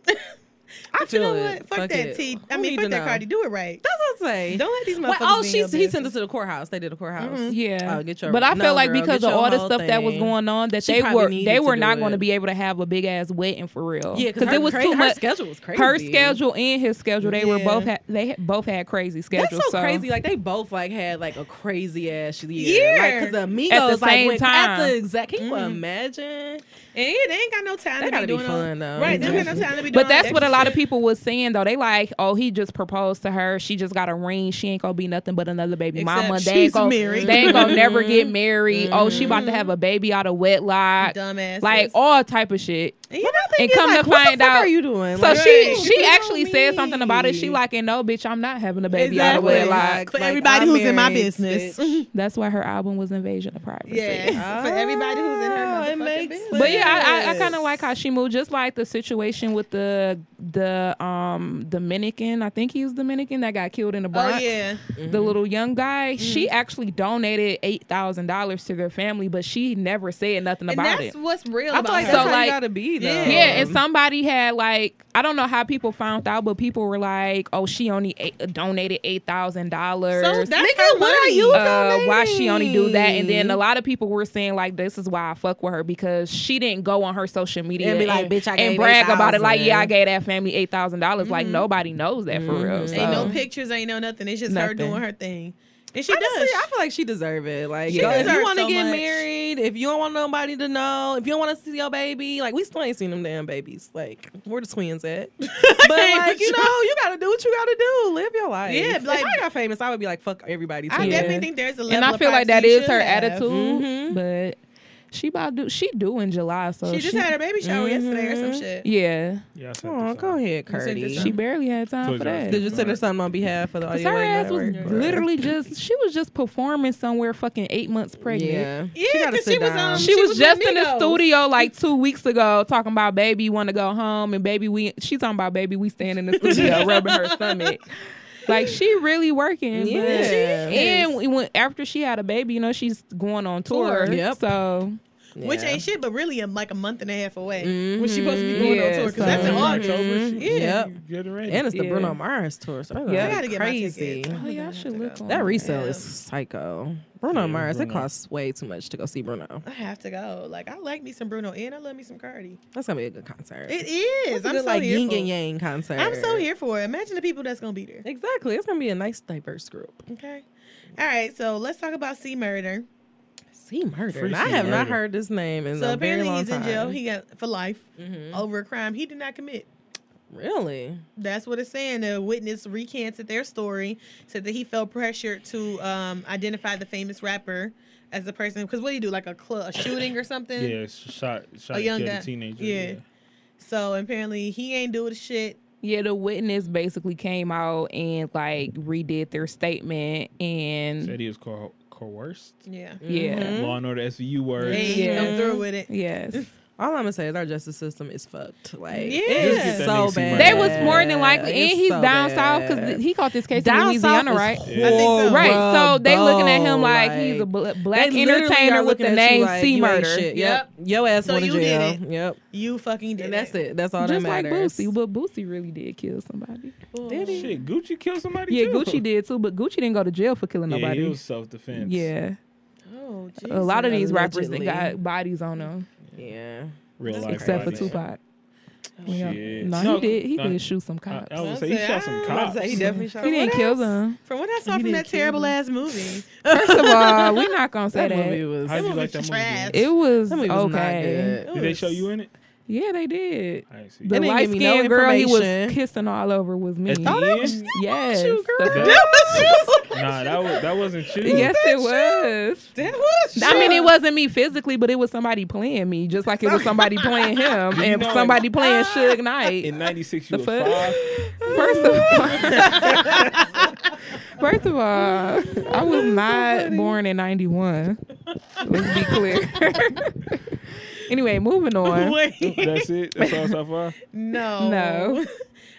S4: I
S7: feel
S4: you know
S7: it.
S4: what? Fuck,
S7: Fuck
S4: that
S7: it.
S4: T. I
S7: Who
S4: mean,
S7: need
S4: fuck
S7: to
S4: that
S7: know?
S4: Cardi. Do it right.
S7: That's what I'm saying.
S4: Don't let these
S7: Well,
S4: motherfuckers.
S7: oh,
S4: be in
S7: she
S4: your
S7: he sent
S4: business.
S7: us to the courthouse. They did a courthouse.
S5: Yeah,
S7: Oh, get your-
S5: but I
S7: no,
S5: felt like
S7: girl,
S5: because
S7: get
S5: of
S7: your
S5: all the
S7: whole
S5: stuff that was
S7: thing.
S5: going on, that
S7: She
S5: they
S7: probably
S5: were
S7: needed
S5: they
S7: to
S5: were
S7: do
S5: not
S7: it.
S5: going to be able to have a big ass wedding for real.
S7: Yeah, because
S5: it was too
S7: Her
S5: much.
S7: schedule was crazy.
S5: Her schedule and his schedule, they were
S4: Yeah.
S5: both ha- they had, both had crazy schedules.
S7: That's so, crazy. Like they both like had like a crazy ass year.
S4: Yeah.
S7: Like because the Mm-hmm. Amigos
S5: At the
S7: like
S5: same
S7: went at
S5: time.
S7: the exact. Can you imagine?
S4: And yeah, they ain't got no time
S7: That
S4: to
S7: gotta
S4: be
S7: be
S4: doing all-
S7: fun, though.
S4: Right. They don't got no
S7: Exactly.
S4: time to be doing.
S5: But that's
S4: all
S5: what
S4: that
S5: a lot of
S4: extra
S5: people was saying though. They like, oh, he just proposed to her. She just got a ring. She ain't gonna be nothing but another baby
S4: Except
S5: mama. They
S4: she's
S5: ain't, gonna,
S4: married.
S5: they ain't gonna
S7: Mm-hmm.
S5: never get married. Oh, she about to have a baby out of wedlock.
S4: shit. Dumbasses.
S5: Like all type of shit.
S7: And, you know, I think
S5: And
S7: it's
S5: come
S7: like,
S5: to
S7: what the
S5: find
S7: fuck
S5: out-
S7: are you doing?
S5: So
S7: Like,
S5: she
S7: right.
S5: she actually said something about it. She like, and no, bitch, I'm not having a baby
S4: Exactly.
S5: out of wedlock.
S4: For
S7: Like,
S4: everybody
S7: I'm
S4: who's in my
S7: married,
S4: business.
S7: [laughs] bitch.
S5: That's why her album was Invasion of Privacy.
S4: Yes. For everybody who's in her
S7: Oh, it
S4: motherfucking
S7: makes
S4: business.
S5: But yeah, I, I, I
S7: Yes.
S5: kind of like how she moved. Just like the situation with the the um Dominican, I think he was Dominican that got killed in the Bronx.
S4: Oh yeah. Mm-hmm.
S5: The little young guy. She actually donated eight thousand dollars to their family, but she never said nothing
S4: And
S5: about
S4: that's
S5: it.
S4: what's real
S7: I feel
S4: about
S7: like
S4: her.
S7: that's
S5: So,
S7: how
S5: like-
S7: you gotta be though.
S4: Yeah.
S5: Yeah, and somebody had like I don't know how people found out, but people were like, "Oh, she only eight, donated eight thousand
S4: So
S5: dollars."
S4: that's her
S7: what are
S4: money.
S7: you
S5: uh, why she only do that? And then a lot of people were saying like, "This is why I fuck with her because she didn't go on her social media
S4: And be like, "Bitch, I
S5: and
S4: gave
S5: brag about it." Like,
S4: 8,000.
S5: yeah, I gave that family eight thousand dollars. Like nobody knows that for real. So.
S4: Mm-hmm. Ain't no pictures, ain't no nothing. It's just her
S5: uh, Nothing.
S4: doing her thing. And she
S7: Honestly,
S4: does.
S7: I feel like she deserve it. Like,
S4: She
S7: yo, if you
S4: deserves
S7: want to
S4: so
S7: get
S4: much.
S7: married, if you don't want nobody to know, if you don't want to see your baby, like we still ain't seen them damn babies. Like, where the twins at? but like, you know, you gotta do what you gotta do. Live your life.
S4: Yeah,
S7: if
S4: like-
S7: I got famous, I would be like, fuck everybody. Too.
S4: I
S5: Yeah.
S4: definitely think there's a level
S5: and I
S4: of
S5: feel like that
S4: privacy you
S5: is
S4: should
S5: her
S4: have. Mm-hmm.
S5: attitude,
S7: Mhm.
S5: but she about do she do in July, so
S4: She just had her baby shower
S7: Mm-hmm.
S4: yesterday or some shit.
S5: yeah,
S6: Yeah, I sent
S7: Oh,
S6: this
S7: go
S6: out.
S7: ahead,
S4: sent
S7: Curdy.
S4: this
S5: she
S4: Um,
S5: barely had time
S6: Toys
S5: for
S6: R Us.
S5: that.
S7: Did you send her something on behalf of the
S5: Cause
S7: audio?
S5: her ass was
S7: network?
S5: literally just she was just performing somewhere fucking eight months pregnant.
S7: Yeah,
S4: Yeah,
S7: gotta
S4: because
S7: sit
S4: she, was
S7: down.
S4: um,
S5: She,
S4: she
S5: was,
S4: with
S5: just in the
S4: Migos.
S5: [laughs] studio like two weeks ago talking about baby want to go home and baby we she talking about baby we staying in the
S7: [laughs]
S5: studio rubbing her stomach. Like she really working.
S7: Yeah,
S5: but-
S7: she is.
S5: and we went after she had a baby, you know she's going on tour.
S7: Tour, yep.
S5: So
S4: which
S7: Yeah.
S4: ain't shit, but really um, like a month and a half away.
S7: Mhm.
S4: When she supposed to be going on
S5: Yeah,
S4: tour because that's in
S5: so-
S4: August.
S6: October, she,
S7: Yep.
S6: you get it ready.
S7: and it's the
S5: Yeah.
S7: Bruno Mars tour. So
S5: Yeah.
S7: yeah,
S4: I gotta get my
S7: crazy.
S4: tickets.
S5: oh yeah, I should look on
S7: That resale
S4: Yeah.
S7: is psycho. Bruno
S6: Yeah,
S7: Mars, it
S6: Bruno.
S7: costs way too much to go see Bruno.
S4: I have to go. Like I like me some Bruno and I love me some Cardi.
S7: That's gonna be a good concert.
S4: It is.
S7: It's a
S4: I'm
S7: good,
S4: so
S7: like
S4: here
S7: yin
S4: for.
S7: and yang concert.
S4: I'm so here for it. Imagine the people that's gonna be there.
S7: Exactly. It's gonna be a nice diverse group.
S4: Okay. All right. So let's talk about C Murder.
S7: See murder.
S6: Free
S7: Now, I
S6: C.
S7: have not
S6: Murder.
S7: heard this name in
S4: So
S7: a very
S4: apparently
S7: long
S4: he's in
S7: time.
S4: jail. He got for life
S7: Mhm.
S4: over a crime he did not commit.
S7: Really?
S4: That's what it's saying. The witness recanted their story, said that he felt pressured to um, identify the famous rapper as the person. Because what do you do, like a, cl- a shooting or something?
S6: Yeah, it's shot shot
S4: A
S6: a
S4: young
S6: young
S4: guy.
S6: teenager.
S4: Yeah. So apparently he ain't doing shit.
S5: Yeah, the witness basically came out and like redid their statement and
S6: Said he was co- coerced.
S4: Yeah.
S5: yeah,
S7: Mm-hmm.
S6: Law and Order SVU
S4: They
S6: words.
S4: ain't come through with it.
S5: yes.
S7: All I'm gonna say is our justice system is fucked. Like
S4: Yeah. Just
S7: it's
S4: get
S6: that
S7: so
S6: nigga C
S7: bad.
S6: Murder.
S5: They was more than likely,
S7: It's
S5: and he's
S7: so
S5: down south
S7: bad.
S5: because he caught this case in
S7: down south
S5: Louisiana,
S7: is
S5: right?
S6: I think
S4: so.
S5: Right. So they looking at
S7: horrible,
S5: him like, he's a bl- black
S7: They literally are
S5: entertainer with
S7: looking
S5: the
S7: at you
S5: name
S7: like, you
S5: C
S7: ain't
S5: Murder,
S7: shit.
S4: Yep.
S7: Yep. Yo ass
S4: So
S7: went to
S4: you did
S7: jail.
S4: it.
S7: Yep.
S4: You fucking did
S7: And that's
S4: it.
S7: it. That's all
S5: just
S7: that
S5: like
S7: matters.
S5: Boosie. But Boosie really did kill somebody.
S6: Did he? Shit, Gucci killed somebody.
S5: Yeah,
S6: too.
S5: Gucci did too, but Gucci didn't go to jail for killing
S6: Yeah,
S5: nobody.
S6: it was self defense.
S5: yeah,
S4: Oh, Jesus.
S5: a lot of these rappers that
S7: Allegedly.
S5: got bodies on them,
S7: yeah.
S6: real life.
S5: except for
S6: bodies.
S5: Tupac.
S7: Oh,
S5: Yeah.
S6: Shit.
S5: No, he did. He did shoot some
S6: I,
S5: cops.
S6: I was
S4: I
S6: say he
S4: said,
S6: shot some
S4: ah.
S7: I'm about
S6: cops.
S7: to say he definitely shot.
S5: he didn't
S4: what
S5: kill
S4: else?
S7: [laughs]
S5: them.
S4: From what I saw
S5: He
S4: from
S5: didn't
S4: that
S5: kill
S4: terrible ass movie,
S5: First of all, we're not gonna say
S7: That
S5: that.
S7: movie was.
S6: How
S7: That
S6: did you
S4: movie
S6: like that movie?
S4: trash.
S6: Jim?
S5: It was
S7: movie was
S5: okay.
S7: not good.
S6: Did they show you in it?
S5: Yeah, they did.
S6: I didn't see
S5: The
S7: They
S6: it.
S7: didn't
S5: light
S7: give me
S5: skinned
S7: no
S5: girl he was
S7: information.
S5: kissing all over was me.
S6: At the end?
S5: yes.
S4: you, girl. [laughs]
S5: the-
S6: That-
S4: was you.
S6: nah, that was that wasn't you.
S5: [laughs] yes, it was.
S4: [laughs] That was [laughs]
S5: I mean,
S4: you.
S5: it wasn't me physically, but it was somebody playing me, just like it was somebody [laughs] playing him
S6: You
S5: and
S6: know
S5: somebody
S6: it.
S5: playing Suge Knight.
S6: In '96,
S5: The
S6: you were
S5: fuck?
S6: five.
S5: [laughs] First of all, [laughs] first of all, I was not born in '91. Let's be clear. [laughs] anyway, moving on.
S4: Wait.
S6: That's it. That's all so far.
S4: No.
S5: No.
S4: [laughs]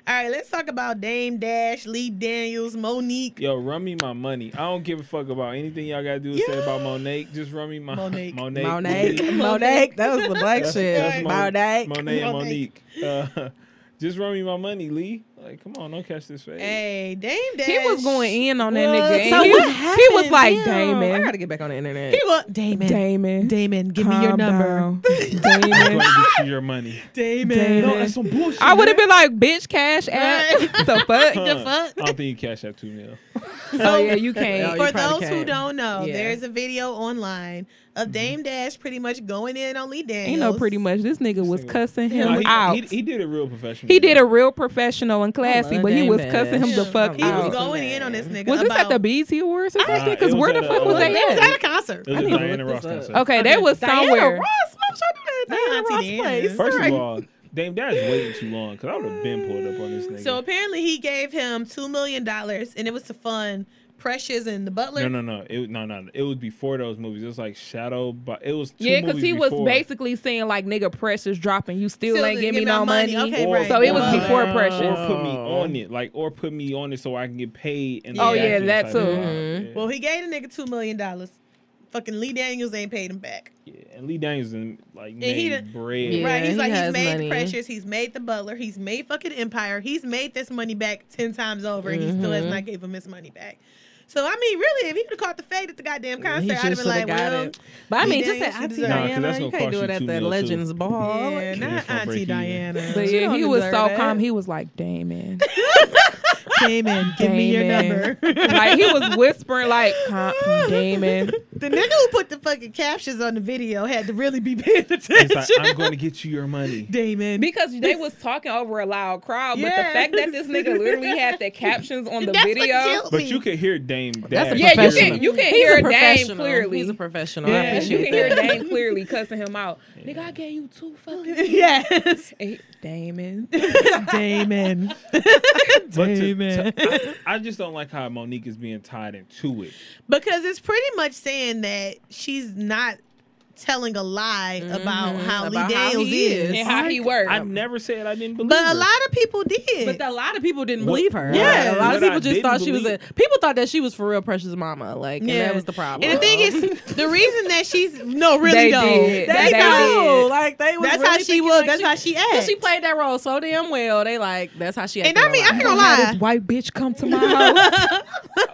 S4: All right, let's talk about Dame Dash, Lee Daniels, Monique.
S6: Yo, run me my money. I don't give a fuck about anything y'all gotta do is say about Monet. Just run me my [laughs]
S4: Monique.
S7: [laughs]
S6: Monet.
S7: Monet. Monet. That was the black
S6: That's-
S7: shit.
S6: that's Mon-
S7: Monet.
S6: Monet and
S4: Monique.
S6: Monique. Uh, [laughs] just run me my money, Lee. Like, come on, don't catch this fade.
S4: Hey, Dame Dash.
S5: He was going in on that
S4: What?
S5: nigga. and
S4: So
S5: he,
S4: what
S5: he was
S4: happened?
S5: like,
S4: Damn.
S7: I
S5: Damon,
S7: gotta get back on the internet.
S4: He was Damon.
S5: Damon,
S4: Damon, give me your
S5: calm
S4: number.
S6: [laughs]
S5: [laughs] down. Damon.
S6: Gonna get you your money.
S4: Damon.
S6: [laughs]
S5: Damon.
S6: No, that's some bullshit.
S5: I would have
S6: man.
S5: been like, bitch, cash app. [laughs] the fuck?
S6: Huh.
S4: fuck?
S6: I don't think you cash out two mil.
S5: Oh, yeah, you
S7: Oh,
S5: can't.
S7: you
S4: For
S7: probably
S4: those who
S7: can.
S4: don't know,
S7: Yeah.
S4: there's a video online of Dame Dash pretty much going in on Lee Daniels.
S5: You know, pretty much this nigga was
S6: Single.
S5: cussing him
S6: Nah, he,
S5: out.
S6: He,
S5: He,
S6: he did a real professional.
S5: did a real professional and classy,
S7: love
S5: but he
S7: Dame
S5: was
S7: Dash.
S5: cussing him the
S7: Yeah.
S5: fuck
S4: He was
S5: out.
S7: go-
S4: going in on this nigga.
S5: Was this at
S4: about-
S5: the BET Awards or something?
S6: it
S5: Because
S6: was
S5: where
S6: at
S5: the
S6: a-
S5: fuck was
S6: uh,
S5: they
S4: It was
S5: at?
S4: at a concert.
S6: It
S7: I
S6: was
S7: need
S6: a
S7: to
S6: Diana
S7: look
S6: Ross
S7: this up.
S6: concert.
S5: Okay, they was
S7: Diana
S5: somewhere.
S7: Ross, why would y'all do
S9: at
S4: Hi,
S9: Diana Ross
S4: Auntie
S9: Place.
S4: Diana.
S6: First
S9: Right.
S6: of all, Dame Dad's waiting too long because I would have been pulled up on this nigga.
S4: So apparently he gave him two million dollars, and it was to fund Precious and the Butler.
S6: no, no, no. It no, no. It was before those movies. It was like Shadow, but it was two
S5: Yeah, because he was
S6: before.
S5: basically saying like nigga pressures dropping, you still,
S4: Still
S5: ain't
S4: didn't
S5: give me
S4: give my
S5: no money.
S4: money. Okay, right.
S5: So it was
S6: Wow.
S5: before
S6: Or
S5: pressure.
S6: put me on it, like or put me on it so I can get paid. And
S5: Oh,
S6: the
S5: yeah,
S6: back end
S5: that
S6: type
S5: too. Mm-hmm.
S6: of vibe. Yeah.
S4: Well, he gave the nigga two million dollars. Fucking Lee Daniels ain't paid him back.
S6: Yeah, and Lee Daniels and like made
S4: he done-
S6: bread.
S7: Yeah,
S4: right? He's
S7: he
S4: like he's
S7: has
S4: made
S7: money.
S4: Precious, he's made the Butler, he's made fucking Empire, he's made this money back ten times over, and he still has
S5: Mm-hmm.
S4: not gave him his money back. So I mean, really, if he could have caught the fade at the goddamn concert, I'd have
S7: just
S4: been like,
S7: shoulda got
S4: well,
S7: it.
S5: But I
S4: He
S5: mean,
S4: did,
S5: just
S4: she
S5: that Auntie
S4: deserved it.
S6: Nah, 'cause
S5: Diana,
S6: that's
S5: you
S6: gonna
S5: can't
S6: cost
S5: do
S6: you
S5: it
S6: two
S5: at the
S6: mil, too.
S5: Legends Ball.
S4: yeah,
S6: that's
S4: not
S6: gonna break
S4: Auntie
S6: even.
S4: Diana.
S5: But
S4: She
S5: yeah,
S4: don't
S5: he was so
S4: deserve that.
S5: calm. He was like, "Damn, man."
S4: Damon, give me your
S5: Damon.
S4: number.
S5: like he was whispering, like,
S4: [laughs]
S5: "Calm, "Damon."
S4: The nigga who put the fucking captions on the video had to really be paying attention.
S6: It's like I'm
S5: [laughs]
S6: going to get you your money.
S4: [laughs] Damon.
S5: Because they was talking over a loud crowd, but the
S4: Yes.
S5: fact that this nigga literally had the captions on the
S4: That's what
S5: [laughs] video,
S4: killed
S6: But
S4: me.
S6: you could hear Dame.
S7: That's
S6: Dad.
S7: a
S5: yeah,
S6: [laughs]
S5: you
S7: professional.
S5: can you can
S7: He's
S5: hear
S7: a
S5: Dame
S7: professional.
S5: clearly.
S7: He's a professional. I
S5: yeah, you
S7: appreciate
S5: can
S7: that.
S5: hear Dame clearly cussing him out. Nigga, I gave you two fucking.
S4: [laughs]
S5: [laughs]
S4: Yes.
S5: Hey, Damon.
S4: Damon.
S6: But to-
S4: Damon.
S6: to- I, I just don't like how Monique is being tied into it.
S4: Because it's pretty much saying that she's not telling a lie about how
S7: about
S4: Lee
S7: how
S4: Daniels
S7: he
S4: is.
S7: is.
S5: and how he worked.
S6: I never said I didn't believe.
S4: But
S6: her.
S4: a lot of people did.
S7: But a lot of people didn't
S6: What-
S7: believe her.
S4: Yeah.
S7: a lot
S6: What
S7: of
S6: I
S7: people just
S6: didn't
S7: thought she was a.
S6: believe-
S7: People thought that she was for real Precious Mama, like, and
S4: Yeah.
S7: that was the problem.
S4: and the thing is, the reason that she's no,
S5: They
S4: really though.
S5: did.
S4: They
S5: They
S4: know.
S5: did.
S4: Like they was That's how
S7: really
S4: she
S7: thinking,
S4: was.
S7: like,
S4: That's
S7: she-
S4: how she
S7: Because
S4: acts.
S7: she played that role so damn well, they like that's how she.
S4: and
S7: acted
S4: I mean, I
S7: on
S4: ain't
S7: live.
S4: gonna
S5: How
S4: lie.
S5: this white bitch come to my house.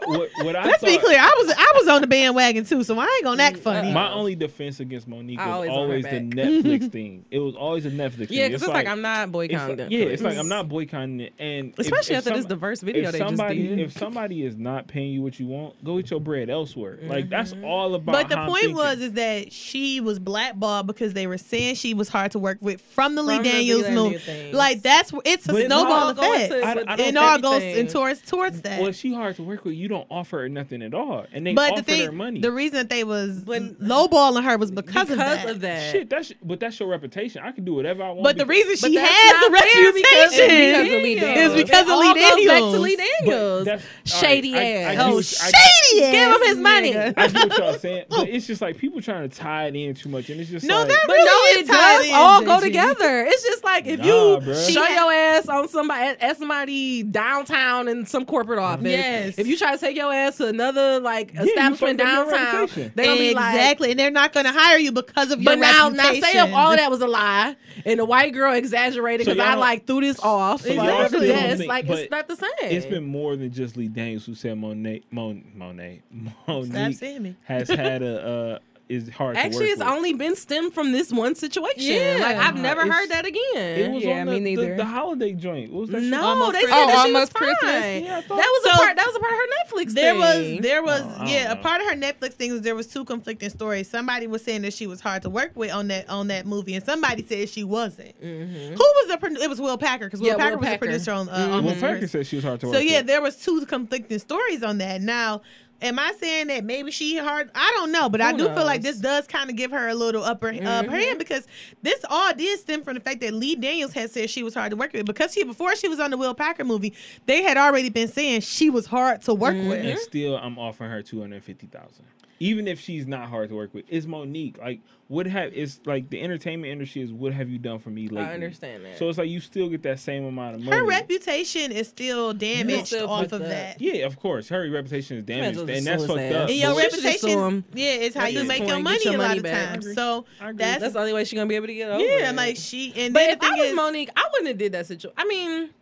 S6: what, what I
S4: Let's be
S6: thought-
S4: clear. I was I was on the bandwagon too, so I ain't gonna act funny.
S6: My only defense against Monique
S7: I
S6: was always,
S7: always on her
S6: the
S7: back.
S6: Netflix thing. It was always a Netflix
S7: Yeah,
S6: thing.
S7: because it's, like, I'm not
S6: it's
S7: boycotting.
S6: like-
S7: them.
S6: yeah, it's like I'm not boycotting it, and if-
S7: Especially
S6: if
S7: after this
S6: some-
S7: diverse video
S6: if
S7: they
S6: somebody,
S7: just did.
S6: If somebody is not paying you what you want, go eat your bread elsewhere. Like that's all about.
S4: But the
S6: how I'm
S4: point
S6: thinking.
S4: was is that she was blackballed because they were saying she was hard to work with from the Lee
S7: From the Lee
S4: Daniels
S7: Daniels
S4: movie.
S7: things.
S4: Like that's wh- it's a
S6: But it's
S4: snowball
S6: all
S7: going
S4: effect.
S7: to-
S6: I- I
S4: It
S6: don't
S4: all
S7: think-
S4: goes
S7: everything.
S4: and towards towards that.
S6: well, she hard to work with. You don't offer her nothing at all, and they
S4: but
S6: offer
S4: the thing,
S6: her money.
S4: the reason that they was
S7: When-
S4: lowballing her was because, of
S7: because
S4: that.
S7: of that.
S6: Shit, that's but that's your reputation. I can do whatever I want.
S4: But the
S6: because-
S4: reason
S7: But
S4: she
S7: that's
S4: has the
S7: not fair because-
S4: reputation
S7: because of Lee
S4: is
S7: Daniels.
S4: because
S7: It
S4: of
S7: all
S4: Lee
S7: goes
S4: Daniels.
S7: back to Lee
S6: but
S7: Daniels.
S6: that's- all right,
S7: Shady
S6: I- I
S7: ass.
S6: get
S4: oh,
S6: what- I-
S4: shady!
S7: Give him his money.
S6: I get what y'all saying, but it's just like people trying to tie it in too much, and it's just
S4: No,
S6: like,
S4: that
S7: But
S4: really
S7: no,
S4: is
S7: it
S4: tied
S7: does
S4: in,
S7: all go
S4: JG.
S7: together. It's just like if
S6: Nah,
S7: you
S6: bruh.
S7: show
S4: She-
S7: your ass on somebody at, at somebody downtown in some corporate office.
S4: Yes.
S7: If you try to take your ass to another like
S6: you
S7: establishment
S6: fucked up your
S7: downtown,
S6: reputation.
S7: they gonna be like,
S4: exactly, and they're not going to hire you because of your
S7: But now, now
S4: reputation.
S7: say if all that was a lie, and the white girl exaggerated
S6: So
S7: because
S6: y'all
S7: I
S6: don't-
S7: like threw this off.
S6: So y'all
S7: like,
S6: still don't
S7: yes,
S6: think-
S7: like
S6: but
S7: it's not the same.
S6: It's been more than just Lee Daniels who said Monet, Mon, Monet,
S4: Stop
S6: Monique
S4: saying me.
S6: has had a uh, is hard. to
S7: actually,
S6: work
S7: it's
S6: with.
S7: only been stemmed from this one situation.
S5: Yeah.
S7: Like I've never
S6: It's-
S7: heard that again.
S6: It was
S5: Yeah,
S6: on
S5: me
S6: the, the-
S5: neither.
S6: The, holiday joint. What was that shit?
S7: no,
S5: Almost
S7: they said
S5: Christmas.
S7: that
S5: Oh,
S7: she was
S5: almost Christmas?
S7: fine.
S6: Yeah, I
S7: that
S6: thought-
S7: was a
S4: So-
S7: part. That was a part of her Netflix.
S4: There was
S7: thing.
S4: there was
S6: Oh, I don't
S4: yeah a
S6: know.
S4: part of her Netflix things. There was two conflicting stories. Somebody was saying that she was hard to work with on that on that movie, and somebody said she wasn't. Who was the pro- it was Will Packer because Will
S7: Mm-hmm. Yeah, Will
S4: Packer was
S7: Packer.
S4: the
S7: Mm-hmm.
S4: producer on uh, on
S6: Well,
S4: Will
S6: Parker said she was hard to work.
S4: So yeah,
S6: with.
S4: there was two conflicting stories on that. Now, am I saying that maybe she hard? I don't know, but I
S7: Who
S4: do feel like
S7: knows? Mm-hmm.
S4: this does kind of give her a little upper uh, upper hand because this all did stem from the fact that Lee Daniels had said she was hard to work with because she before she was on the Will Packer movie, they had already been saying she was hard to work
S7: Mm-hmm.
S4: with.
S6: and still I'm offering her two hundred fifty thousand. Even if she's not hard to work with, it's Monique. Like, what have it's like the entertainment industry is what have you done for me lately?
S7: understand that.
S6: So it's like you still get that same amount of money.
S4: Her reputation is still damaged
S7: still
S4: off
S7: fucked
S4: of
S7: up.
S4: that.
S6: Yeah, of course. Her reputation is
S7: might as
S6: damaged,
S7: well
S6: and
S7: just sue
S6: that's
S7: his
S6: fucked
S7: ass.
S4: And
S6: up.
S7: Well,
S4: your
S7: we should just sue
S4: reputation,
S7: 'em.
S4: yeah, is how
S7: At
S4: you
S7: this
S4: make
S7: point,
S4: your
S7: get
S4: money
S7: your
S4: a lot
S7: money
S4: of
S7: back. I
S4: times.
S7: agree.
S4: So that's,
S7: That's the only way she's gonna be able to get over.
S4: yeah,
S7: it.
S4: like she and
S7: But
S4: then
S7: if
S4: the thing
S7: I was
S4: is,
S7: Monique, I wouldn't have did that situation. I mean, [sighs]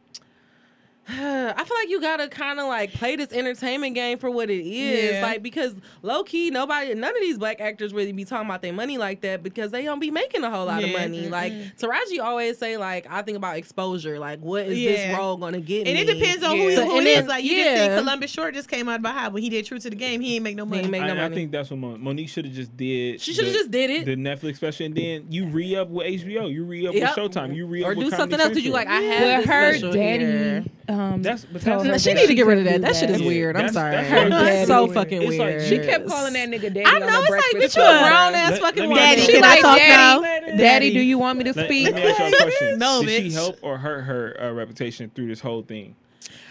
S7: I feel like you gotta kind of like play this entertainment game for what it is,
S4: Yeah.
S7: like because low key, nobody, none of these black actors really be talking about their money like that because they don't be making a whole lot of
S4: Yeah.
S7: money. Like Taraji always say, like I think about exposure, like what is this
S4: Yeah.
S7: role gonna get
S4: And it
S7: me?
S4: depends on
S7: Yeah.
S4: who,
S7: So-
S4: who it
S7: and
S4: is.
S7: it-
S4: Like you
S7: yeah.
S4: just see Columbus Short just came out about how when he did True to the Game, he ain't make no
S7: ain't
S4: money.
S7: make- no
S6: I, I
S7: money.
S6: think that's what Mon- Monique should have just did.
S7: She shoulda
S6: the-
S7: just did it.
S6: The Netflix special, and then you re up with HBO, you re up
S7: Yep.
S6: with Showtime, you re
S7: or
S6: up
S7: do
S6: with Comedy
S7: something else because you
S6: Central.
S7: like I have
S5: But
S7: this
S5: her
S7: special
S5: daddy
S7: here.
S5: um,
S6: That's- but
S5: told
S6: that's-
S5: her
S6: She
S5: that
S6: need to
S5: she
S6: get
S5: could
S7: rid of
S5: do
S7: that. That shit is weird. I'm
S6: that's-
S7: sorry.
S6: that's how it
S7: That's
S6: is.
S7: so fucking
S6: It's like,
S7: weird.
S6: she
S5: She kept calling that nigga daddy.
S4: I know.
S5: on the
S4: It's like,
S5: breakfast
S4: bitch, you a
S5: show, bro.
S4: grown
S6: Let-
S4: ass
S6: let
S4: fucking
S6: me-
S4: daddy.
S6: She
S4: Can I
S5: like,
S4: talk
S5: daddy.
S4: now?
S5: Daddy, do you want me to
S6: Let,
S5: speak?
S6: let me ask y'all a
S7: [laughs]
S6: question.
S4: No,
S6: Did she
S4: bitch.
S6: help or hurt her uh, reputation through this whole thing?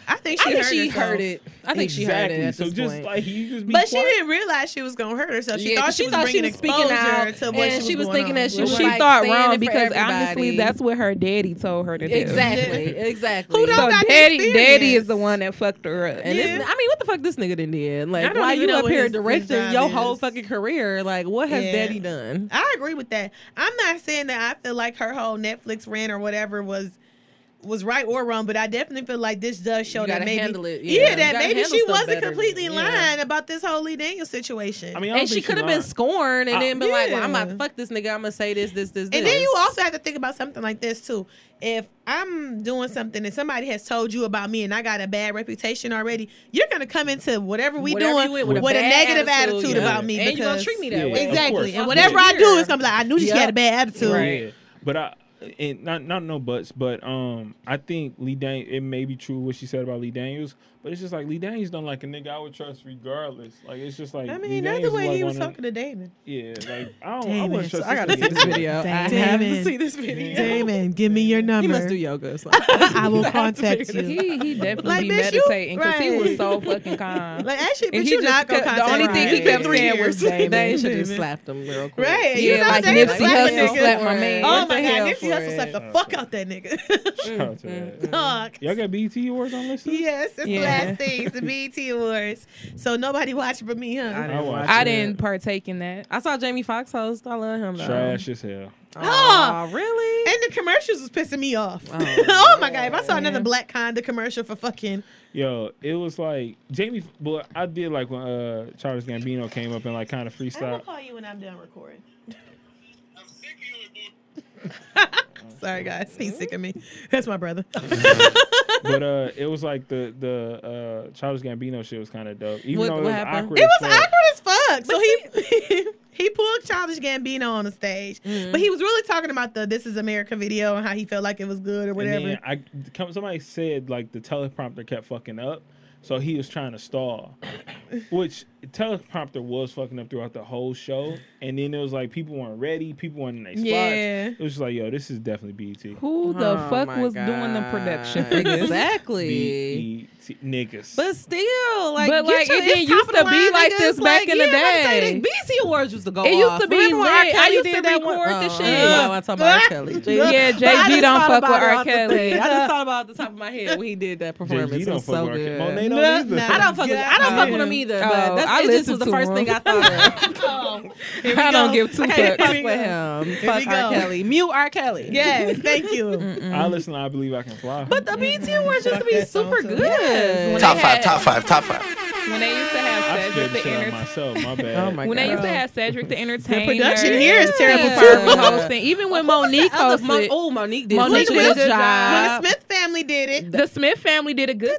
S4: I think she
S7: I
S4: heard
S7: think she
S4: herself.
S7: heard it. I think she heard
S6: exactly.
S7: it. At
S6: so
S7: this
S6: just
S7: point.
S6: like you just be
S4: But she
S6: quiet.
S4: didn't realize she was gonna hurt herself. She
S7: Yeah,
S4: thought
S7: 'cause
S4: she, was
S7: thought she
S4: bringing
S7: was speaking
S4: exposure
S7: out,
S4: to what
S7: and
S4: she
S7: she was
S4: going
S7: thinking
S4: on
S7: that she
S4: with.
S7: was
S5: she
S7: like
S5: thought
S7: standing
S5: wrong
S7: for
S5: because honestly,
S7: everybody.
S5: that's what her daddy told her to
S7: [laughs]
S5: do.
S7: Exactly. Exactly.
S4: Who don't
S5: So
S4: got the
S5: daddy, daddy is
S4: experience.
S5: the one that fucked her up.
S7: And
S4: Yeah.
S7: this, I mean, what the fuck this nigga done did?
S4: I
S7: Like,
S4: don't
S7: why
S4: even
S7: you
S4: know
S7: up
S4: what
S7: here
S4: his- his
S7: directing
S4: job
S7: your
S4: is.
S7: whole fucking career? Like, what has
S4: Yeah.
S7: daddy done?
S4: I agree with that. I'm not saying that I feel like her whole Netflix rant or whatever was was right or wrong, but I definitely feel like this does show
S7: You
S4: that
S7: gotta
S4: maybe
S7: handle it, yeah. You
S4: that
S7: gotta
S4: maybe
S7: handle
S4: she
S7: stuff
S4: wasn't
S7: better.
S4: completely
S7: Yeah.
S4: lying about this whole Lee Daniels situation.
S6: I mean, I don't
S7: And she
S6: think
S7: could have
S6: lying.
S7: been scorned and
S6: I-
S7: then been like, well, I'm
S4: Yeah.
S7: not fuck this nigga. I'm gonna say this, this, this, this.
S4: and then you also have to think about something like this too. If I'm doing something and somebody has told you about me and I got a bad reputation already, you're gonna come into whatever we
S7: Whatever
S4: doing
S7: you
S4: with,
S7: with, with
S4: a,
S7: a bad
S4: negative
S7: attitude,
S4: attitude
S6: yeah.
S4: about me.
S7: And you
S4: because,
S7: gonna treat me that
S6: Yeah,
S7: way.
S6: of course.
S4: Exactly.
S6: I'm
S4: And whatever I do,
S7: here.
S4: it's gonna be like I knew she had a bad attitude.
S6: Yeah. But I and not not no buts, but um I think Lee Dan it may be true what she said about Lee Daniels, but it's just like Lee Daniels don't like a nigga I would trust regardless. Like it's just like
S4: I
S6: Lee
S4: mean, that's the
S6: Daniels
S4: way
S6: like
S4: he was
S6: one of-
S4: talking to
S6: [laughs]
S4: Damon.
S6: Yeah, like I don't I
S4: Damn
S6: wouldn't
S4: it.
S6: trust
S4: So I
S6: this
S4: gotta
S6: nigga
S4: see this
S6: anyway. [laughs]
S7: video. I
S4: Damn
S7: have
S4: it.
S7: to see this video.
S4: Damon, give me your
S7: He
S4: number.
S7: must do yoga or something.
S4: I
S5: [laughs]
S4: will contact you.
S5: He, he definitely
S4: Like,
S5: be
S4: bitch, you-
S5: meditating because he was so fucking calm.
S4: Like actually, but
S5: And he
S4: you
S5: just
S4: not gonna
S5: kept-
S4: contact
S5: the only
S4: Ryan.
S5: thing he kept
S4: Three
S5: saying
S4: years.
S5: was Damon.
S7: They should have slapped him real quick.
S4: Right?
S5: Yeah,
S4: you know
S5: like
S4: they was
S5: Nipsey
S4: slapping
S5: Hussle
S4: niggas.
S5: slapped my man.
S4: Oh
S5: [laughs] What
S4: my
S5: the
S4: god,
S5: hell
S4: Nipsey
S5: for
S4: Hussle slapped the fuck out that nigga. [laughs]
S6: Shout out to that.
S4: Fuck.
S6: Y'all got BT awards on list? too?
S4: [laughs] Yes, it's
S5: Yeah.
S4: the last things the BT Awards. So nobody watched but me, huh?
S6: I watched
S5: I
S6: it.
S5: didn't partake in that.
S7: I saw Jamie Foxx host. I love him though.
S6: Trash as hell.
S7: Aw, Oh, really?
S4: Oh, And the commercials was pissing me off. [laughs] Oh, my god, if I saw another Black Conda commercial for fucking
S6: Yo, it was like Jamie. But I did like when uh Charles Gambino came up and like kind of
S4: I'm gonna [laughs]
S6: freestyle.
S4: call you when I'm done recording. [laughs] Sorry guys, he's sick of me. That's my brother.
S6: but uh, it was like the the uh Charles Gambino shit was kind of dope. Even
S7: What-
S6: though it
S7: what
S6: was
S7: happened?
S6: awkward.
S4: It
S6: as
S4: was
S6: fuck.
S4: awkward as fuck. So [laughs] he he pulled Childish Gambino on the stage, but he was really talking about the "This Is America" video and how he felt like it was good or whatever.
S6: And then I come, somebody said like the teleprompter kept fucking up, so he was trying to stall, which teleprompter was fucking up throughout the whole show. And then it was like people weren't ready, people weren't in their spots.
S4: Yeah.
S6: It was just like, yo, this is definitely E BT.
S5: Who the
S7: Oh
S5: fuck
S7: my
S5: was doing the production?
S7: God.
S5: for this?
S7: Exactly.
S6: BET E niggas.
S7: But still, like,
S5: But,
S7: get
S5: like,
S7: your,
S5: it didn't
S7: it's top
S5: used
S7: of the
S5: to be
S7: line,
S5: like
S7: niggas.
S5: this back in the
S7: yeah, I'm about to say,
S5: day.
S7: the BET Awards used to go.
S5: It used
S7: off.
S5: to be
S7: Remember when R.
S5: lit. I
S7: Kelly
S5: used to
S7: did that
S5: record
S7: one?
S5: the
S7: Uh,
S5: shit.
S7: wow, I talking about R. Kelly.
S5: Yeah,
S7: But I
S5: JG
S7: just
S5: don't
S7: thought
S5: fuck
S7: about
S5: with
S7: it
S5: R.
S7: off the
S5: Kelly.
S7: thing. I just thought about it off the top of my head when he did that performance.
S6: JG
S7: It
S6: don't
S7: was
S6: fuck
S7: so
S6: with R. Kelly.
S7: good.
S6: Monet don't
S4: No,
S6: either.
S4: no.
S7: I don't fuck with. I don't fuck with him either.
S5: Oh,
S7: But that's,
S5: I
S7: it just
S5: listened
S7: was the
S5: to
S7: first
S5: him.
S7: thing I thought of.
S5: [laughs] I don't give two
S7: Can't
S5: fucks.
S7: fuck with him.
S4: Here we
S7: Fuck R.
S4: go.
S7: Kelly. Mute R. Kelly.
S4: yes, thank you.
S6: I listen. to I believe I can fly.
S7: But the E BET Awards used to be
S4: that song
S7: super
S4: too.
S7: good.
S5: Yes.
S10: Top
S5: They
S10: five,
S5: had-
S10: top five, top five.
S5: When they used to
S6: I
S5: have
S6: scared
S5: Cedric
S6: the
S5: the
S6: shit out of
S5: Entertainer.
S6: myself. My
S7: [laughs]
S6: bad.
S7: Oh my
S5: When they
S7: God.
S5: used to have Cedric the Entertainer.
S4: production here is terrible,
S5: Ferb
S7: too.
S5: hosting. Even when Monique
S7: Other Mo-
S5: hosted,
S7: oh, Monique did.
S5: Monique
S7: Monique
S5: did a
S7: did
S5: good
S7: a
S5: job.
S4: When the
S7: job.
S4: Smith family did it,
S5: the Smith family did a good job.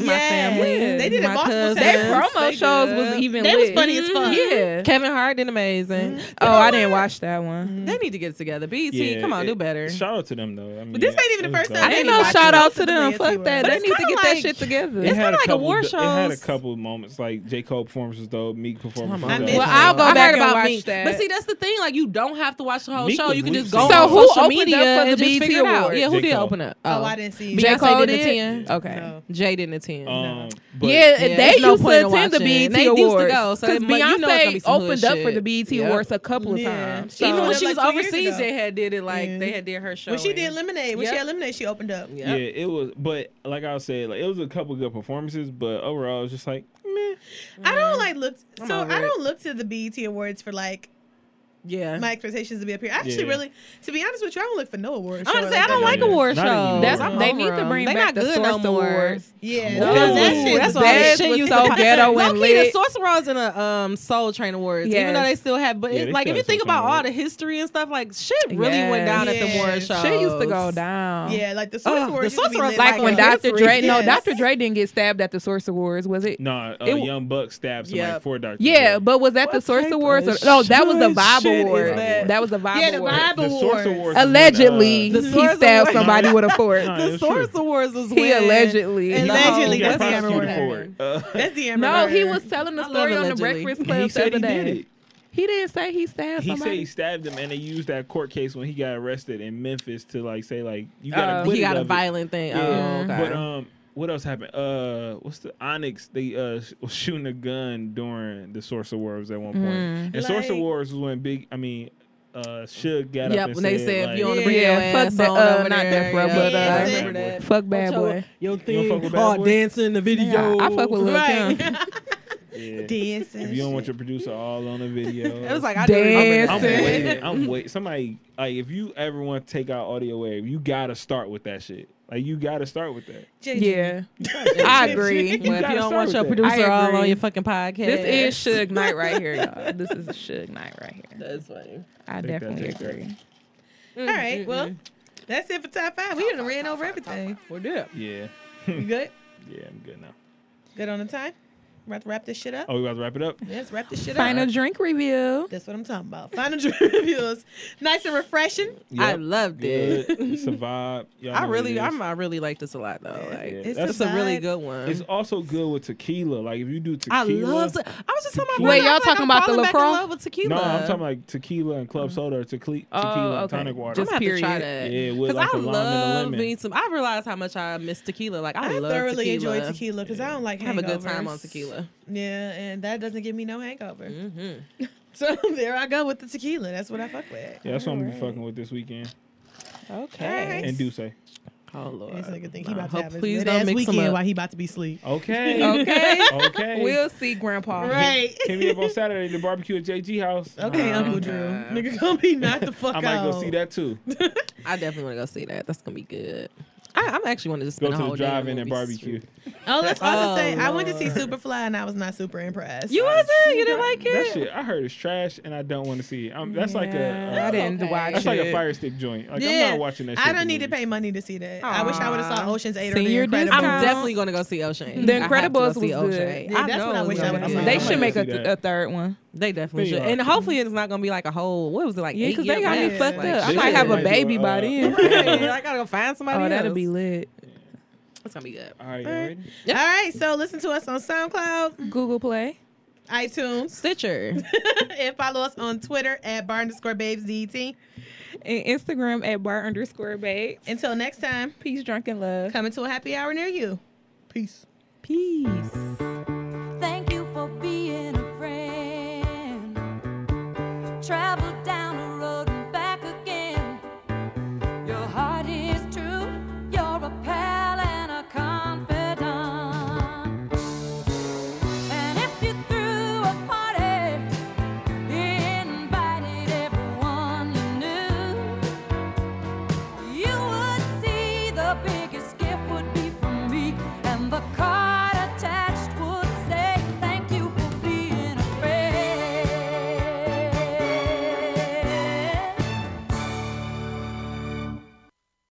S4: yes, they did it
S7: my
S4: multiple
S7: cousins.
S5: Their
S7: Yes,
S4: times.
S5: promo
S7: they
S5: shows
S7: did.
S5: was even
S4: They
S5: lit.
S4: was funny as fuck.
S5: Yeah.
S7: Kevin Hart did amazing.
S5: Oh, I didn't watch that one.
S7: They need to get it together. BET,
S6: Yeah,
S7: come on,
S6: it-
S7: do better.
S6: Shout out to them though. I mean,
S4: But this ain't even the
S6: it was
S4: first
S6: dope.
S4: time
S5: I
S4: didn't
S5: ain't no
S4: watch
S5: shout
S4: it.
S5: out to them.
S4: Yes, you
S5: Fuck
S4: were.
S5: that.
S4: But
S5: They
S4: it's
S5: need to
S4: kinda
S5: get that
S4: like-
S5: shit together.
S6: It had a
S7: kinda like
S6: couple
S7: award
S6: do- It had a
S7: shows.
S6: couple moments like J Cole performance was dope, Meek performance
S7: I
S6: was
S4: miss
S6: dope.
S5: Well,
S4: it.
S5: I'll go
S7: I heard
S5: back and
S7: about
S5: watch
S7: Meek.
S5: that.
S7: But see, that's the thing. Like, you don't have to watch the whole
S6: Meek
S7: show.
S6: was
S7: You can just
S6: weak.
S7: go
S6: So
S7: on
S6: who
S7: social
S5: opened
S7: media
S5: up for
S7: and
S5: the
S7: just
S5: BET
S7: figure it out.
S5: Awards?
S7: Yeah, who
S6: J.
S7: did
S6: Cole.
S7: open up?
S4: Oh, I didn't see.
S7: Beyonce
S5: J. Cole
S7: didn't
S5: did?
S7: attend. Okay,
S4: No.
S7: Jay didn't attend.
S6: Um, but
S5: yeah,
S7: Yeah,
S5: they
S7: there's no
S5: used
S7: point
S5: to
S7: in
S5: attend the
S7: watching.
S5: BET
S7: They used to
S5: Awards
S7: go, so it mu- you
S5: Beyonce
S7: know it's gonna be some hood
S5: opened up for
S7: shit.
S5: the BET
S7: Yep.
S5: Awards a couple of
S4: Yeah.
S5: times.
S4: She
S7: Even
S4: opened
S7: when
S4: up
S7: she was
S4: like two years
S7: overseas,
S4: ago.
S7: they had did it. Like
S4: Yeah.
S7: they had did her show.
S4: When she
S7: and-
S4: did Lemonade, when she
S7: Yep.
S4: had Lemonade, she opened up.
S7: Yep.
S6: yeah, it was. But like I said, like it was a couple good performances, but overall, it was just like meh.
S4: I don't like look. So
S7: over
S4: I
S7: it.
S4: don't look to the BET Awards for like [laughs]
S7: Yeah.
S4: my expectations to be up here. I actually
S6: Yeah.
S4: really, to be honest with you, I don't look for no awards.
S7: I'm gonna say I
S6: that
S7: don't like
S6: no more.
S7: award
S6: Not anymore.
S7: shows.
S5: That's
S7: I'm
S5: they
S7: over
S5: need to
S7: them.
S5: bring
S7: They
S5: back
S7: not
S5: the
S7: good
S5: Source
S7: no more.
S5: Awards.
S4: Yeah, that-
S6: No.
S4: that
S6: Ooh,
S4: shit
S7: that's
S4: was
S7: all that
S4: bad.
S5: Beds
S7: shit
S5: was
S7: used
S5: so
S7: to-
S5: ghetto
S7: Low
S5: and
S7: key, the
S5: lit.
S7: Sorcerer was in a um, Soul Train Awards, even though
S5: Yes.
S7: they still have. But
S6: Yeah,
S7: it-
S6: they
S7: like,
S6: still
S7: if you
S6: have
S7: think
S6: Soul Train
S7: about all
S6: Awards.
S7: the history and stuff, like shit really went
S5: Yes.
S7: down at the award
S4: Yes.
S7: show.
S5: She used to go down.
S4: Yeah, like the Source
S7: Ugh,
S4: Awards. used
S7: the
S4: to be
S7: Source
S4: lit
S7: Awards,
S5: Like
S7: Like when
S5: when Dr.
S7: Hillary-
S5: Dre, no,
S4: Yes.
S5: Dr. Dre didn't get stabbed at the Source Awards, was it?
S6: No, uh,
S5: It-
S6: Young Buck stabbed somebody
S7: Yep.
S6: for Dr.
S5: Yeah,
S6: Dre.
S5: but was that the
S7: What
S5: Source
S7: type
S5: Awards? Or,
S7: of
S5: no, that was the
S7: shit
S5: Bible
S4: shit is
S5: Award.
S4: that-
S5: That was the Vibe
S4: yeah, the
S5: Award.
S4: Vibe
S6: The Source
S4: Awards.
S6: Awards. is in,
S5: Allegedly,
S6: uh,
S4: The
S5: he
S4: Source
S5: stabbed
S4: Award.
S5: somebody with a fork.
S6: nah,
S4: The
S6: it's true.
S4: Source Awards was
S5: He
S4: when-
S5: allegedly.
S4: And
S5: No.
S4: Allegedly,
S6: He got
S4: that's the Amber
S6: prosecuted
S4: Heard.
S6: for it. Uh,
S4: That's the Amber
S5: No, he
S4: Heard.
S5: was telling the
S4: I love
S5: story on the
S4: allegedly.
S5: Breakfast
S6: he
S5: Club the
S6: said
S5: other
S6: he did
S5: day. [laughs]
S6: it.
S5: He didn't say he stabbed
S6: He said
S5: somebody.
S6: he stabbed him, and they used that court case when he got arrested in Memphis to like say like you got to
S5: Oh, he
S7: Uh, He got a
S6: of it.
S7: violent thing.
S6: Yeah.
S7: Oh, okay.
S6: But um, what else happened? Uh, what's the Onyx? They uh [laughs] sh- was shooting a gun during the Source Awards at one point.
S7: Mm-hmm.
S6: And Source
S11: Like-
S6: Awards was when Big. I mean, uh, Suge got up
S7: Yep,
S6: and
S7: when
S6: said,
S7: they said
S6: like,
S7: if you want to
S4: Yeah,
S7: bring your
S5: fuck
S7: ass
S5: that-
S7: on
S5: uh,
S7: over
S5: not
S7: there,
S5: that bro,
S7: yeah,
S5: but, uh,
S7: yeah,
S4: Bad
S7: remember that.
S5: Fuck Bad Boy.
S11: Your
S6: don't fuck
S11: thing,
S6: with Bad
S11: hard
S6: Boy?
S11: dancing in the video.
S5: I fuck with Lil
S4: Right.
S5: Kim.
S6: yeah,
S4: Dancing.
S6: if you don't want your producer all on the video,
S4: It was like I
S5: Dancing.
S6: I'm waiting. I'm waiting. Somebody like if you ever want to take out audio wave, you gotta start with that shit. Like you gotta start with that.
S5: Yeah, I agree.
S6: You
S7: But if
S6: gotta
S7: you don't
S6: start
S7: want
S6: with
S7: your
S6: that.
S7: producer
S5: I
S7: all
S5: agree.
S7: on your fucking podcast,
S5: This is Suge Knight right here, y'all. This is Suge Knight right here.
S7: That's funny.
S5: I
S6: think
S5: definitely
S6: that's it.
S5: agree.
S4: All right, well, that's it for top five. We done ran over everything.
S6: [laughs]
S7: We're good.
S6: Yeah,
S4: You good?
S6: yeah, I'm good now.
S4: Good on the time? We're about to wrap this shit up.
S6: Oh, we about to wrap it up.
S4: Let's wrap this shit
S5: Final
S4: up.
S5: drink review.
S4: That's what I'm talking about. Final [laughs] drink reviews. Nice and refreshing.
S7: I
S6: Yep.
S7: loved it.
S6: good. It's a vibe. Y'all know
S7: I
S6: what it
S7: really,
S6: is.
S7: I'm, I really like this a lot though. Like,
S6: Yeah,
S7: it's,
S6: that's-
S7: a really
S4: vibe.
S7: good one.
S6: It's also good with tequila. Like if you do tequila,
S7: I love. Te- I was just talking about.
S6: Wait,
S5: y'all talking about the LaCroix?
S7: with tequila.
S6: No, I'm talking like tequila and club soda or tequila, tequila and
S5: okay.
S6: tonic water.
S5: Just
S7: I'm gonna have to try
S5: period.
S7: that.
S6: Yeah, with,
S7: Cause
S6: like,
S7: I
S6: a lime and a
S7: love
S6: lemon.
S7: me some. I realize how much I miss tequila. Like I,
S4: I,
S7: love
S4: thoroughly
S7: tequila.
S4: enjoy tequila because I don't like
S7: I have a good time
S4: hangovers.
S7: on tequila.
S4: Yeah, and that doesn't give me no hangover.
S7: Mm-hmm.
S4: [laughs] So there I go with the tequila. That's what I fuck with.
S6: yeah, that's what I'm gonna be fucking with this weekend.
S4: Okay.
S6: And do say
S7: Oh lord.
S4: It's like a thing. He
S7: Nah,
S4: about to
S7: hope-
S4: have his
S7: please
S4: lit
S7: don't
S4: ass
S7: mix them
S4: weekend
S7: up.
S4: while he about to be asleep. [laughs]
S6: okay,
S5: Okay,
S6: okay.
S5: we'll see, Grandpa.
S4: Right.
S6: Hit me up on Saturday to barbecue at JG House.
S4: Okay, Uncle Drew. Nigga, come be knocked the fuck
S6: I
S4: out.
S6: might go see that too.
S7: I definitely want to go see that. That's gonna be good. I, I'm actually want to just
S6: Go
S7: spend a
S6: to
S7: whole
S6: the
S7: day in
S6: drive-in
S7: the
S6: and
S7: movies.
S6: barbecue.
S4: Oh, let's also
S7: Oh,
S4: say I went to see Superfly and I was not super impressed.
S7: You wasn't? You didn't like
S6: That
S7: it?
S6: shit, I heard it's trash, and I don't want to see it. i that's like a, uh,
S5: I didn't
S4: okay.
S5: watch
S6: that's like a
S5: it.
S6: fire stick joint. Like I'm not watching that. shit
S4: I don't need to
S6: anymore.
S4: pay money to see that. I wish I would have saw Ocean's Eight
S5: Senior
S4: or The Incredibles.
S5: discount.
S7: I'm definitely gonna go see Ocean.
S5: The
S7: I have to go
S5: Incredibles
S7: see
S5: was
S7: Ocean.
S5: good.
S4: Yeah, that's
S7: know
S4: what I
S7: it's
S4: wish I
S7: gonna
S4: would've
S7: be
S4: seen.
S7: good.
S5: They
S6: I might
S5: should make
S6: go
S5: a,
S6: see
S5: th-
S6: that.
S5: a third one.
S7: They definitely
S6: They
S7: should.
S6: are.
S7: And hopefully it's not gonna be like a whole. What was it like?
S5: Yeah,
S7: eight
S5: because they
S7: year
S5: got me
S7: lapse?
S5: fucked
S7: Like,
S5: up. I
S6: shit.
S5: might have a
S6: Might do,
S5: baby
S6: uh,
S5: by then.
S7: shit, [laughs] I gotta go find somebody.
S5: Oh, that'll
S7: else.
S5: be lit.
S7: It's gonna be good.
S6: All right, y'all ready?
S4: All right, so listen to us on SoundCloud,
S5: Google Play.
S4: iTunes, [laughs]
S7: Stitcher.
S4: and follow us on Twitter at bar underscore babes DT.
S5: and Instagram at bar underscore babe.
S4: Until next time,
S5: Peace, drunk, and love.
S4: coming to a happy hour near you. Peace.
S5: Peace.